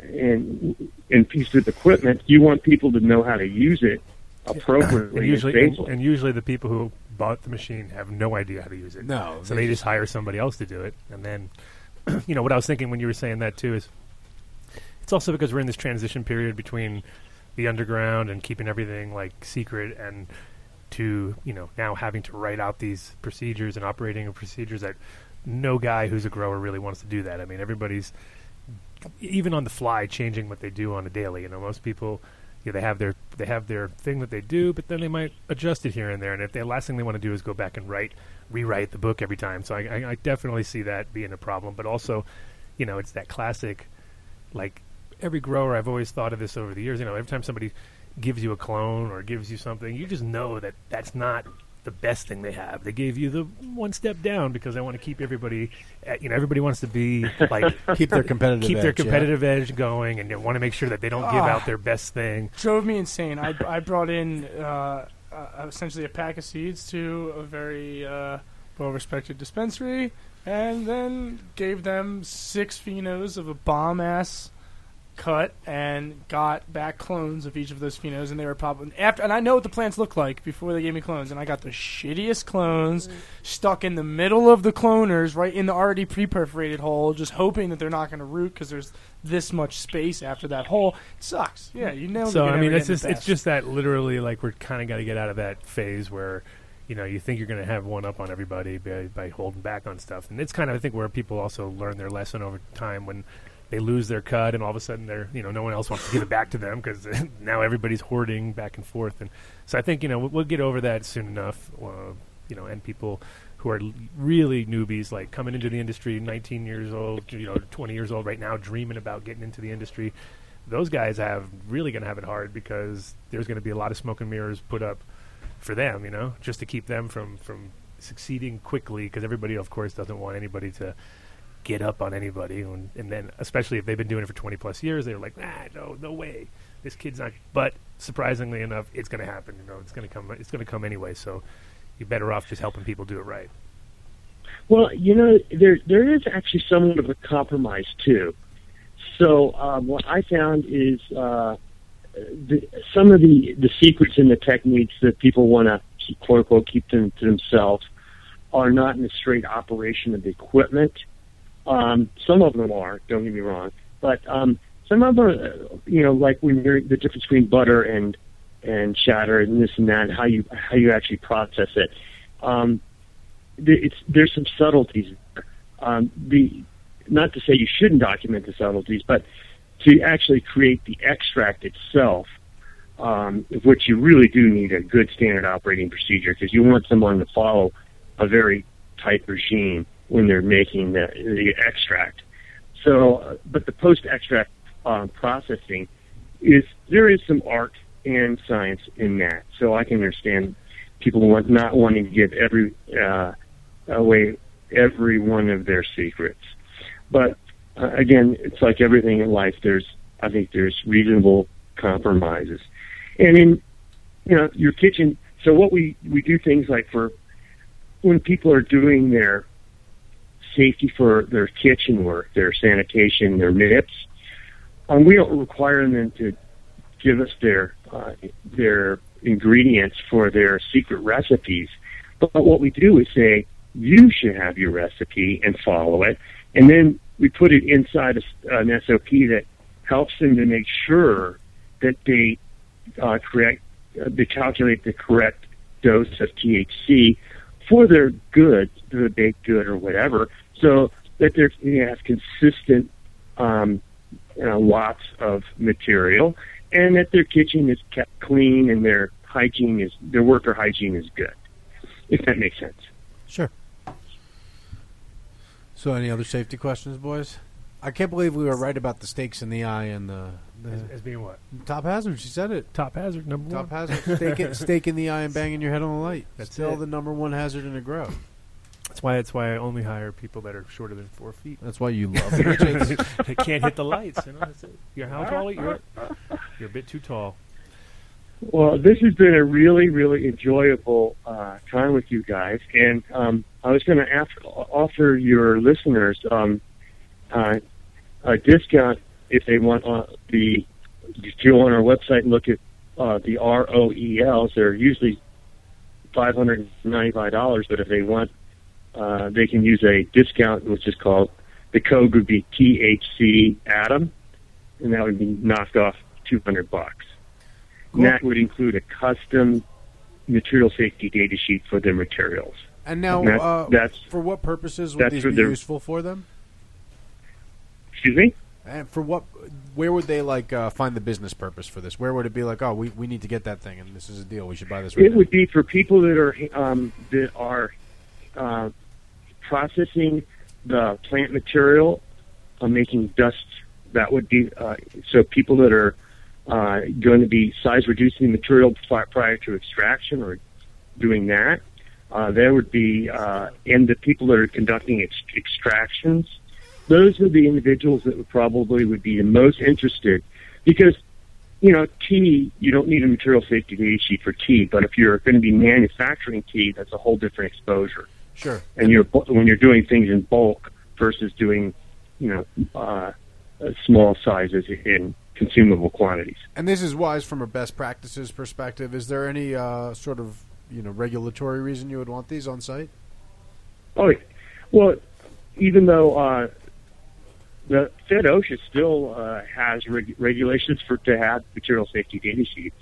and and pieces of equipment, you want people to know how to use it appropriately
And
and,
usually, and,
safely.
and usually the people who bought the machine have no idea how to use it.
No,
so
they
they, just hire somebody else to do it. And then, you know, what I was thinking when you were saying that too is, it's also because we're in this transition period between the underground and keeping everything like secret and to you know now having to write out these procedures and operating procedures that no guy who's a grower really wants to do that. I mean, everybody's even on the fly changing what they do on a daily. You know, most people you know, they have their they have their thing that they do, but then they might adjust it here and there. And if the last thing they want to do is go back and write rewrite the book every time, so I, I, I definitely see that being a problem. But also, you know, it's that classic like every grower I've always thought of this over the years. You know, every time somebody gives you a clone or gives you something, you just know that that's not the best thing they have. They gave you the one step down because they want to keep everybody. At, you know, everybody wants to be like
Keep their competitive
keep their
edge, yeah.
competitive edge going, and they want to make sure that they don't give
Ah.
out their best thing.
drove me insane. I, I brought in uh, uh, essentially a pack of seeds to a very uh, well-respected dispensary, and then gave them six phenos of a bomb ass cut, and got back clones of each of those phenos, and they were popping after. And I know what the plants look like before they gave me clones, and I got the shittiest clones stuck in the middle of the cloners, right in the already pre-perforated hole, just hoping that they're not going to root because there's this much space after that hole. It sucks. Yeah, you nailed it.
So
You're
I
never
mean, it's
getting
just
the
it's
best.
just that literally like we're kind of got to get out of that phase where, you know, you think you're going to have one up on everybody by, by holding back on stuff, and it's kind of I think where people also learn their lesson over time when they lose their cut and all of a sudden they're you know no one else wants to give it back to them because now everybody's hoarding back and forth, and so I think you know we'll, we'll get over that soon enough, uh, you know, and people. Who are l- really newbies, like coming into the industry, 19 years old, you know, 20 years old right now, dreaming about getting into the industry those guys have really going to have it hard because there's going to be a lot of smoke and mirrors put up for them, you know, just to keep them from from succeeding quickly because everybody, of course, doesn't want anybody to get up on anybody, and, and then especially if they've been doing it for 20 plus years, they're like, nah, no, no way, this kid's not. But surprisingly enough, it's going to happen. You know, it's going to come. It's going to come anyway. So you're better off just helping people do it right.
Well, you know, there there is actually somewhat of a compromise too. So um, what I found is uh, the, some of the the secrets and the techniques that people want to quote unquote keep them to themselves are not in the straight operation of the equipment. Um, some of them are. Don't get me wrong, but um, some of them, uh, you know, like when you're the difference between butter and and shatter and this and that, how you how you actually process it. Um, there, it's, there's some subtleties. there. Um, the not to say you shouldn't document the subtleties, but to actually create the extract itself, um, of which you really do need a good standard operating procedure because you want someone to follow a very tight regime when they're making the, the extract. So, uh, but the post extract um, processing is there is some art and science in that. So I can understand people want not wanting to give every uh, away every one of their secrets. But uh, again, it's like everything in life. There's I think there's reasonable compromises, and in you know your kitchen. So what we we do things like for when people are doing their safety for their kitchen work, their sanitation, their nips, um, we don't require them to give us their uh, their ingredients for their secret recipes. But what we do is say you should have your recipe and follow it, and then we put it inside a s an SOP that helps them to make sure that they uh, correct uh, they calculate the correct dose of THC for their good, the baked good or whatever, so that they're, they have consistent um, you know, lots of material, and that their kitchen is kept clean and their hygiene is their worker hygiene is good. If that makes sense.
So, any other safety questions, boys? I can't believe we were right about the stakes in the eye and the, the
As, as being what
top hazard. She said it.
Top hazard number
Top
one.
hazard. Stake, it, stake in the eye and banging your head on the light.
That's
Still
it.
the number one hazard in a grow.
That's why. That's why I only hire people that are shorter than four feet.
That's why you love
they can't hit the lights. You know, that's it. You're how tall? You're you're a bit too tall.
Well, this has been a really, really enjoyable uh, time with you guys, and um, I was going to offer your listeners um, uh, a discount if they want uh, the if you go on our website and look at uh, the ROELs. They're usually five hundred ninety-five dollars, but if they want, uh, they can use a discount, which is called the code would be THC Atom, and that would be knocked off two hundred bucks. And that would include a custom material safety data sheet for their materials.
And now,
That-
uh,
that's
for what purposes would
that's
these
for
be
their-
useful for them?
excuse me.
And for what? Where would they like uh, find the business purpose for this? Where would it be like? Oh, we, we need to get that thing, and this is a deal. We should buy this. Right
It
now.
would be for people that are um, that are uh, processing the plant material, uh, making dust. That would be uh, so people that are uh, going to be size reducing the material pri- prior to extraction or doing that. Uh, there would be, uh, and the people that are conducting ex- extractions, those are the individuals that would probably would be the most interested because, you know, tea, you don't need a material safety data sheet for tea, but if you're going to be manufacturing tea, that's a whole different exposure
Sure.
and you're bu- when you're doing things in bulk versus doing you know uh, uh, small sizes in consumable quantities.
And this is wise from a best practices perspective. Is there any uh, sort of you know regulatory reason you would want these on site?
Oh, yeah. well, even though uh, the Fed OSHA still uh, has reg- regulations for to have material safety data sheets.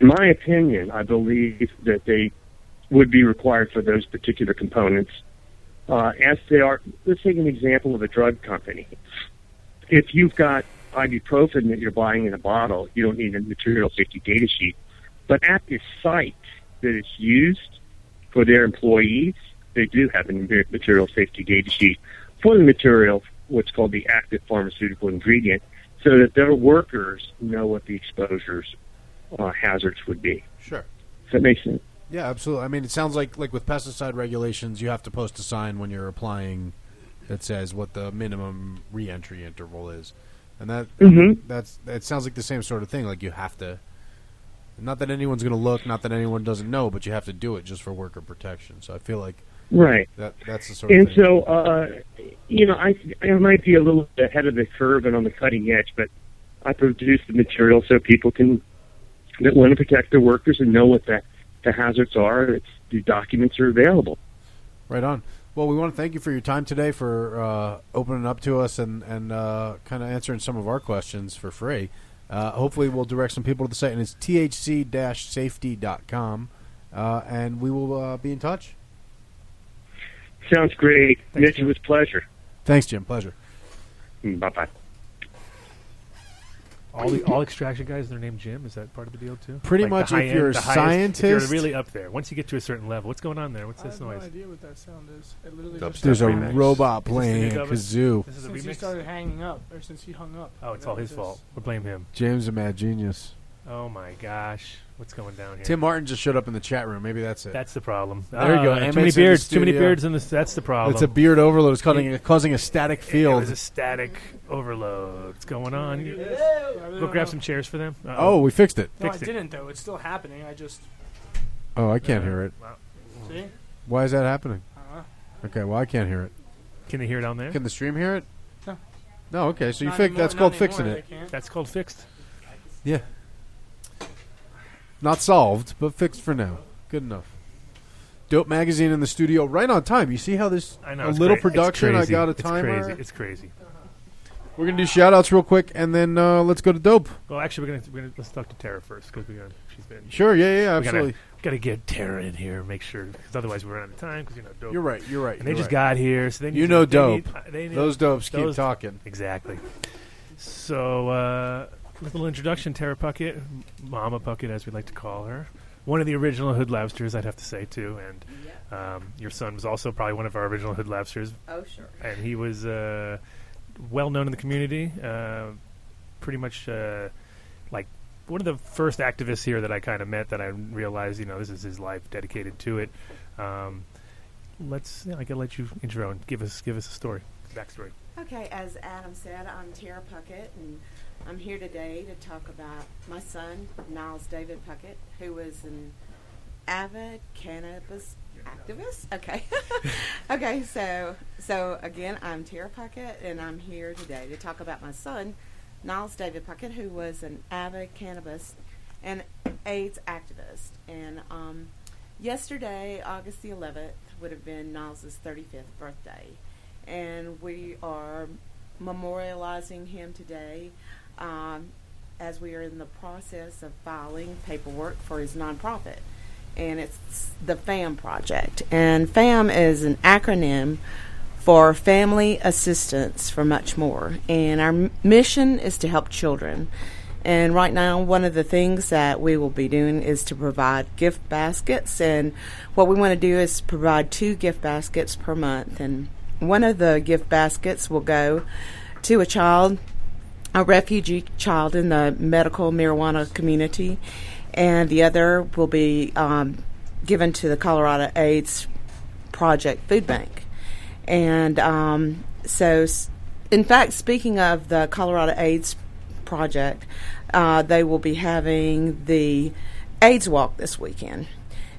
In my opinion, I believe that they would be required for those particular components. Uh, as they are, let's take an example of a drug company. If you've got ibuprofen that you're buying in a bottle, you don't need a material safety data sheet. But at the site that it's used for their employees, they do have a ma- material safety data sheet for the material, what's called the active pharmaceutical ingredient, so that their workers know what the exposures uh, hazards would be.
Sure.
Does that make sense?
Yeah, absolutely. I mean, it sounds like like with pesticide regulations, you have to post a sign when you're applying that says what the minimum reentry interval is, and that
Mhm.
that's that sounds like the same sort of thing. Like you have to, not that anyone's going to look, not that anyone doesn't know, but you have to do it just for worker protection. So I feel like
Right.
that that's the sort
And
of thing.
so, uh, you know, I, I might be a little bit ahead of the curve and on the cutting edge, but I produce the material so people can that want to protect their workers and know what the, the hazards are. It's, the documents are available.
Right on. Well, we want to thank you for your time today, for uh, opening up to us and and uh, kind of answering some of our questions for free. Uh, hopefully, we'll direct some people to the site, and it's thc-safety.com, uh, and we will uh, be in touch.
Sounds great. Mitch, it was a pleasure.
Thanks, Jim. Pleasure.
Bye bye.
All the all extraction guys, they're named Jim. Is that part of the deal too?
Pretty
the
much if
high end,
you're a
the highest- if you're
scientist-
really up there. Once you get to a certain level, what's going on there? What's this
I have
noise?
no idea what that sound is. It literally
Dubstep
just
There's a
started-
robot
Is this the new
playing a
dub-
kazoo.
This is a
Since he
remix.
started hanging up, or since he hung up.
Oh, it's all his fault. We'll blame him.
James, a mad genius.
Oh my gosh, what's going down here?
Tim Martin just showed up in the chat room. Maybe that's it.
That's the problem.
There you go.
Ah, too
Emmett's
many
in the
beards. Too many
studio.
beards in this. That's the problem.
It's a beard overload. It's causing, causing a static
It
field.
was a static overload. What's going on? here?
really
Go
don't
grab
know.
some chairs for them. Uh-oh.
Oh, we fixed it.
No, I
Fixed it.
didn't though. It's still happening. I just
Oh, I can't hear it.
see.
Why is that happening?
Uh-huh.
Okay, well, I can't hear it.
Can they hear down there?
Can the stream hear it?
No.
No, okay, so you
Not
fix
anymore-
that's
not
called fixing
anymore,
it.
they can't.
That's called fixed.
Yeah. Not solved, but fixed for now. Good enough. Dope magazine in the studio right on time. You see how this
I know.
a
it's
little
cra- it's
production. I
crazy.
got a
It's
timer.
crazy. It's crazy.
We're gonna do shout outs real quick and then uh, let's go to dope.
Well, actually, we're gonna, we're gonna let's talk to Tara first because we got she's been
Sure, yeah, yeah, yeah,
We gotta-
absolutely.
Gotta get Tara in here, make sure, because otherwise we're out of time. Because you know, dope.
You're right, you're right,
And they
you're
just
right.
got here, so they need
You
to-
know
they need-
dope.
uh, they need-
Those dopes keep
those-
talking.
Exactly. So, uh, little introduction: Tara Puckett, Mama Puckett, as we like to call her, one of the original Hood Lobsters, I'd have to say too, and um, your son was also probably one of our original Hood Lobsters.
Oh, sure.
And he was uh, well known in the community. Uh, pretty much uh, like one of the first activists here that I kind of met that I realized, you know, this is his life dedicated to it. Um, let's. Yeah, I gotta let you intro and give us give us a story, backstory.
Okay, as Adam said, I'm Tara Puckett, and I'm here today to talk about my son, Niles David Puckett, who was an avid cannabis activist. Okay, okay. So, so again, I'm Tara Puckett, and I'm here today to talk about my son, Niles David Puckett, who was an avid cannabis and AIDS activist. And um, yesterday, August the 11th, would have been Niles' 35th birthday. And we are memorializing him today um, as we are in the process of filing paperwork for his nonprofit. And it's the FAM project. And FAM is an acronym for Family Assistance for Much More. And our m- mission is to help children. And right now, one of the things that we will be doing is to provide gift baskets. And what we want to do is provide two gift baskets per month. And one of the gift baskets will go to a child a refugee child in the medical marijuana community, and the other will be um, given to the Colorado AIDS Project Food Bank. And um, so, s- in fact, speaking of the Colorado AIDS Project, uh, they will be having the AIDS Walk this weekend.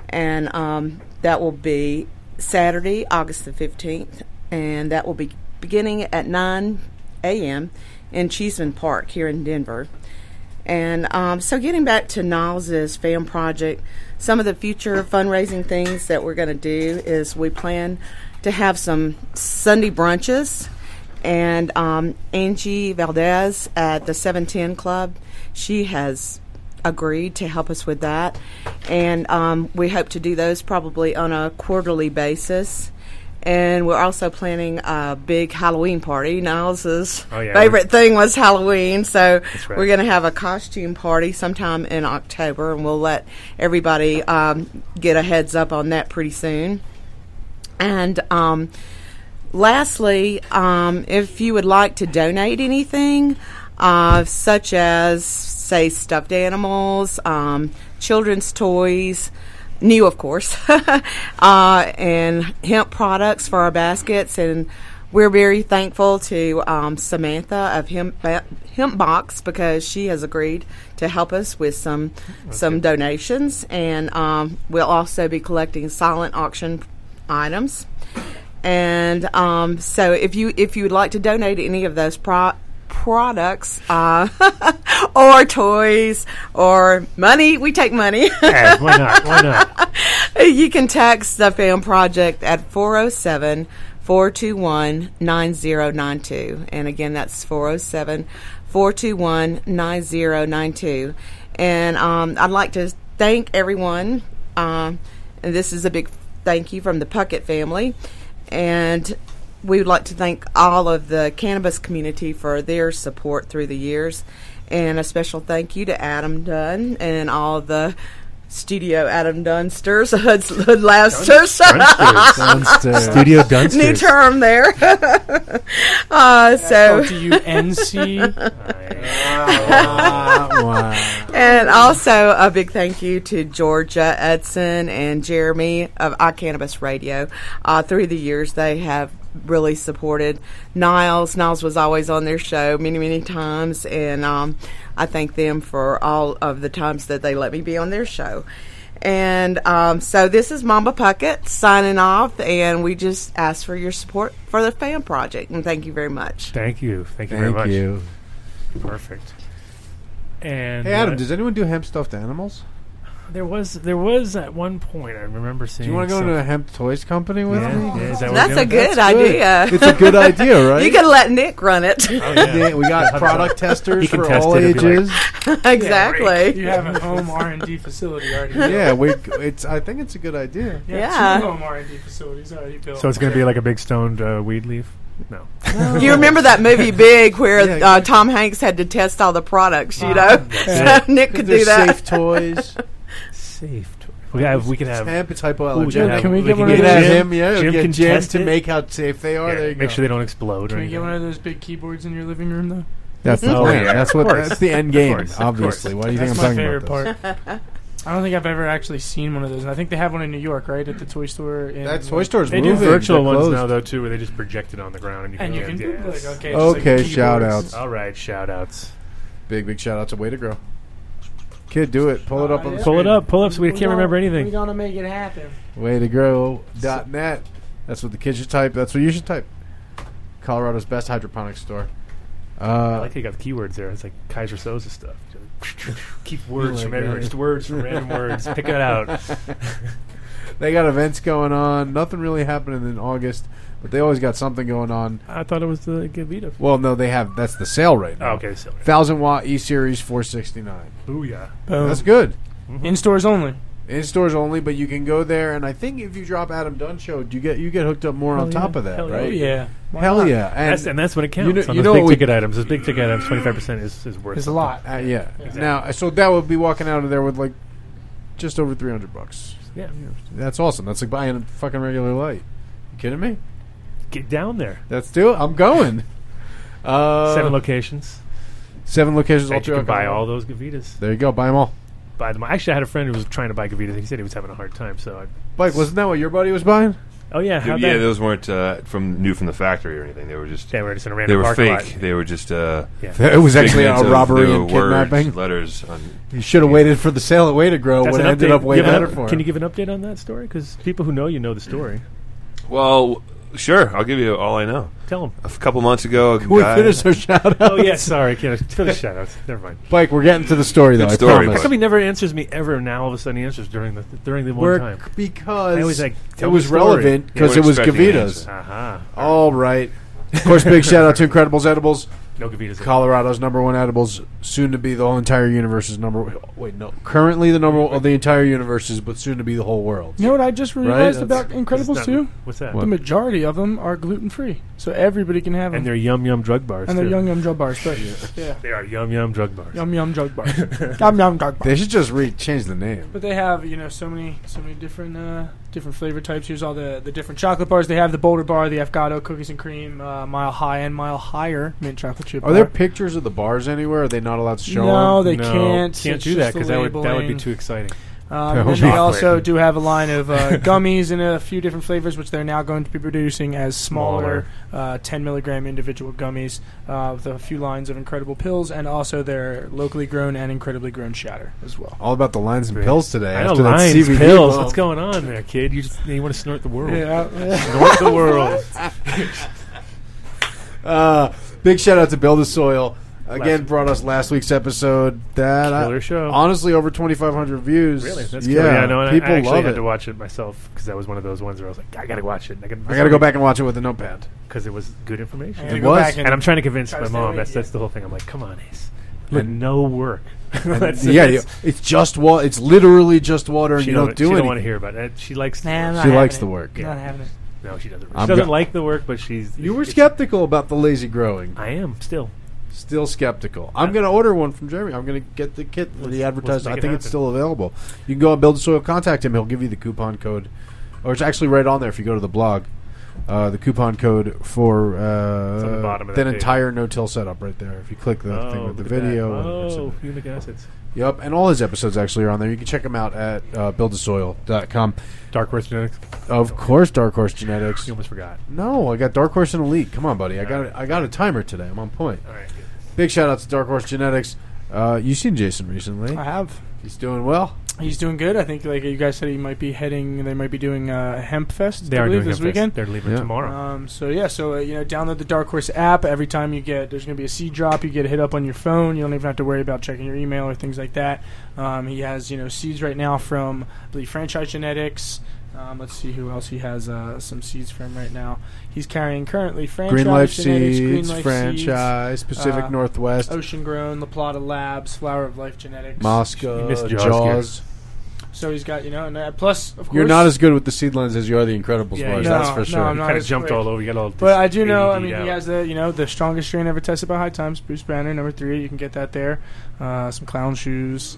And um, that will be Saturday, August the 15th. And that will be beginning at 9 a.m. in Cheeseman Park here in Denver. And um, so, getting back to Niles' fan project, some of the future fundraising things that we're going to do is we plan to have some Sunday brunches. And um, Angie Valdez at the 710 Club, she has agreed to help us with that. And um, we hope to do those probably on a quarterly basis. And we're also planning a big Halloween party. Niles'
Oh, yeah.
favorite thing was Halloween, so
right.
we're going to have a costume party sometime in October, and we'll let everybody um, get a heads up on that pretty soon. And um, lastly, um, if you would like to donate anything, uh, such as, say, stuffed animals, um, children's toys, new, of course, uh, and hemp products for our baskets. And we're very thankful to um, Samantha of hemp, Ba- hemp Box because she has agreed to help us with some some donations. And um, we'll also be collecting silent auction items. And um, so, if you if you would like to donate any of those pro- products uh, or toys or money, we take money.
Hey, why not? Why not?
you can text the Fan Project at 407 421 9092. And again, that's 407 421 9092. And um, I'd like to thank everyone. Um, and this is a big thank you from the Puckett family. And we would like to thank all of the cannabis community for their support through the years. And a special thank you to Adam Dunn and all the studio Adam Dunsters, Hoodlasters.
Dunsters. Dunsters. Studio Dunsters.
New term there. uh, so. and also a big thank you to Georgia Edson and Jeremy of I Cannabis Radio. Uh, through the years, they have really supported Niles. Niles was always on their show many, many times, and um, I thank them for all of the times that they let me be on their show. And um, so this is Mamba Puckett signing off, and we just ask for your support for the fan project. And thank you very much.
Thank you. Thank you very
Thank
much.
you.
Perfect. And
Hey, Adam,
uh,
does anyone do hemp stuffed animals?
there was there was at one point I remember
Do
seeing.
you want to go to
some-
a hemp toys company with
Yeah,
me?
yeah, is that what
That's
we're
a
doing?
good idea.
It's a good idea, right?
you can let Nick run it.
Oh,
Yeah, we got product testers for all ages.
exactly.
You have a home R and D facility already. built.
yeah, we. It's. I think it's a good idea.
Yeah,
Yeah.
two home R and D facilities already built.
So it's going to be like a big stoned uh, weed leaf. No.
You remember that movie Big, where uh, Tom Hanks had to test all the products, you know?
Yeah.
So Nick could
They're
do that.
Safe toys.
safe. To- we could have. We could have.
Hemp. It's
Ooh,
hypoallergenic.
yeah,
can we,
could
get, at him? Yeah,
Jim
get
can
Jim
test
to
it.
make how safe they are.
Yeah,
there you
make
go.
sure they don't explode or
Can we get
anything.
one of those big keyboards in your living room though?
That's the
Oh,
plan.
yeah,
That's
of
what.
course.
That's the end
Of
game.
course, of
obviously.
course.
Why do you
That's
think
my
I'm talking
favorite
about this?
part. I don't think I've ever actually seen one of those, and I think they have one in New York, right, at the toy store. In
That toy store's
They do
moving.
virtual
They're
ones
closed.
now though too, where they just project it on the ground and you can.
And
go
you can
in.
do, like, okay, it's just
Okay,
like
shout
keyboards.
outs.
All right, shout outs.
Big big shout out to Way to Grow. Kid, do it. Pull it up on the
Pull it
screen.
up. Pull up. So we, can't remember
We're
anything.
gonna make it happen.
Way to grow dot net. That's what the kids should type. That's what you should type. Colorado's best hydroponics store.
I
Uh,
like how you got the keywords there. It's like Kaiser Soza stuff. Keep
You
words
like
from
that?
everywhere. Just words from random words. Pick it out.
they got events going on. Nothing really happening in August, but they always got something going on.
I thought it was the Gavita.
Well, no, they have. That's the sale right now.
Oh, okay, sale right
Thousand watt E series four sixty nine.
Booyah.
Boom.
That's good.
Mm-hmm.
In stores only.
In stores only, but you can go there, and I think if you drop Adam Dunn show, you get you get hooked up more on
Hell
top
yeah.
of that,
Hell yeah.
right?
Oh, yeah. Why
hell
not?
yeah, and
that's, and that's when it counts.
You know,
on
you
those
know
big
what we
ticket items. Those big ticket items, twenty five percent is is worth.
It's a
something.
lot.
Uh, yeah.
Exactly.
Now, so that would be walking out of there with like just over three hundred bucks.
Yeah.
That's awesome. That's like buying a fucking regular light. You kidding me?
Get down there.
Let's do it. I'm going. Uh,
Seven locations.
Seven locations.
That
all
you can
throughout
buy
Colorado.
all those Gavitas.
There you go. Buy them all.
buy them. Actually, I had a friend who was trying to buy Gavitas. He said he was having a hard time. So, I,
Mike, wasn't that what your buddy was buying?
oh yeah,
Yeah,
how'd
yeah,
that-
those weren't uh, from new from the factory or anything. They were just
They were just in a
They
random
were
parking
fake. They were just. Uh,
It was actually
figments
a
of
robbery
their
and kidnapping.
Words, letters on.
You should have waited for the sale at Way to Grow.
That's
Would
an
have ended
update.
up way
Give an
better
up-
for
Can
him.
you give an update on that story? Because people who know you know the story.
Well, sure. I'll give you all I know.
Tell 'em.
A f- couple months ago, a
Can we
guy-
finish our shout-outs?
Oh yeah, sorry, can't finish shout outs. Never mind.
Mike, we're getting to the story though.
Good
I
story,
promise.
How come he never answers me ever? and Now all of a sudden he answers during the during the one
We're-
time
because
I always like
it was relevant because it was Gavitas.
Uh-huh.
All right. Of course, big shout out to Incredibles Edibles.
No Gavitas.
Colorado's number one edibles, soon to be the whole entire universe's number. Wait, no. Currently the number of the entire universe is, but soon to be the whole world.
You know what I just
Right?
realized
That's-
about Incredibles
that's
two?
not- what's that?
The
What?
majority of them are gluten free, so everybody can have them.
And they're yum yum drug bars.
and they're
too.
yum yum drug bars, right? yeah.
They are yum yum drug bars.
Yum yum drug bars. yum yum drug bars.
They should just re- change the name.
But they have you know so many so many different uh, different flavor types. Here's all the the different chocolate bars. They have the Boulder bar, the Afgado cookies and cream, uh, mile high and mile higher mint chocolate chip.
Are there
bar.
pictures of the bars anywhere? Are they not allowed to show
No,
them?
they can't.
can't
It's
do that
just the
'cause that would- that would be
labeling.
too exciting.
Um, and
That would
then
be
they also
awkward.
do have a line of uh, gummies in a few different flavors, which they're now going to be producing as smaller, uh, 10 milligram individual gummies uh, with a few lines of incredible pills, and also their locally grown and incredibly grown shatter as well.
All about the lines and pills today.
I know
after that
lines,
CBD
pills.
bomb.
What's going on there, kid? You just you want to snort the world?
Yeah.
snort the world.
Uh, big shout out to Build the Soil. Again,
Last-
brought us last week's episode. That I-
Killer show.
Honestly, over twenty five hundred views.
Really? That's
yeah.
cool. Yeah, no, and I-
people
I actually
love
had
it.
to watch it myself because that was one of those ones where I was like, I gotta watch it. I gotta,
I got to go back and watch it with a notepad.
because it was good information.
I gotta It go was. back
and,
and
I'm trying to convince
try
my
to stay
mom.
awake,
That's
yeah.
that's the whole thing. I'm like, come on, Ace. But no work.
And
That's-
yeah,
that's-
it's just water. It's literally just water, and
she
you don't, do
she
anything.
don't want to hear about it. She likes. the
Nah,
work.
I'm not
She likes having the it. work.
Yeah.
Not having it.
No, she doesn't.
I'm
she doesn't
go-
like the work, but she's.
You were skeptical about the lazy growing.
I am still.
Still skeptical. I'm going to order one from Jeremy. I'm going to get the kit for the
let's
advertised.
make
I
it
think it's
happen.
still available. You can go on Build the Soil, contact him. He'll give you the coupon code, or it's actually right on there if you go to the blog. Uh, the coupon code for uh,
It's on the bottom of that page.
entire no-till setup right there. If you click the thing
oh,
with the
look at that.
video, and it's in
Oh, humic acids.
Yep, and all his episodes actually are on there. You can check them out at uh, buildthesoil.com.
Dark Horse Genetics.
Of course, Dark Horse Genetics.
You almost forgot.
No, I got Dark Horse and Elite. Come on, buddy. I got a, I got a timer today. I'm on point.
All right. good.
Big shout out to Dark Horse Genetics. Uh, you seen Jason recently?
I have.
He's doing well.
He's doing good. I think, like you guys said, he might be heading. They might be doing uh, Hemp Fest.
They
I
are
believe,
doing
this
Hempfest.
weekend.
They're leaving
Yeah.
tomorrow.
Um, so yeah, so uh, you know, download the Dark Horse app. Every time you get, there's going to be a seed drop. You get a hit up on your phone. You don't even have to worry about checking your email or things like that. Um, he has you know seeds right now from I believe Franchise Genetics. Um, let's see who else he has uh, some seeds from right now. He's carrying currently franchise
Green Life
genetics, Green
Seeds,
Life Uh,
Franchise,
Seeds,
Pacific Northwest.
Ocean Grown, La Plata Labs, Flower of Life Genetics,
Moscow,
You missed Jaws,
uh, Jaws.
So he's got you know, and uh, plus of course
You're not as good with the seedlines as you are the Incredibles
Yeah,
boys.
no,
that's for
no,
sure.
I'm
You
not
kind of
as
jumped
quick.
all over. You got all.
But I do know. I
ADD
mean,
out.
he has the you know the strongest strain ever tested by High Times, Bruce Banner, number three. You can get that there. Uh, some clown shoes.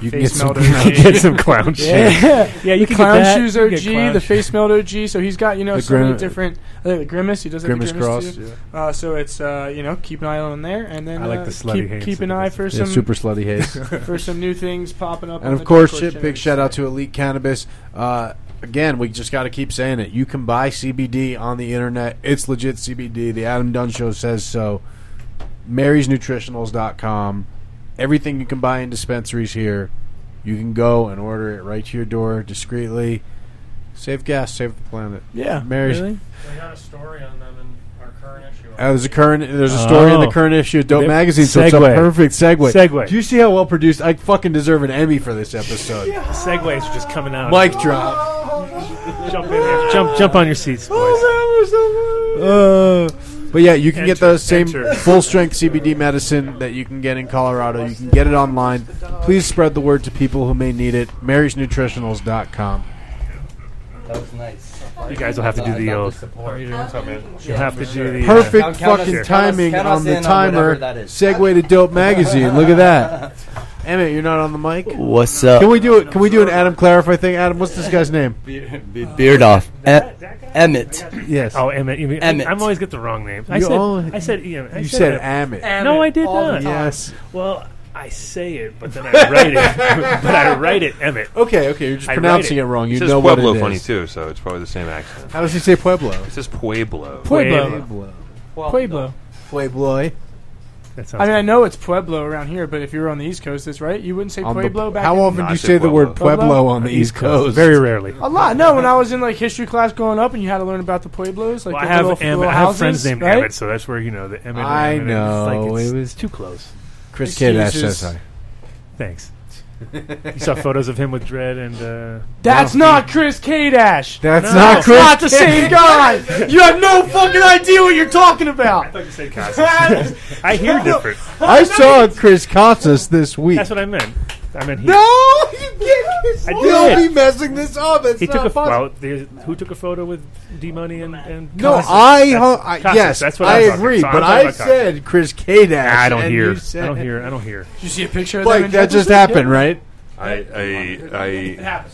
You can
face
get some-
melt
you
OG.
can get some clown shoes.
Yeah,
Yeah, you can
The
get
clown
that.
shoes
You
OG,
can get clown
the
shoes.
face melt OG. So he's got you know
The
so many
Grim-
different. I think the grimace. He does have
Grimace
the grimace
Cross,
too. Uh, so it's uh, you know keep an eye on there, and then
I like
uh,
the slutty
keep,
hands
keep
that
an
he
eye
does.
for
Yeah,
some
super slutty haze.
for some new things popping up. on
And
the
of course,
Dark
shit,
Horse
big
Genetics.
shout out to Elite Cannabis. Uh, again, we just got to keep saying it. You can buy CBD on the internet. It's legit CBD. The Adam Dunn Show says so. Mary'sNutritionals.com. Everything you can buy in dispensaries here, you can go and order it right to your door discreetly. Save gas, save the planet.
Yeah,
Mary's.
really?
We got a story on them in our current issue.
Uh, there's a current. There's a story in
Oh.
the current issue of Dope
Yep.
Magazine, so it's a
Segue.
perfect segue.
Segue.
Do you see how well produced? I fucking deserve an Emmy for this episode.
Segways are just coming out.
Mic drop.
Jump in there. Jump, jump on your seats, boys.
Uh, but yeah, you can get
Enter,
the same
enter.
full strength CBD medicine that you can get in Colorado. You can get it online. Please spread the word to people who may need it. Mary'sNutritionals.com.
That was nice.
You guys will have to do the old. You'll have to do the uh,
Perfect
Count- count us-
fucking
count us-
timing
count us
on the
in on
timer.
whatever that is.
Segue to Dope Magazine. Look at that. Emmett, you're not on the mic.
What's up?
Can we do it? Can we do an Adam clarify thing? Adam, what's this guy's name?
Beard off. E- Emmett.
Yes.
Oh, Emmett. You mean,
Emmett.
I'm always get the wrong name. I
You
said. E
all-
I said. Ian. I
You said
Emmett.
Amit.
No, I did
All
not.
the time. Yes.
Well, I say it, but then I write it. but I write it, Emmett.
Okay, okay, you're just
I write
pronouncing it. wrong. You
says
know what
Pueblo
it is.
funny too, so it's probably the same accent.
How does he say Pueblo?
It says Pueblo.
Pueblo.
Pueblo.
Pueblo.
Pueblo.
I mean, I know it's Pueblo around here, but if you were on the East Coast, that's right. You wouldn't say
On the-
Pueblo back.
how
in-
often do you say the word Pueblo on the East Coast?
Very rarely.
A lot. No, when I was in like history class growing up, and you had to learn about the Pueblos, like
Well,
the
I have
little,
Em-
little
I have
houses,
friends named
right?
Emmett, so that's where you know the Emmett.
I
Emmett,
know,
It's like it's
it was-
too close.
Chris Kidd uh, Excuses. SSI.
Thanks. you saw photos of him with Dread and. Uh,
That's not Chris Kadash.
That's
No.
not
It's
Chris
not the same guy. You have no fucking idea what you're talking about. I
thought you said I hear different.
I saw Chris Casas this week.
That's what I meant. I meant he.
No, you can't.
I
You'll
did.
be messing this up. It's
he took
not
a
possible.
well, the, who took a photo with D Money and, and
No,
Costas?
I,
That's-
ho- I
Costas,
yes,
that's what
I
I'm talking-
agree.
so I'm
but
talking
I
about Costas.
said Chris Kadash.
I don't
and
hear.
you said-
I don't hear. I don't hear.
Did you see a picture of
Like
them?
that just happened, right?
I I I,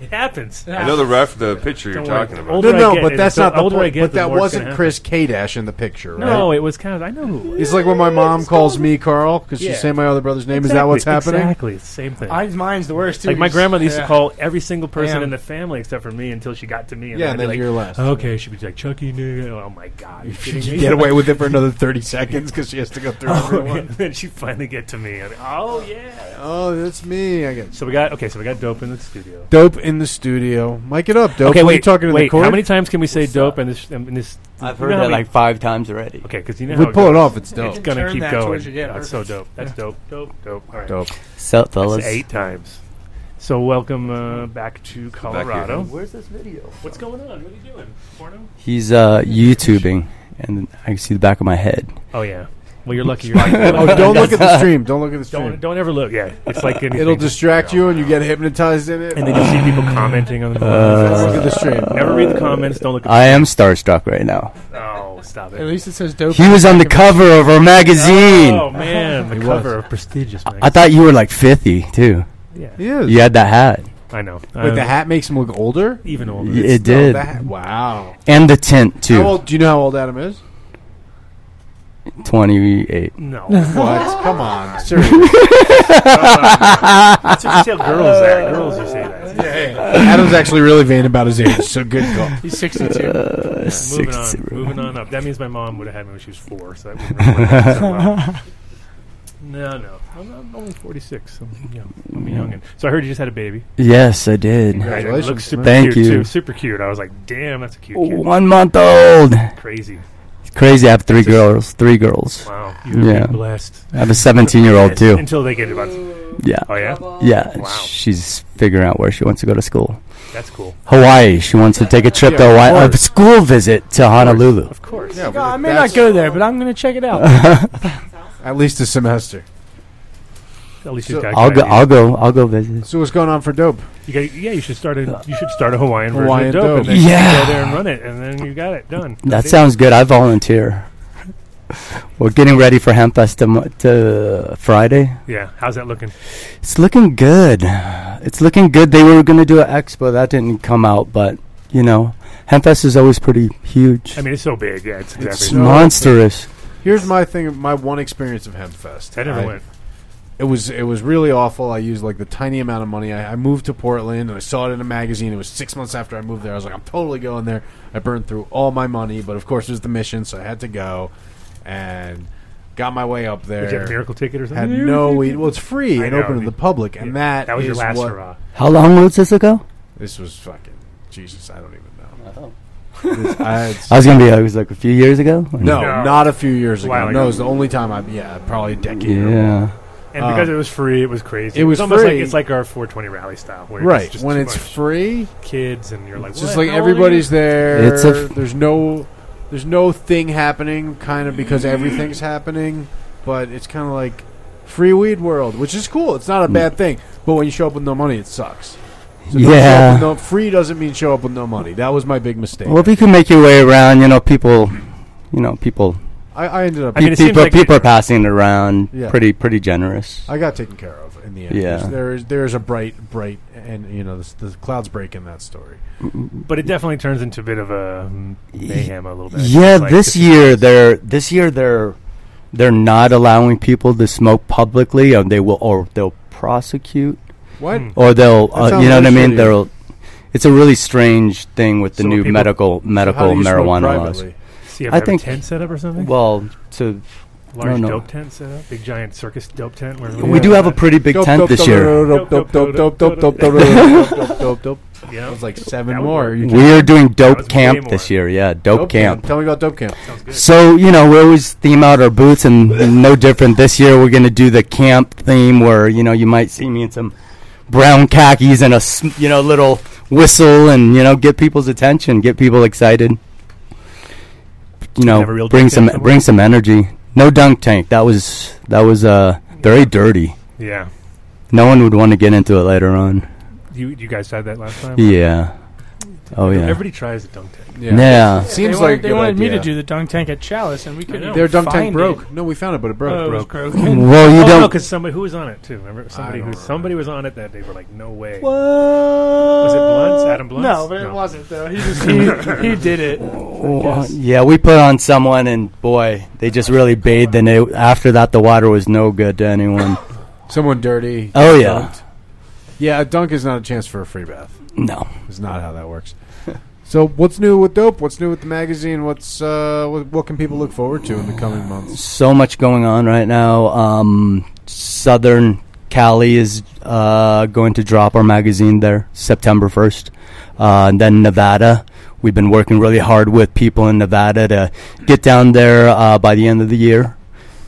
It happens.
I know the ref the picture you're
Don't worry.
talking about.
Old-
No,
older I
no,
get,
but
it-
that's
the
not the
older I
point.
get,
But
the
that
more it's
wasn't
gonna
Chris Kadash in the picture, right?
No, it was kind of. I know who.
It's like when my mom calls me Carl because
Yeah.
she's saying my other brother's name. Is that what's happening?
Exactly, it's the same thing.
I, mine's the worst. Too.
like my grandmother used
Yeah.
to call every single person
Damn.
in the family except for me until she got to me. And
Yeah,
I'd
and
be
then
like,
you're last.
Okay, she'd be like Chucky nigga. Oh my god, you
Did
kidding
you
me?
get away with it for another thirty seconds because she has to go through
Oh,
everyone?
and then she finally get to me. I'm like, oh yeah.
Oh, that's me. I guess.
So we got okay. So we got dope in the studio.
Dope in the studio. Mic it up, dope.
okay,
What
wait.
are you talking to
wait,
the court?
How many times can we say dope and this? And this
I've
you
heard
know how
that
many-
like five times already.
Okay, because you know
We
how
pull
goes.
it off, it's dope.
It's gonna
Turn
kew
that
going.
towards you, yeah,
Oh, it's so
perfect.
dope. That's
Yeah.
dope. Dope. Dope. All right.
Dope.
So,
That's
fellas,
eight times. So welcome uh, back to
here.
Colorado.
Where's this video?
What's going on? What are you doing? Porno?
he's uh, YouTubing, and I can see the back of my head.
Oh yeah. Well, you're lucky. You're not-
Oh, don't look at the stream. Don't look at the stream.
Don't, don't ever look. Yeah, it's like anything.
It'll distract you, and you get hypnotized in it.
And then you see people commenting on the. Uh,
Uh,
Look at the stream.
Never read the comments. Don't look. at
I am starstruck right now.
Oh, stop
At
it.
least it says dope.
He was on the cover of our magazine.
Oh man, the
He
cover of prestigious.
I thought you were like fifty too.
Yeah.
Yeah.
You had that hat
I know. Um,
Wait, the hat makes him look older.
Even older.
It
It's- oh,
did.
that- wow.
and the tint
How
too.
old? Do you know how old Adam is?
Twenty-eight.
No.
What? Come on, seriously.
That's what you say how girls are. Girls, you say that.
Adam's actually really vain about his age, so good call.
He's 62.
Uh,
Uh, Moving
Six
on.
zero.
Moving on up. That means my mom would have had me when she was four, so that wouldn't really work out so well. No, no. I'm, I'm only 46. I'm young. I'm a youngin. So I heard you just had a baby.
Yes, I did.
Right, and it looks super
Thank
cute,
you.
Too. Super cute. I was like, damn, that's a cute kid.
One month old.
Crazy.
It's crazy. I have three girls. Three girls.
Wow. You've
Yeah.
been blessed.
I have a seventeen-year-old too.
Until they get about.
Yeah.
Oh, yeah?
Yeah.
Wow.
She's figuring out where she wants to go to school.
That's cool.
Hawaii. She wants to take a trip to
Yeah, of
Hawaii. A
course.
school visit to Honolulu.
Of course.
Yeah,
I
but
may not
that's
go there, but I'm going to check it out.
at least a semester.
At least
So
you've got
I'll go.
good ideas.
I'll go. I'll go visit.
So what's going on for dope?
You got, yeah, you should start a you should start a Hawaiian,
Hawaiian
version of dope,
dope.
and then you
Yeah.
go there and run it, and then you got it done.
That
That's it.
sounds good. I volunteer. We're getting ready for Hempfest to, mo- to Friday.
Yeah, how's that looking?
It's looking good. It's looking good. They were going to do an expo. That didn't come out, but, you know, Hempfest is always pretty huge.
I mean, it's so big. Yeah, it's exactly.
it's
no,
monstrous.
Here's my thing. My one experience of Hempfest.
I never went.
It was it was really awful. I used like the tiny amount of money. I, I moved to Portland and I saw it in a magazine. It was six months after I moved there. I was like, I'm totally going there. I burned through all my money, but of course it was the mission, so I had to go and got my way up
Did you have a
there.
miracle ticket or something?
Had no, e- well, it's free
I
and
know.
open to the public, and that
That was your
is
last
what-
hurrah.
How long was this ago?
This was fucking Jesus. I don't even know. This- I- it's-
I was going to be, it was like a few years ago?
no,
No.
not a few years ago.
Wow,
no,
you-
it was the only time I've yeah, probably a decade. or more.
Yeah.
And because it was free, it was crazy.
Ah. it was
it's almost
free.
like it's like our 420 rally style, where
right
It's just
when
too
it's
much
free.
kids and you're like,
It's just
"What?
like
How old are
everybody's there.
It's a f-
there's no there's no thing happening kind of because
Mm-hmm.
everything's happening, but it's kind of like free weed world, which is cool. It's not a bad thing, but when you show up with no money, it sucks. So don't show up
Yeah.
with no, free doesn't mean show up with no money. That was my big mistake.
Well, if you can make your way around, you know, people, you know, people,
I, I ended up
I mean, it seems
people,
like
people
you-
are passing it around
Yeah.
pretty, pretty generous.
I got taken care of in the end.
Yeah.
There is there is a bright bright and you know the, the clouds break in that story.
you?" But it definitely turns into a bit of a mm, mayhem a little bit.
Yeah,
It's like,
this year they're this year they're they're not allowing people to smoke publicly, or they will, or they'll prosecute.
What?
Or they'll,
That
uh,
sounds
you know what I
really shitty.
mean? They'll. It's a really strange thing with the
So
new
people-
medical
so how
medical
do you smoke
marijuana laws.
privately?
So you have to
I
have a
think
tent set up or something?
Well, to I
Large
don't know.
dope tent set up, big giant circus dope tent. Where
We do have a pretty big
Dope,
tent
dope,
this
dope,
year.
dope, dope, dope, dope, dope, dope, dope, dope, dope, dope, dope.
Yeah. That was like
That
seven
would
more.
work.
You
We are
just-
doing
That
dope
was way
camp
more.
this year. Yeah, dope, camp.
Tell me about dope camp.
So you know we always theme out our boots, and no different this year. We're going to do the camp theme, where you know you might see me in some brown khakis and a s- you know little whistle, and you know get people's attention, get people excited. You know,
Have a real
bring
dunk
some
tank
bring some energy. No dunk tank. That was that was uh very dirty.
Yeah.
No one would want to get into it later on.
You you guys tried that last time?
Yeah. Oh yeah.
Everybody tries a dunk tank.
Yeah. Yeah.
Seems
they wanted,
like a
they
good
wanted me to
idea.
do the dunk tank at Chalice, and we could.
Their dunk tank
find
broke.
It.
No, we found it, but it broke.
Oh, it was
Broke.
broken.
Well, you
oh,
don't-
because somebody who was on it too. Remember somebody
don't
who somebody was on it that day. We're like, no way.
What?
Was it Blunts? Adam Blunts?
No, but it wasn't though. He just he, he did it.
Well, Uh, yeah, we put on someone, and boy, they just really bathed in it. After that, the water was no good to anyone.
Someone dirty.
Oh, yeah.
dunked. Yeah, a dunk is not a chance for a free bath.
No.
It's not how that works. so what's new with dope? What's new with the magazine? What's uh, what, what can people look forward to in the coming months?
so much going on right now. Um, Southern Cali is uh, going to drop our magazine there September 1st. Uh, and then Nevada. We've been working really hard with people in Nevada to get down there uh, by the end of the year.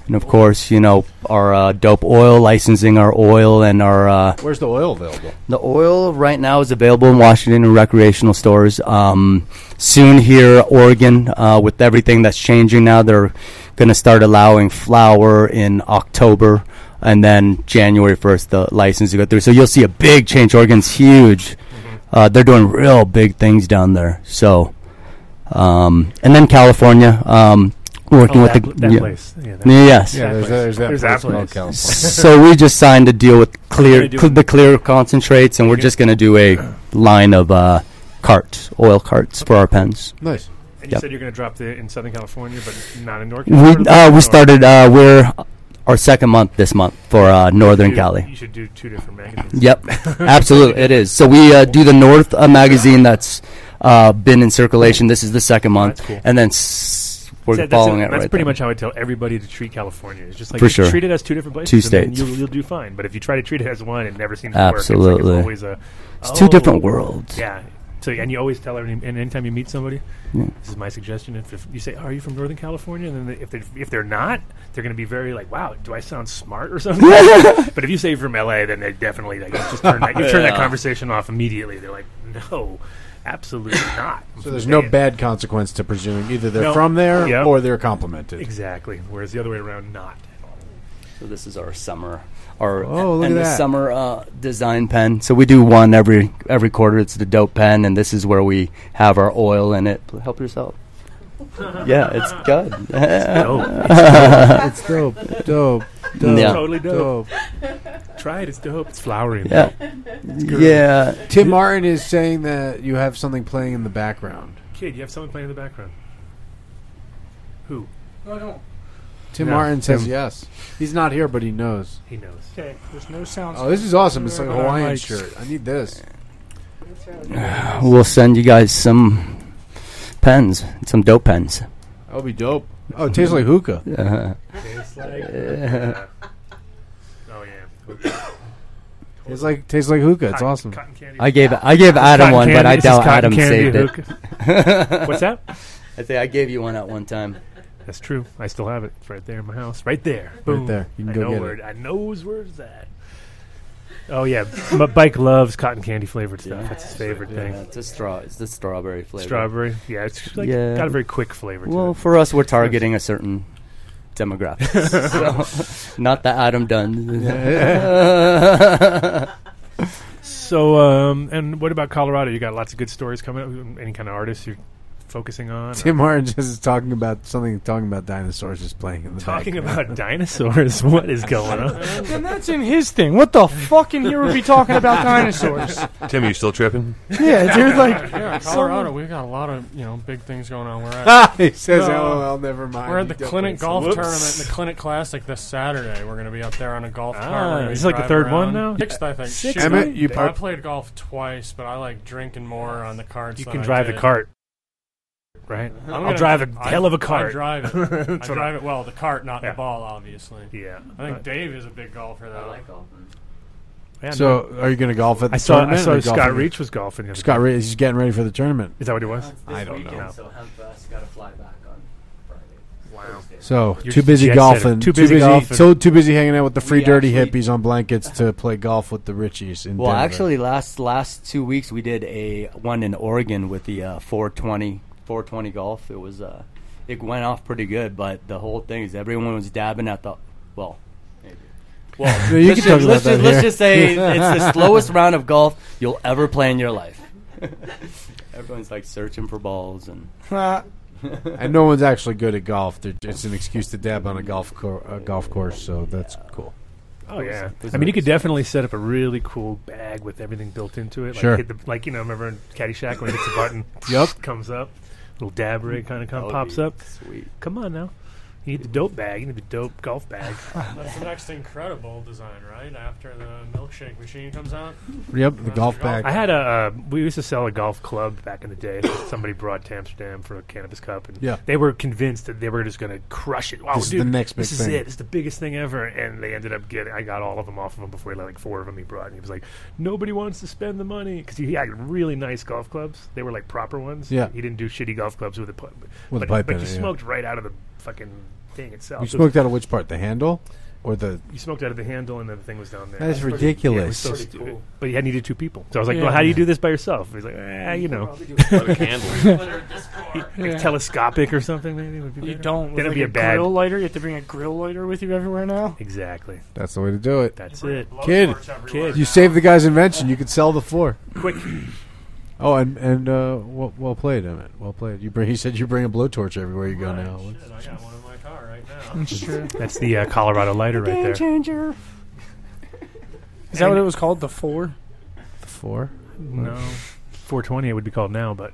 And of course, you know, our uh, dope oil, licensing our oil and our. Uh,
Where's the oil available?
the oil right now is available in Washington in recreational stores. Um, soon here, Oregon, uh, with everything that's changing now, they're going to start allowing flour in October, and then January first, the license to go through. So you'll see a big change. Oregon's huge.
Mm-hmm.
Uh, they're doing real big things down there. So, um, and then California, um, working
Oh,
with
that
the
pl- that
yeah.
place. Yeah, that-
yes,
Yeah, there's that- there's that There's place that called place. California.
so we just signed a deal with
We're
Clear,
gonna do
cl- the Clear concentrates, and we're just going to do a line of uh, carts, oil carts for our pens.
Nice.
And you
Yep.
said you're going to drop the in Southern California, but not in North
We
California.
uh,
Or-
we started. Uh, we're our second month this month for uh, Northern
You-
Cali.
You should do two different magazines.
Yep, absolutely, it is. So we uh, do the North uh, magazine that's uh, been in circulation. This is the second month,
That's cool.
and then s- we're
So that's
following
a-
it.
That's
right
pretty
then.
much how I tell everybody to treat California. It's just like
For
just
sure.
treat it as two different places.
Two
and then
states.
You'll, you'll do fine. But if you try to treat it as one, it never seems to work. It's,
Absolutely.
like it's always a.
It's two different
oh,
worlds.
Yeah. So and you always tell everybody, and anytime you meet somebody,
Yeah.
this is my suggestion. If, if you say, "Oh, "Are you from Northern California?" and then they, if they if they're not, they're going to be very like, "Wow, do I sound smart or something?" but if you say you're from LA, then they definitely like you just turn that you turn that
Yeah.
conversation off immediately. They're like, "No, absolutely not."
So there's no bad consequence to presuming either they're
No.
from there
Yep.
or they're complimented.
Exactly. Whereas the other way around, not.
So this is our summer. Our
Oh, look
and
at
the
that.
summer uh, design pen. So we do one every every quarter. It's the dope pen, and this is where we have our oil in it. Help yourself. Yeah, it's good.
It's dope. It's dope. Dope. Dope.
Yeah.
Totally dope. Try it. It's dope. It's flowery.
Yeah. Yeah.
Tim Martin is saying that you have something playing in the background.
Kid, you have someone playing in the background. Who?
No, I don't.
Tim
Yeah,
Martin says
Tim.
yes. He's not here, but he knows.
He knows.
Okay, there's no sound.
Oh, this is awesome. It's like a
But I
Hawaiian
like-
shirt. I need this.
we'll send you guys some pens, some dope pens.
That would be dope. Oh, it tastes like hookah.
Uh,
Tastes like. oh yeah.
It's like tastes like hookah. It's
Cotton-
awesome.
cotton candy.
I gave I gave Adam
Cotton
one, but
candy.
I
This is
doubt
cotton
Adam saved
candy
it.
hook. What's that?
I think I gave you one at one time.
That's true. I still have it. It's right there in my house. Right there. Boom.
there. You can
I
go
know
get
where, I knows where's that. Oh yeah, my bike loves cotton candy flavored stuff. That's his favorite thing.
it's a straw. It's the strawberry flavor.
Strawberry. Yeah, it's just like
Yeah.
got a very quick flavor. To
Well, for us, we're targeting a certain demographic, so not the Adam Dunn.
it. so, um, and what about Colorado? You got lots of good stories coming up. Any kind of artists you're focusing on.
Tim
or
Orange is talking about something talking about dinosaurs is playing in the
talking
background.
about dinosaurs. What is going on?
Then that's in his thing. What the fuck in here would be talking about dinosaurs?
Tim, are you still tripping?
Yeah, dude, like
yeah, Colorado, we've got a lot of you know big things going on. We're
Ah,
at,
he says, "LOL, never mind."
We're
He
at the
definitely
Clinic
said-
Golf
Whoops.
Tournament, the Clinic Classic this Saturday. We're going to be up there on a golf
Ah,
cart. We're gonna
this
be
is like the
driving
third one
around.
now?
Sixth, I think.
Sixth
Shoot.
Emmett, you
I
part-
played golf twice, but I like drinking more on the carts.
You
than
can
I
drive the
did.
cart, right?
I'm
I'll
gonna-
drive a
I-
hell of
I
a cart.
drive it.
That's
I
what I'm-
drive it well. The cart, not
Yeah.
the ball, obviously.
Yeah.
I think Dave is a big golfer though. I like golfing.
Yeah, no.
So, are you going to golf at the
I saw- I
tournament?
saw
or golf
Scott
in-
Reach was golfing the other
Scott
day.
Reach is getting ready for the tournament.
Is that what it was?
I don't know.
So
uh,
Hemp's got to fly back on Friday. Wow.
So
You're
too busy
jet setter.
golfing.
Too busy golfing.
So too busy hanging out with the free
We
dirty
actually-
hippies on blankets to play golf with the Richies in
Well,
Denver.
actually, last last two weeks we did a one in Oregon with the uh, 420 420 golf. It was uh, it went off pretty good, but the whole thing is everyone was dabbing at the well. maybe. Well,
No, you
let's,
can talk
just,
about
let's,
that
just, let's
here.
just say it's the slowest round of golf you'll ever play in your life. Everyone's like searching for balls and
and no one's actually good at golf. They're- It's an excuse to dab on a golf cor- a golf course. So that's cool.
Oh yeah,
Those
I mean, you
are-
could definitely set up a really cool bag with everything built into it. Like
Sure.
hit the, like you know, remember in Caddyshack when it hits a button,
Yup.
comes up, little dab rig kind of
That
come,
would
pops
be
up. Sweet, come on now, you need the dope bag, you need the dope golf bag.
That's the next incredible design, right? After the milkshake machine comes out.
Yep, the golf bag.
I had a. Uh, we used to sell a golf club back in the day. that Somebody brought to Amsterdam for a cannabis cup, and
Yeah.
they were convinced that they were just going to crush it. Wow,
This is
dude,
the next big
this is
thing.
it. This is the biggest thing ever. And they ended up getting. I got all of them off of him before he let, like four of them he brought, and he was like, "Nobody wants to spend the money because he had really nice golf clubs. They were like proper ones.
Yeah.
he didn't do shitty golf clubs with a pipe.
With a
but,
pipe
but
in
you
it, yeah.
smoked right out of the fucking thing itself.
You
So
smoked out of which part? The handle or the?
you smoked out of the handle, and then the thing was down there.
That's
Pretty-
ridiculous.
yeah, it was so
Pretty
stupid. But you had needed two people, so I was like,
Yeah.
"Well, how do you do this by yourself?" He's like, "Eh, you know,
Probably do it with a candle.
Like
Yeah.
telescopic or something. Maybe would be
You
better.
don't.
Then
With
it'd
like
be
a,
a bad.
grill lighter. You have to bring a grill lighter with you everywhere now.
Exactly.
That's the way to do it.
That's it.
Kid,
Kid.
you saved the guy's invention. You could sell the floor.
Quick.
Oh, and and uh, well, well played, Emmett. Well played. You bring. He said you bring a blowtorch everywhere you go now.
That's true.
That's the uh, Colorado lighter right there.
Oh. changer. Is that what it was called? The four?
Four.
No, 420 it would be called now, but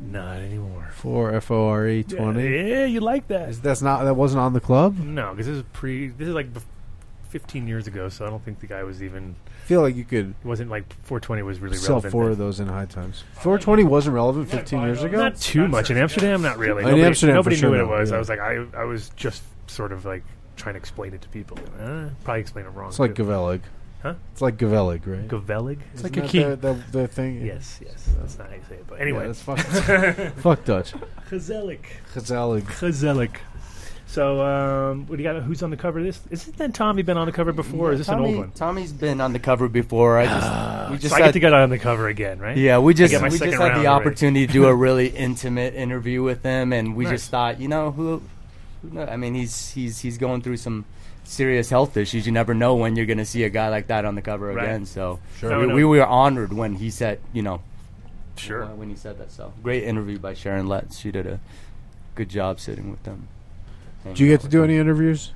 not anymore.
Four F O R E twenty.
Yeah, you like that?
Is- That's not. That wasn't on the club.
No, because this is pre. This is like bef- 15 years ago, so I don't think the guy was even.
I feel like you could
It wasn't like 420 was really
sell
relevant.
four of those in high times. Four twenty wasn't relevant fifteen years ago.
Not too much in Amsterdam, not really.
In
nobody
Amsterdam,
nobody
for
knew
sure
what it
not,
was.
yeah.
I was like, I, I was just sort of like trying to explain it to people. Uh, probably explain it wrong.
It's like
too.
Gavelig.
Huh?
It's like Gavelig, right?
Gavelig.
It's like a key. The, the, the thing.
Yes, yes. That's not how you say it. But anyway,
Yeah, that's fuck- fuck Dutch.
Gazelic.
Gazelig.
Gazelic. So, um, what do you got? Who's on the cover of this? Isn't that Tommy been on the cover before? or is this an old
Tommy-
one?
Tommy's been on the cover before. I just we just
so I
got
get to get on the cover again, right?
Yeah, we
I
just
get my
we just
second
had
round
the
already.
opportunity to do a really intimate interview with him, and we
Nice.
just thought, you know, who, who know, I mean, he's he's he's going through some serious health issues. You never know when you're going to see a guy like that on the cover
Right.
again. So
Sure.
we,
No,
we
no.
were honored when he said, you know,
Sure.
when he said that. So great interview by Sharon Letts. She did a good job sitting with them.
Do you get to do any interviews?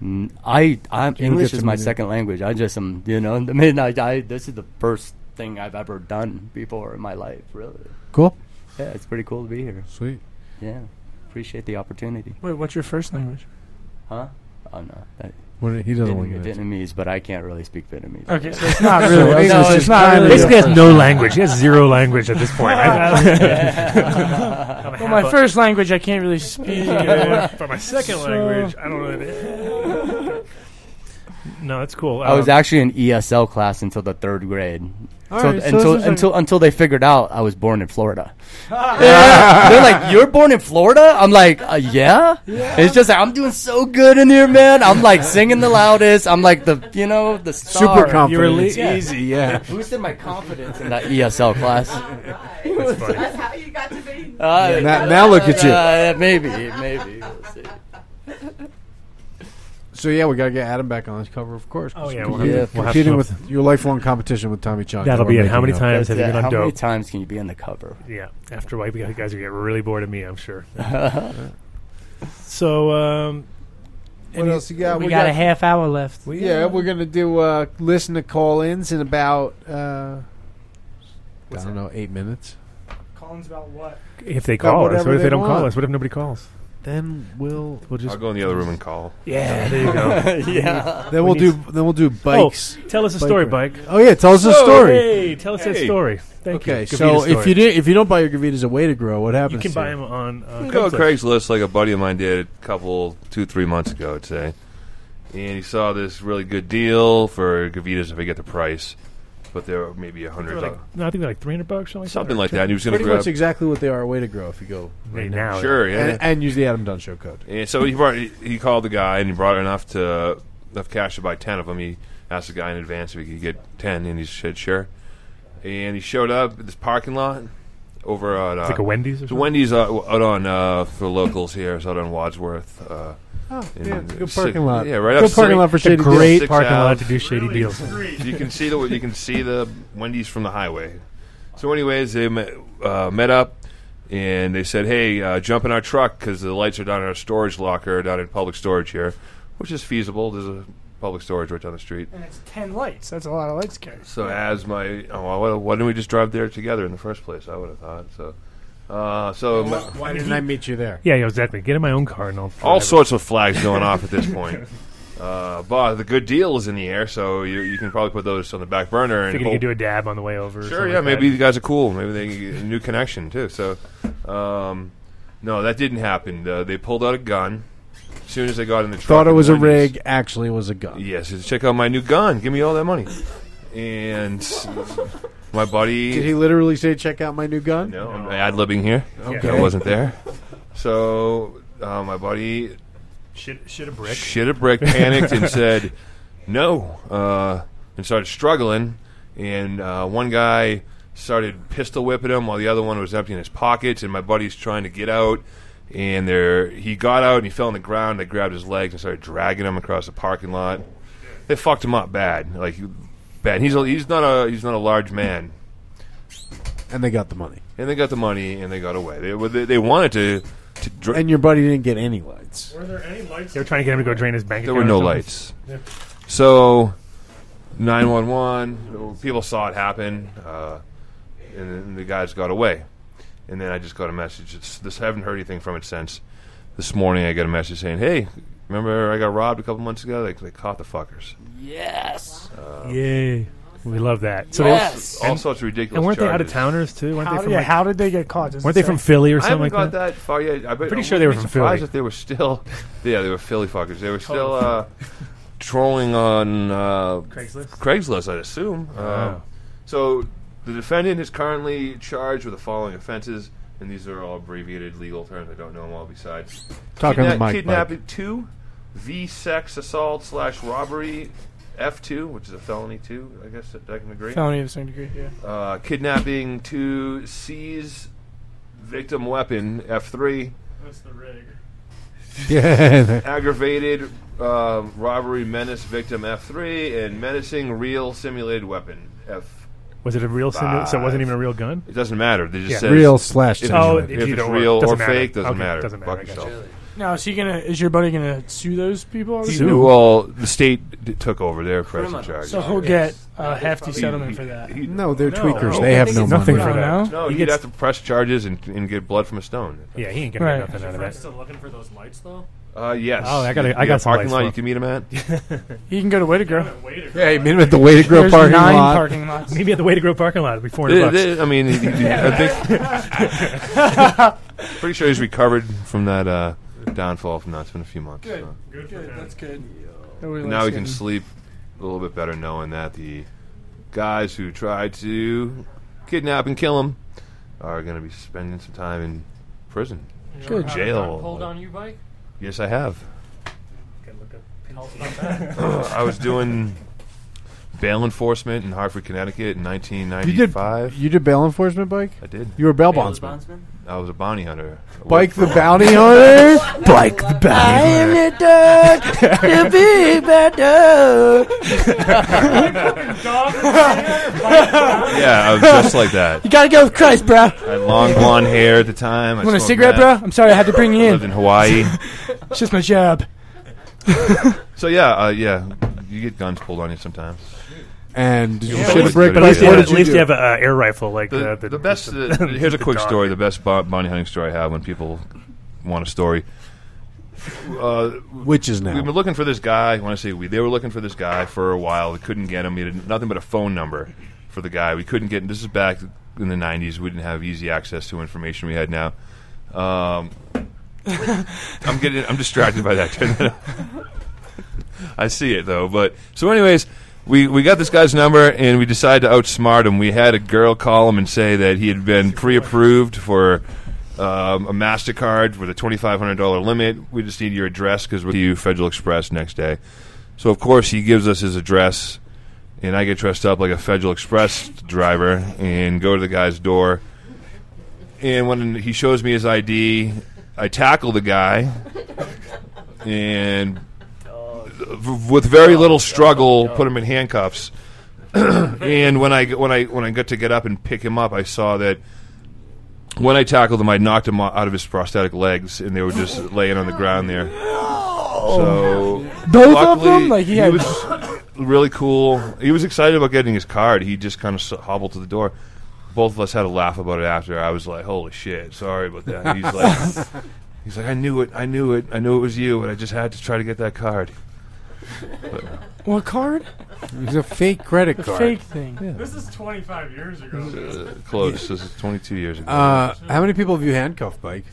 Mm, I I'm,
You
English
get
is
to
my
meet it.
second language. I just am, you know. I mean, I, I this is the first thing I've ever done before in my life. Really
Cool.
Yeah, it's pretty cool to be here.
Sweet.
Yeah, appreciate the opportunity.
Wait, what's your first language?
Huh? Oh no, that,
What, he doesn't want
Vietnam- Vietnamese, but I can't really speak Vietnamese.
Okay, so it's not really- So it's English not- is it's not kinda really-
Uh, This guy has no language. He has zero language at this point. I- I'm
well, my
half a-
first language I can't really speak.
Yeah, but my second
So-
language, I don't know. What it no, that's cool.
I was
Um,
actually in ESL class until the third grade.
All
So-
right, so
until
this is like-
until until they figured out I was born in Florida. Yeah. They're like, "You're born in Florida?" I'm like, uh, yeah. It's just like, I'm doing so good in here, man. I'm like singing the loudest. I'm like the you know the star.
Super confident. It's easy, yeah.
Boosted my confidence in that ESL class.
That's, how you got to be.
Uh,
Now- now look at you.
uh, maybe, maybe. We'll see.
So yeah, we got to get Adam back on this cover, of course. 'cause
Oh, yeah,
you're
we'll have to-
competing-
we'll have
competing
to-
with your lifelong competition with Tommy Chong.
That'll
We're
be it.
making
How many
up.
times have you been on
how many
dope?
times can you be on the cover?
Yeah, after a while, you guys are getting really bored of me, I'm sure. so, um,
What else you got?
we got a half hour left.
Well, yeah, we're gonna do uh, listen to call-ins in about uh, I don't know eight minutes.
Collins about what?
if they
About
call us,
whatever
what if they,
they
don't call
want.
us? What if nobody calls?
Then Mm, we'll
we'll just
I'll go in the other room and call.
Yeah, there you go.
Yeah. Then we'll do- then we'll do bikes.
Oh, tell us a
Bike
story,
ride.
bike.
Oh, yeah, tell us a
Oh,
story.
Hey, tell us that
Hey.
story. Thank you.
okay,
Give me
so
the
if
story.
you do, if you don't buy your Gavitas a way to grow, what happens?
you can
to
buy them on uh,
You can go to
Craigslist.
Craigslist like a buddy of mine did a couple, two, three months ago, I'd say. And he saw this really good deal for Gavitas, I forget the price, but they were maybe a hundred
Like,
dollars.
no, I think they're like 300 bucks, something like
Something
that.
like that. And he was going to
Pretty
grab
much exactly what they are a way to grow if you go
Right now,
Sure, yeah.
and, and use the Adam Dunn show code.
And so he brought he, he called the guy and he brought enough to enough cash to buy ten of them. He asked the guy in advance if he could get ten, and he said sure. And he showed up at this parking lot over at uh,
It's like a Wendy's or
it's a
something?
Wendy's out, out on uh, for locals here. It's out on Wadsworth. Uh,
Oh,
in-
yeah, it's a good
six-
parking lot.
Yeah, right
Good
outside-
parking lot for It's a shady deals.
great
Six
parking lot
out.
to do shady Really deals. discreet.
you can see the you can see the Wendy's from the highway. So, anyways, they met, uh, met up and they said, "Hey, uh, jump in our truck because the lights are down in our storage locker down in public storage here, which is feasible. There's a public storage right down the street."
And it's ten lights. That's a lot of lights, guys.
So as my, oh, well, why- why didn't we just drive there together in the first place? I would have thought so. Uh, so
Why- why didn't I meet you there?
Yeah, yeah, exactly. Get in my own car and I'll.
all
drive it.
sorts of flags going off at this point. Uh, but the good deal is in the air, so you, you can probably put those on the back burner. And
Figured you
hope-
could do a dab on the way over. or
Sure,
something
yeah,
like
maybe
that.
the guys are cool. Maybe they can get a new connection too. So, um, no, that didn't happen. Uh, they pulled out a gun as soon as they got in the truck.
Thought it
and
was a
Wendy's-
rig, actually it was a gun.
Yes, it's, check out my new gun. Give me all that money. And my buddy,
Did he literally say, "Check out my new gun"?
no, I'm ad libbing here.
Okay.
I wasn't there. So uh, my buddy
Shit, shit a brick.
Shit a brick, panicked, and said no, uh, and started struggling. And uh, one guy started pistol whipping him, while the other one was emptying his pockets. And my buddy's trying to get out, and there he got out and he fell on the ground. They grabbed his legs and started dragging him across the parking lot. They fucked him up bad, like bad. He's a, he's not a he's not a large man
And they got the money.
and they got the money and they got away. They well, they, they wanted to. to dr-
And your buddy didn't get any lights.
Were there any lights?
They were trying to get him to go drain his bank
there were no
account. or
lights.
something. Yeah.
So, nine one one. People saw it happen, uh, and then the guys got away. And then I just got a message. It's, this haven't heard anything from it since. This morning I got a message saying, "Hey, remember I got robbed a couple months ago? They, they caught the fuckers." Uh,
Yes.
Yay. We love that. So
Yes.
they
All sorts of ridiculous
And weren't they out of
charges.
towners too? Weren't
How,
they from
yeah,
like,
how did they get caught? Does
weren't
it
they from
say?
Philly or
I
something
haven't
like
got
that?
that far yet. Oh, I bet,
Pretty
I
sure they
wouldn't
were
be
from
surprised
Philly.
If they were still, yeah, they were Philly fuckers. They were still uh, trolling on uh,
Craigslist?
Craigslist, I'd assume. Uh,
Wow.
So the defendant is currently charged with the following offenses, and these are all abbreviated legal terms. I don't know them all. Besides,
Talk on the mic,
kidnapping two, v sex assault slash robbery, f two, which is a felony two. I guess that I can agree.
Felony of the same degree, yeah.
Uh, kidnapping two, seize victim weapon f three.
That's the rig.
aggravated uh, robbery menace victim F3 and menacing real simulated weapon F.
Was it a real? Sim- so it wasn't even a real gun.
It doesn't matter. They just
Yeah.
says
Real slash
if,
Oh,
if,
if you
it's
don't-
real
doesn't
or
matter.
fake doesn't
Okay,
matter.
doesn't matter,
Fuck
I gotcha.
yourself.
Now is he gonna? Is your buddy gonna sue those people?
He knew all the state d- took over their pressing
Criminals.
charges.
So he'll get a
Uh,
hefty settlement for that.
No, they're
No.
tweakers.
No.
They have no
Nothing
money.
for that.
No,
He
he'd have
gets-
to press charges and, and get blood from a stone.
Yeah, he ain't
Is
gonna
Right.
get nothing
your
out of
friend
that.
still looking for those lights though?
Uh, yes.
Oh, I gotta- I
You
got
a
some
parking
lights
lot.
for
You
him.
can meet him at.
He can go to Way to Grow.
Yeah, you meet him at the Way to Grow
There's
parking
nine
lot.
parking lots.
Maybe at the way to grow parking lot. It'd be four
They-
hundred bucks.
they- I mean, he- he- I think pretty sure he's recovered from that uh, downfall from that. It's been a few months.
Good,
so.
good,
him.
that's good.
And now he can sleep a little bit better knowing that the guys who tried to kidnap and kill him are going to be spending some time in prison.
You
Or
ever had a gun Pulled
Jail.
on you, bike.
Yes, I have.
Tell us about that.
I was doing bail enforcement in Hartford, Connecticut in
You did
1995.
You did bail enforcement bike.
I did.
You were bail
Bail
bondsman.
I was a bounty hunter. I
Bike
worked
the
for-
bounty hunter.
Bike the
bounty hunter.
the dog, the big bad dog.
Yeah, I was just like that.
You gotta go with Christ, bro.
I had long blonde hair at the time. I
Want a
smoked
cigarette,
meth.
bro? I'm sorry, I had to bring you
I
in.
lived in Hawaii.
It's just my job.
So yeah, uh, yeah, you get guns pulled on you sometimes.
And did you
Yeah,
shit
but
a brick?
what
But
did you
what
do?
did you do?
uh, air rifle like uh, the-
the best.
the-
uh, here's a
the
quick
dog.
story. The best bo- bounty hunting story I have when people want a story. Uh,
Which is now.
We've been looking for this guy. When I say we, they were looking for this guy for a while. We couldn't get him. He had nothing but a phone number for the guy. We couldn't get. This is back in the '90s. We didn't have easy access to information we had now. Um, I'm getting. I'm distracted by that. Turn that off. I see it though. But so, anyways, we we got this guy's number and we decided to outsmart him. We had a girl call him and say that he had been pre-approved for um, a Mastercard with a twenty five hundred dollar limit. We just need your address because we're to you Federal Express next day. So of course he gives us his address, and I get dressed up like a Federal Express driver and go to the guy's door. And when he shows me his ID, I tackle the guy, and v- with very little struggle, put him in handcuffs. and when I when I when I got to get up and pick him up, I saw that when I tackled him, I knocked him o- out of his prosthetic legs, and they were just laying on the ground there. So
Both of
luckily,
them? Like, he had-
was really cool. He was excited about getting his card. He just kind of s- hobbled to the door. Both of us had a laugh about it after. I was like, "Holy shit, sorry about that." And he's like, "He's like, I knew it, I knew it, I knew it was you, and I just had to try to get that card." But, uh,
What card?
It's a fake credit
The
card.
fake thing.
This is 25 years ago.
uh, close. This is 22 years ago.
Uh, how many people have you handcuffed, Mike?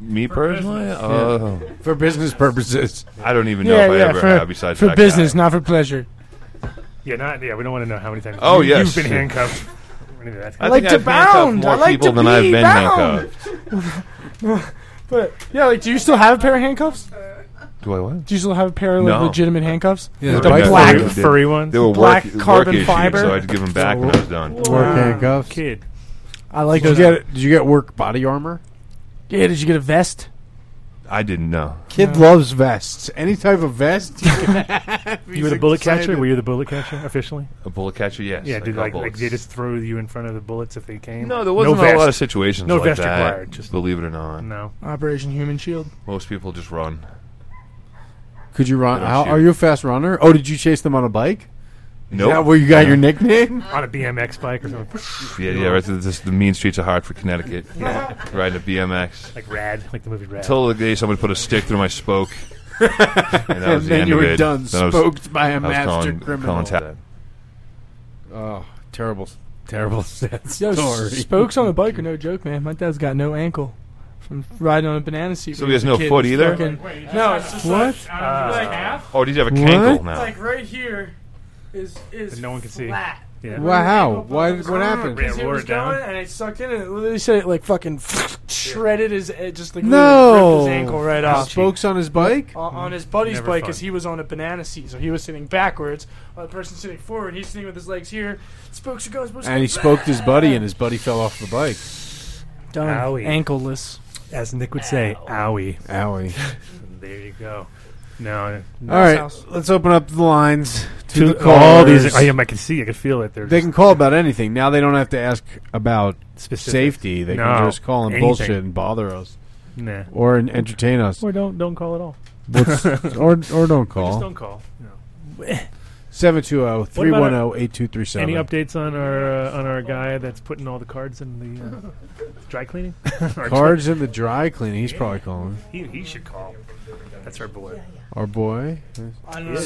Me personally,
business.
Oh.
Yeah. For business purposes.
I don't even know if I ever
for,
have. Besides
for
that guy.
business, not for pleasure.
yeah, not yeah. We don't want to know how many times.
Oh,
you,
yes.
you've been handcuffed. Or any of that
I
kind
think I've handcuffed more people than I've been handcuffed.
but yeah, like, do you still have a pair of handcuffs?
Do I what?
Do you still have a pair of like,
No.
legitimate handcuffs?
Yeah,
With
they're
the
bike
black
furry- they-
furry ones.
they were work-
black
work
carbon
issues,
fiber.
so I had to give 'em back when I was done.
Work handcuffs.
Kid.
I like
did
those.
you, get, did you get work body armor?
Yeah, did you get a vest?
I didn't know.
Kid loves vests. Any type of vest. he can have.
of. You
He's
were the bullet
excited.
catcher. Were you the bullet catcher officially?
A bullet catcher, yes.
Yeah,
I
did
caught
like, like
bullets.
they just throw you in front of the bullets if they came?
No, there wasn't a
vest.
lot of situations
No
like
vest
that.
required. Just
believe it or not,
no.
Operation Human Shield.
Most people just run.
Could you run?
They don't
How,
shoot.
are you a fast runner? Oh, did you chase them on a bike? Is
Nope.
that where you got your nickname?
on a BMX bike or something.
Yeah, yeah, right. through This, the mean streets of Hartford, Connecticut.
Yeah.
Riding a BMX.
Like Rad, like the movie Rad.
Until the day someone put a stick through my spoke. and that
And
was the
then
end
you
of
were
it.
done,
Then I was-
spoked by a
I was
master
calling-
criminal.
calling ta-
Oh, terrible, terrible sad
Yo,
story.
s- spokes on a bike are no joke, man. My dad's got no ankle from riding on a banana seat.
So
when
he has
was a
no
kid.
foot either?
Fucking-
Wait, it's
no,
just
what?
Like, out of like half?
Oh, did you have a cankle now?
Like right here is is
no one can see.
flat.
Yeah.
Wow, how? Why? What happened?
Because it
wore
was
it down.
going, and I sucked in, and it literally said it like fucking shredded his, it just like literally ripped
No,
his ankle right off.
Spokes on his bike.
on, on his buddy's
Never
bike
fun.
because he was on a banana seat, so he was sitting backwards. While the person sitting forward, he's sitting with his legs here. Spokes are going. Spokes are
And he
going.
spoked his buddy, and his buddy fell off the bike.
Done.
Owie.
Ankleless.
As Nick would say, owie.
Owie.
there you go. No.
All right, let's open up the lines to,
To
the
the-
callers.
all these- I am- I can see, I can feel it. They're
they
just-
can call about anything now. They don't have to ask about
Specific.
safety. They
No,
can just call and
anything.
bullshit and bother us,
Nah.
or en- entertain us,
Or don't don't call at all.
What's- or or don't call.
Just don't call. No.
oh, 720-310-8237.
Any updates on our uh, on our guy that's putting all the cards in the uh, dry cleaning? Our
Cards in the dry cleaning. He's probably calling
He, he should call. That's our boy.
our boy. oh,
I don't know.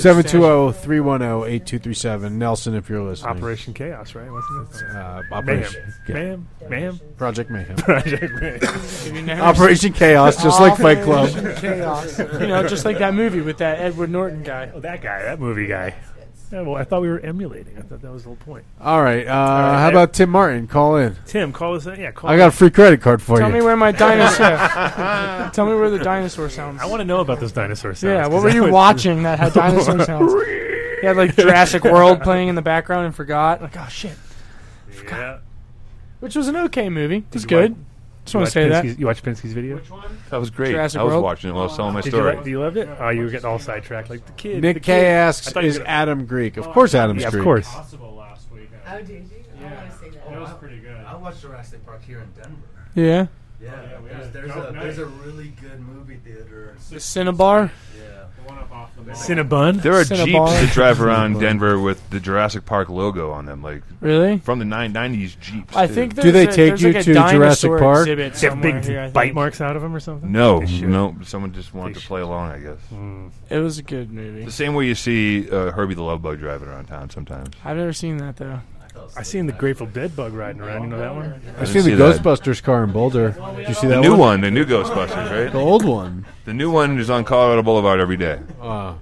720-310-8237. Nelson, if you're listening.
Operation Chaos, right? Wasn't it?
Uh, Operation-
Mayhem. Mayhem.
Project Mayhem.
Project Mayhem.
Operation Chaos, just like Fight Club.
Chaos. you know, just like that movie with that Edward Norton guy.
Oh, that guy, that movie guy. Yeah, well, I thought we were emulating. I thought that was the whole point.
All right. Uh,
right,
how
I-
about Tim Martin? Call in.
Tim, call us. Yeah, call
I got a
us.
free credit card for
Tell
you.
me where my dinosaur. tell me where the dinosaur sounds.
I want to know about those dinosaur sounds.
Yeah, what
'cause
were
that
you
was-
watching that had dinosaur sounds? He had like Jurassic World playing in the background and forgot. Like, oh shit.
Yeah.
Which was an okay movie. It was
you watch-
good. Just want to say that.
You watched Pinsky's video? Which one?
That was great.
Jurassic
I was
World?
watching it while I was telling my
Did
story.
You, like- do you loved it? Oh, you were getting all sidetracked like the kid. the
Nick
kid.
K asks,
I thought you
"Is
were gonna-
Adam Greek?" Of course, Adam's
yeah,
Greek.
Of course.
Possible last week.
Oh, did you? I want to see that. It was pretty good. Oh, I watched Jurassic Park here in Denver.
Yeah.
Yeah,
Oh, we
there's,
had a
there's,
dope
a,
night.
there's a really good movie theater.
The Cinnabar.
Yeah.
Cinnabon.
There are
Cinnabon.
jeeps that drive around Denver with the Jurassic Park logo on them, like
Really?
from the nine nineties jeeps.
I
too.
think Do they there's a- take there's you like a to dinosaur Jurassic Park? exhibit
They have big
somewhere here, I
bite
think.
marks out of him or something?
No,
They should.
no. Someone just wanted to play along, I guess.
Hmm. It was a good movie.
The same way you see uh, Herbie the Love Bug driving around town sometimes.
I've never seen that though.
I seen the Grateful Dead bug riding around. You know that one?
I see the
see that.
Ghostbusters car in Boulder. Did you see
the
that
new one?
one?
the new Ghostbusters, right?
The old one.
The new one is on Colorado Boulevard every day.
Ah.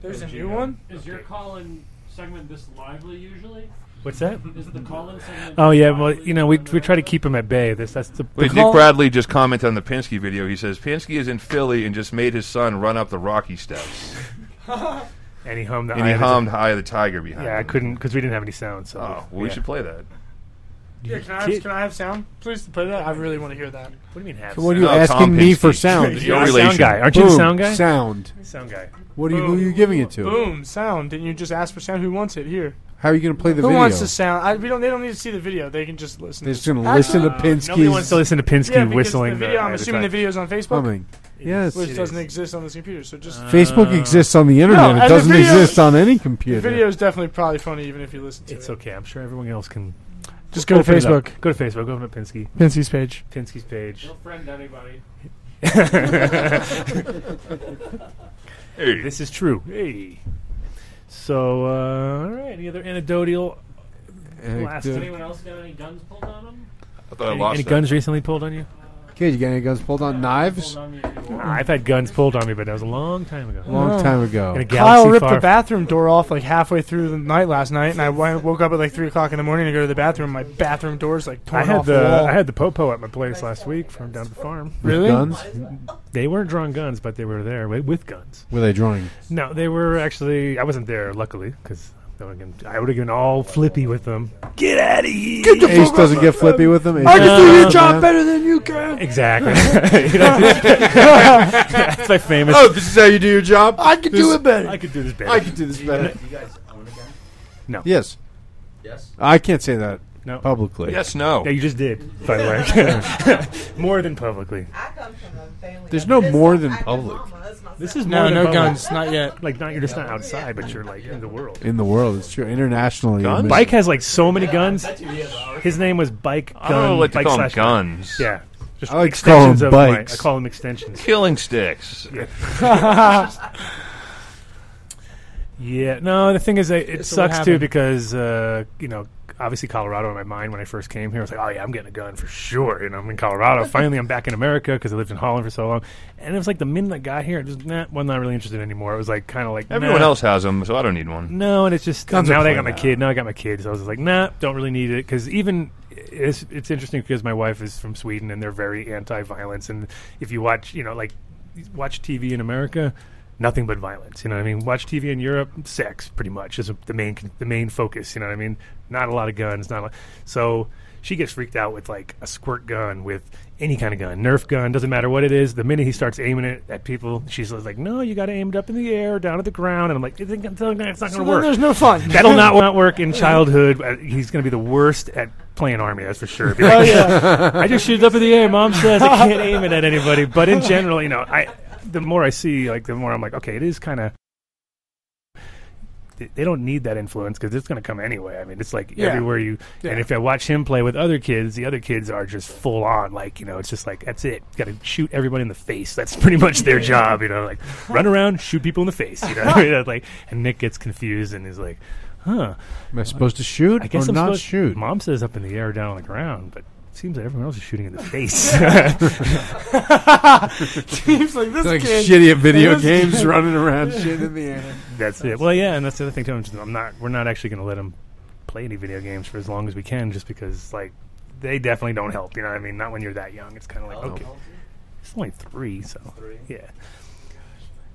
There's a new one.
Is your call-in segment this lively usually?
What's that?
Is the call-in segment?
Oh yeah, well you know we we try to keep him at bay. This that's the.
Wait,
the call-
Nick Bradley just commented on the Pinsky video. He says Pinsky is in Philly and just made his son run up the Rocky steps,
and he hummed. The
and he
Eye of the-
hummed "Eye of the Tiger" behind.
Yeah, I
him.
couldn't because we didn't have any sound. So
Oh, well, we
yeah.
should play that.
Yeah, can I, have, can I have sound? Please play that. I really want to hear that.
What do you mean have?
So what are you asking me for sound?
You're a sound guy. Aren't you
Boom.
the sound guy?
Sound.
Sound guy.
What are you? Who are you giving it to?
Boom! Sound. Didn't you just ask for sound? Who wants it? Here.
How are you going to play the
Who
video?
wants the sound? I, we don't. They don't need to see the video. They can just listen.
They're just going to listen to Pinsky's.
nobody wants to listen to Pinsky
yeah, because
whistling.
The
the
video.
Eye
I'm
of the
assuming the
Tiger.
video's on Facebook.
Humming. Yes.
Which
It
doesn't exist on this computer. So just
Facebook exists on the internet.
No,
it
and the
doesn't
video-
exist on any
The
computer.
video is definitely probably funny, even if you listen to
It's
it.
okay. I'm sure everyone else can.
Just go to
Open it up.
Facebook.
Go to Facebook. Open up Pinsky.
Pinsky's page.
Pinsky's page.
Don't friend anybody.
Hey.
This is true. Hey. So, uh, all right. Any other anecdotal?
Uh,
Last
Has
any,
anyone else got any guns pulled on them?
I thought I lost
any
that.
guns recently pulled on you?
Okay, you got any guns pulled on knives?
Nah, I've had guns pulled on me, but that was a long time ago. Oh.
Long
No.
time ago.
In a
Kyle
galaxy
ripped
far-
the bathroom door off like halfway through the night last night, and I w- woke up at like three o'clock in the morning to go to the bathroom. My bathroom door's like torn
I had
off the,
the
wall.
I had the popo at my place last week from down at the farm.
really?
Guns?
They weren't drawing guns, but they were there with, with guns.
Were they drawing?
No, they were actually. I wasn't there, luckily, because I would have given all flippy with them. Get out of here!
Ace doesn't get flippy with them. Ace
I
doesn't
can do
get
your
flippy
job
with them?
better than you can.
Exactly. You know, That's my famous.
Oh, this is how you do your job.
I could do it better.
I could do this better.
I could do this better.
Do you guys own a gun?
no.
Yes.
Yes.
I can't say that
No.
publicly.
Yes, no.
Yeah, you just did, by the way. more than publicly.
I come from a family.
There's
of
no
this-
more than
I know
public.
mama, that's my
This
son.
is
No,
more than
no
public.
guns, not yet.
Like, not you're just not outside, but you're like in the world.
In the world, it's true. Internationally,
Guns?
admitted.
Bike has like so many guns. His name was Bike Gun.
I don't like to
Bike
call 'em
slash
guns.
Yeah, just
I like to call 'em
extensions of my-
bikes.
I call them extensions.
Killing sticks.
Yeah. No, the thing is, that it
This will
sucks too
happen.
because uh, you know, obviously Colorado in my mind when I first came here, I was like, oh yeah, I'm getting a gun for sure. You know, I'm in Colorado. Finally, I'm back in America because I lived in Holland for so long. And it was like the minute I got here, I just nah, was not really interested anymore. It was like kind of like
Everyone
nah.
else has them, so I don't need one.
No, and it's just
Guns
now
are
that I got my
playing
kid. Now I got my kid, so I was like, nah, don't really need it because even it's it's interesting because my wife is from Sweden and they're very anti-violence, and if you watch, you know, like watch TV in America. Nothing but violence, you know what I mean. Watch TV in Europe, sex pretty much is the main the main focus, you know what I mean. Not a lot of guns, not a lot. so she gets freaked out with like a squirt gun, with any kind of gun, Nerf gun, doesn't matter what it is. The minute he starts aiming it at people, she's like, "No, you got to aim it up in the air, down at the ground." And I'm like, "It's not going to
So then
work."
there's no fun.
That'll not, not work in childhood. Uh, He's going to be the worst at playing army, that's for sure. Be
Oh,
like, I just shoot it up in the air. Mom says I can't aim it at anybody. But in general, you know, I the more I see, like the more I'm like, okay, it is kind of. They don't need that influence because it's going to come anyway. I mean, it's like
Yeah.
everywhere you.
Yeah.
And if I watch him play with other kids, the other kids are just full on. Like you know, it's just like that's it. Got to shoot everybody in the face. That's pretty much their job. You know, like run around, shoot people in the face. You know, like and Nick gets confused and is like, huh.
Am I supposed to shoot
I guess
or
I'm
not
supposed-
shoot?
Mom says up in the air, down on the ground, but it seems that everyone else is shooting in the face.
Seems like this
Like
kid.
shitty at video games, running around, shit in the air.
that's it. Well, yeah, and that's the other thing too. I'm, just, I'm not. We're not actually going to let them play any video games for as long as we can, just because like they definitely don't help. You know what I mean? Not when you're that young. It's kind of like okay, it's only three, so yeah.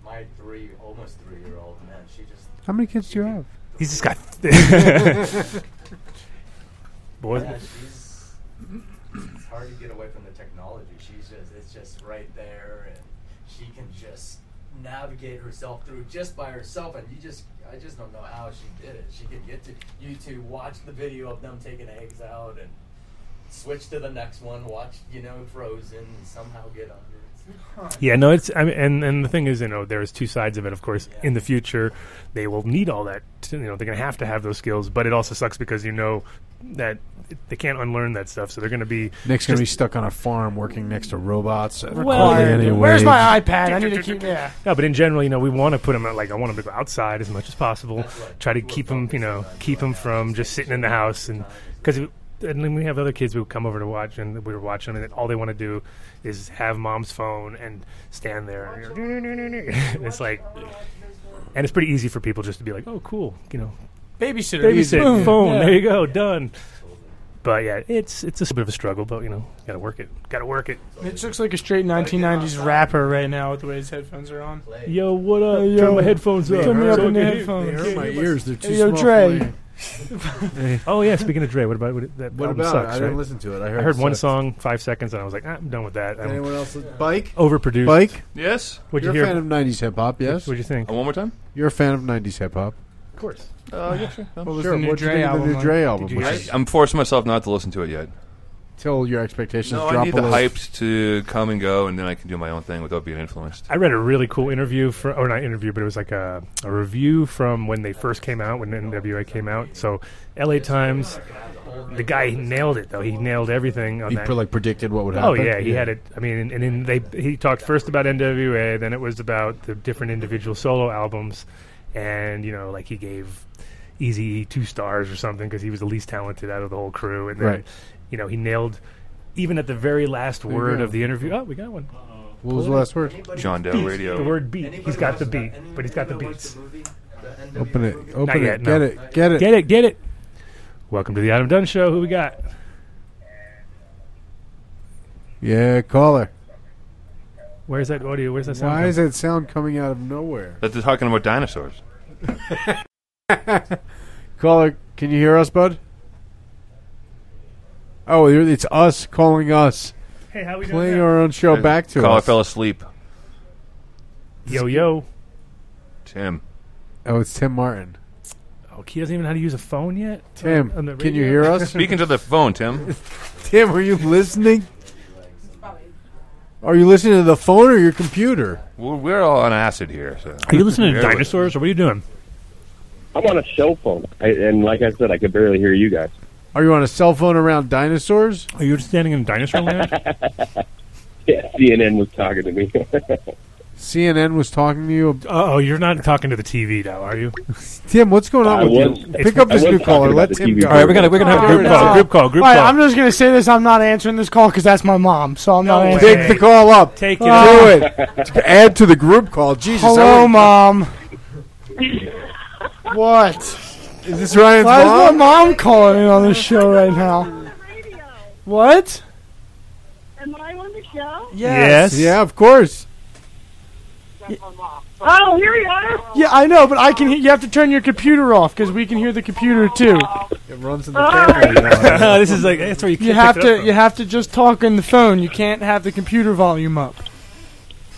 my three, almost three-year-old, man, she just
How many kids do you have?
He's just got. Boy,
Yeah, she's. It's hard to get away from the technology. She's just. It's just right there, and she can just navigate herself through just by herself. And you just. I just don't know how she did it. She could get to YouTube, watch the video of them taking eggs out, and switch to the next one. Watch, you know, Frozen, and somehow get under. it.
Yeah, no, it's I mean, and and the thing is, you know, there's two sides of it. Of course, in the future, they will need all that. To, you know, they're going to have to have those skills, but it also sucks because you know that they can't unlearn that stuff. So they're going to be
Nick's going to be
just-
stuck on a farm working next to robots. At
Well,
hardly any
where's
wage.
my
iPad. I need to keep. Yeah.
No, but in general, you know, we want to put them out. Like, I want them to go outside as much as possible. Try to keep them, you know, keep them from just sitting in the house and because. And then we have other kids who come over to watch, and we were watching, and all they want to do is have mom's phone and stand there. And you're- and it's like, and it's pretty easy for people just to be like, "Oh, cool," you know,
Babysitter.
babysit,
Boom.
phone,
Yeah.
there you go, done. But yeah, it's it's a bit of a struggle, but you know, gotta work it, gotta work it.
Mitch looks like a straight 1990s rapper right now with the way his headphones are on.
Yo, what up?
Hey,
Turn my headphones up.
Turn me
It's
up in the
okay.
headphones.
They hurt my
ears. They're too
hey, yo,
small for
Dre.
oh yeah, speaking of Dre, what about what, that
What
album
about it?
sucks,
I didn't
right?
listen to it. I heard it
one
sucked.
song, five seconds, and I was like, ah, I'm done with that. I'm
Anyone else? Bike?
overproduced.
Bike?
Yes.
What'd
You're
you hear?
a fan of 90s hip hop, yes?
What'd you think?
Uh, one more time?
You're a fan of 90s hip hop.
Of course.
Uh, yeah, sure.
What was
Sure,
the new
what'd you
Dre
think of the
album?
new
like?
Dre album?
Did you
Which
guys-
is-
I'm forcing myself not to listen to it yet.
Till your expectations
No, I
drop
need
a
the
little.
hype to come and go, and then I can do my own thing without being influenced.
I read a really cool interview for, or not interview, but it was like a, a review from when they first came out, when NWA came out. So, L.A. Times, the guy nailed it though. He nailed everything on
He
that.
pre- like predicted what would
Oh
happen?
yeah, he
Yeah.
had it. I mean, and then they he talked first about NWA, then it was about the different individual solo albums, and you know, like he gave Easy two stars or something because he was the least talented out of the whole crew, and then
Right.
you know he nailed even at the very last
There you
word
go.
of the interview. Oh, we got one.
What was the last word?
John Doe
Beat.
Radio.
The word beat. He's got the beat, but he's got the beats.
Open it. Open
Not
it.
yet,
get
no.
it. Get it.
Get it. Get it. Welcome to the Adam Dunn Show. Who we got?
Yeah, caller.
Where's that audio? Where's that sound?
Why
from?
is that sound coming out of nowhere?
That they're talking about dinosaurs.
Caller, can you hear us, bud? Oh, you're- it's us calling us.
Hey, how we doing
Playing
now?
our own show back to
Caller
us.
fell asleep.
Yo yo.
Tim.
Oh, it's Tim Martin.
Oh, he doesn't even know how to use a phone yet.
Tim,
On the
can you
radio?
hear us?
Speaking to the phone, Tim.
Tim, are you listening? Are you listening to the phone or your computer?
We're, we're all on Oh, acid here. So.
Are you listening to
Bear with
dinosaurs, or what are you doing?
I'm on a cell phone, I, and like I said, I could barely hear you guys.
Are you on a cell phone around dinosaurs?
Are you standing in dinosaur land?
Yeah, CNN was talking to me.
CNN was talking to you.
Oh, you're not talking to the TV now, are you?
Tim, what's going on
I
with
was-
you? Pick up
I
this
was
new
talking
caller.
about
Let
the
Tim
TV.
go.
All right, we're gonna- we're gonna have a group
Alright,
call,
uh,
group call, group
alright,
call.
I'm just gonna say this. I'm not answering this call because that's my mom. So I'm not answering.
Pick the call up. Take
it
Do
up.
it. Add to the group call. Jesus. I
Hello,
wouldn't-
mom. what?
Is this Ryan's
Why is
mom?
my mom calling in on this show right now? What?
Am I on the show?
Yes.
Yeah, of course.
Oh, here we are.
Yeah, I know, but I can. He- you have to turn your computer off because we can hear the computer too.
It runs in
the
camera. this is like that's where you.
You
picked
have
it up
to.
from.
You have to just talk on the phone. You can't have the computer volume up.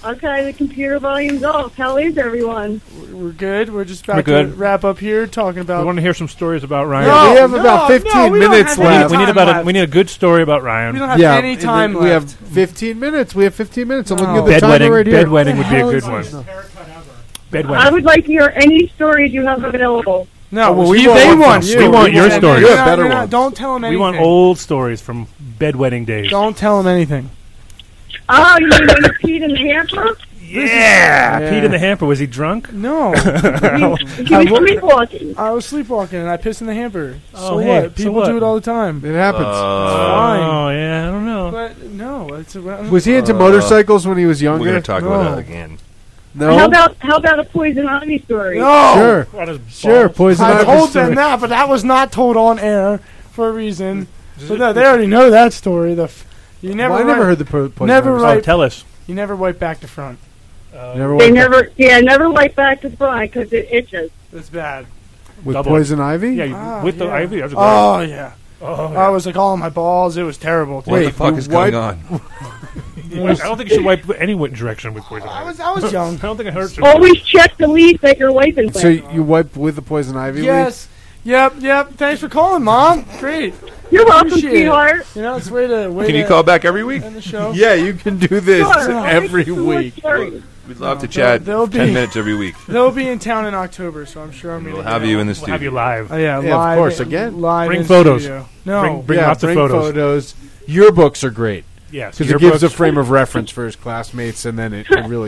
Okay, the computer volume's off. How is everyone?
We're good. We're just about
We're
to
good.
wrap up here talking
We
about.
want to hear some stories about Ryan.
No, Yeah, we have no, about no, 15 we don't minutes have
we
any
need, we need
time
about a,
left.
we need a good story about Ryan.
We don't have any time
We have
left. Oh.
15 minutes. We have 15 minutes. I'm looking at the
Bed
timer
wedding.
right here.
Bed wedding Oh. would be a good one. Bed
I
wedding.
would like to hear any stories you have available.
No,
Oh, well,
we,
we want
they
one
want.
from
We want your stories.
story. Don't tell him anything.
We want old stories from bed wedding days.
Don't tell him anything.
Oh, you mean when you peed in the hamper?
Yeah, Pete in the hamper. Was he drunk?
No.
You were sleepwalking.
I was sleepwalking and I pissed in the hamper. so
Oh, hey,
what?
so
People
what?
do it all the time.
It happens.
Oh yeah, I don't know.
But no, it's a,
Was he into
Uh,
motorcycles when he was younger?
gonna talk about
No.
that again.
No.
How about how about a poison ivy story?
No.
Sure. Sure. Poison
I
ivy
told
story.
them that, but that was not told on air for a reason. But no, they already know that story. The f- you never.
Well, I
write-
never heard the po- poison
Never
ivy
write.
story. Oh, tell
Oh, us. Uh,
You never wipe back to front.
Never
They
went
never, yeah, never wipe back the front because it itches.
It's bad.
with
Double.
poison ivy.
Yeah, you- Ah, with the yeah. ivy,
was
that's bad. Oh, yeah. I was like all on my balls. It was terrible.
What the fuck is going
on?
I don't think you should wipe any which direction with poison.
I was I was young. I
don't think it hurts.
Always check the leaf that you're wiping.
So
with.
you wipe with the poison ivy?
Yes. Yep. Yep. Thanks for calling, mom. Great.
You're welcome,
Appreciate it.
sweetheart.
You know, it's way to way
Can you
to
call back every week?
end the show.
Yeah, you can do this
Sure.
every
Sure,
week.
sure.
We'd love to
No,
chat
they'll- they'll be-
10 minutes every week.
They'll be in town in October, so I'm sure I'm
We'll have you in the studio.
have you live.
Oh, yeah,
Yeah,
live
of course.
in-
Again,
live in studio. No,
Bring- bring
yeah,
lots of
bring
photos.
photos. Your books are great.
Yes,
because
your
it gives a
books.
frame of reference for his classmates, and then it, it really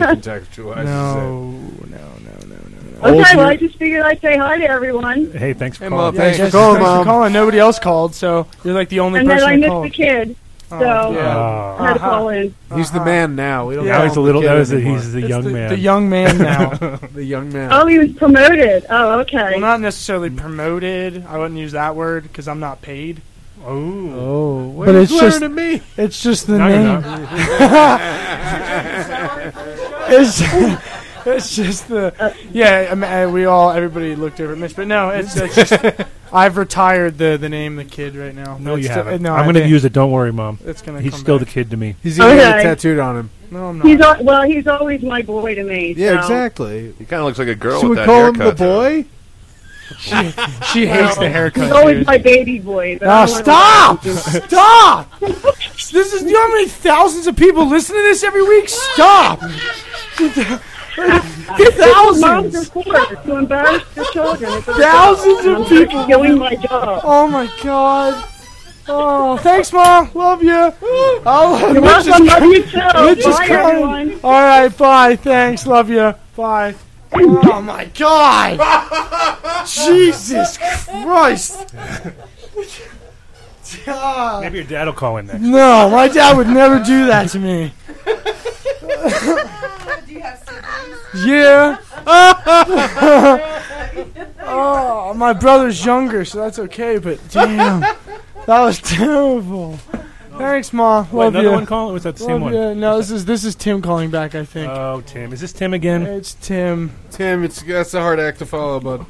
No,
contextualizes it.
No, no, no,
no,
Okay, well, I just figured I'd say hi to everyone.
Hey, thanks
for
Mom,
calling.
thanks for
guys,
calling,
thanks
Mom.
for calling. Nobody else called, so you're like the only
and then
person
I
that
missed
called. Oh,
the kid, so
yeah.
I had to
Uh-huh.
call in.
He's the man now. We don't
Now
call
he's
him
a little-
kid
now he's a-
anymore.
he's the It's young the- man.
the young man now.
the young man.
Oh, he was promoted. Oh, okay.
Well, not necessarily promoted. I wouldn't use that word because I'm not paid.
Oh,
oh,
but it's just it's just the
No, you're
name.
not.
it's it's just the yeah. I mean, I- we all everybody looked over at Mitch, but no, it's, it's just I've retired the the name of the kid right now.
No, you
But it's still-
haven't.
no,
I'm
I
going to
didn't.
use it. Don't worry, mom.
It's gonna
He's
come
still
back.
the kid to me.
He's even got
Okay.
it tattooed on him.
No, I'm not.
He's al- well, he's always my boy to me.
Yeah,
so.
exactly.
He kind of looks like a girl
Should
with
we
that
call him
haircut.
the boy?
She hates the haircut.
He's always
dude.
my baby boy. but I
Oh,
don't wanna-
stop! Stop! This is you know how many thousands of people listen to this every week? Stop!
This is what moms
thousands!
are for, to embarrass the children. It's our
Thousands
job.
of
I'm
people!
doing my job.
Oh my god. Oh, thanks, Mom. Love you. I
You're
Mitch is-
welcome. Love you too.
Mitch is
Bye,
calling.
everyone.
All right, bye. Thanks. Love you. Bye. Oh my god! Jesus Christ! God.
Maybe your dad will call in next.
No, my dad would never do that to me. Yeah. oh, my brother's younger, so that's okay. But damn, that was terrible. Thanks, Ma. Love
Wait, another
you.
one calling? Or was that the same one?
Love ya. No, this is this is Tim calling back. I think.
Oh, Tim. Is this Tim again?
It's Tim.
Tim, it's that's a hard act to follow, bud.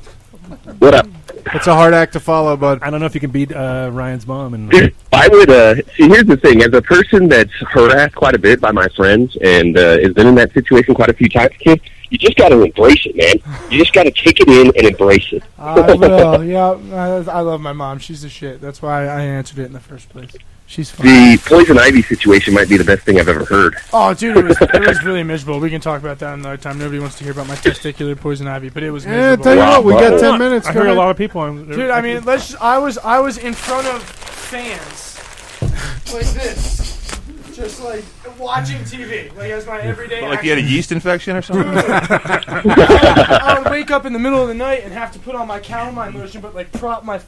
What up?
It's a hard act to follow, bud.
I don't know if you can beat uh, Ryan's mom. And
I would uh, see. Here's the thing: as a person that's harassed quite a bit by my friends and uh, has been in that situation quite a few times, kid, you just got to embrace it, man. You just got to take it in and embrace it.
I will. Yeah, I, I love my mom. She's the shit. That's why I answered it in the first place. She's fine.
The poison ivy situation might be the best thing I've ever heard.
Oh, dude, it was, it was really miserable. We can talk about that another time. Nobody wants to hear about my testicular poison ivy, but it was
Eh,
miserable.
tell you
Wow,
what, we
wow.
got ten minutes.
I
Go
heard a
ahead.
lot of people. On,
Dude, I mean, let's. Just, I was I was in front of fans like this, just like watching TV. Like as my everyday.
Like he had a
action.
yeast infection or something?
I would- I would wake up in the middle of the night and have to put on my calamine lotion, but like prop my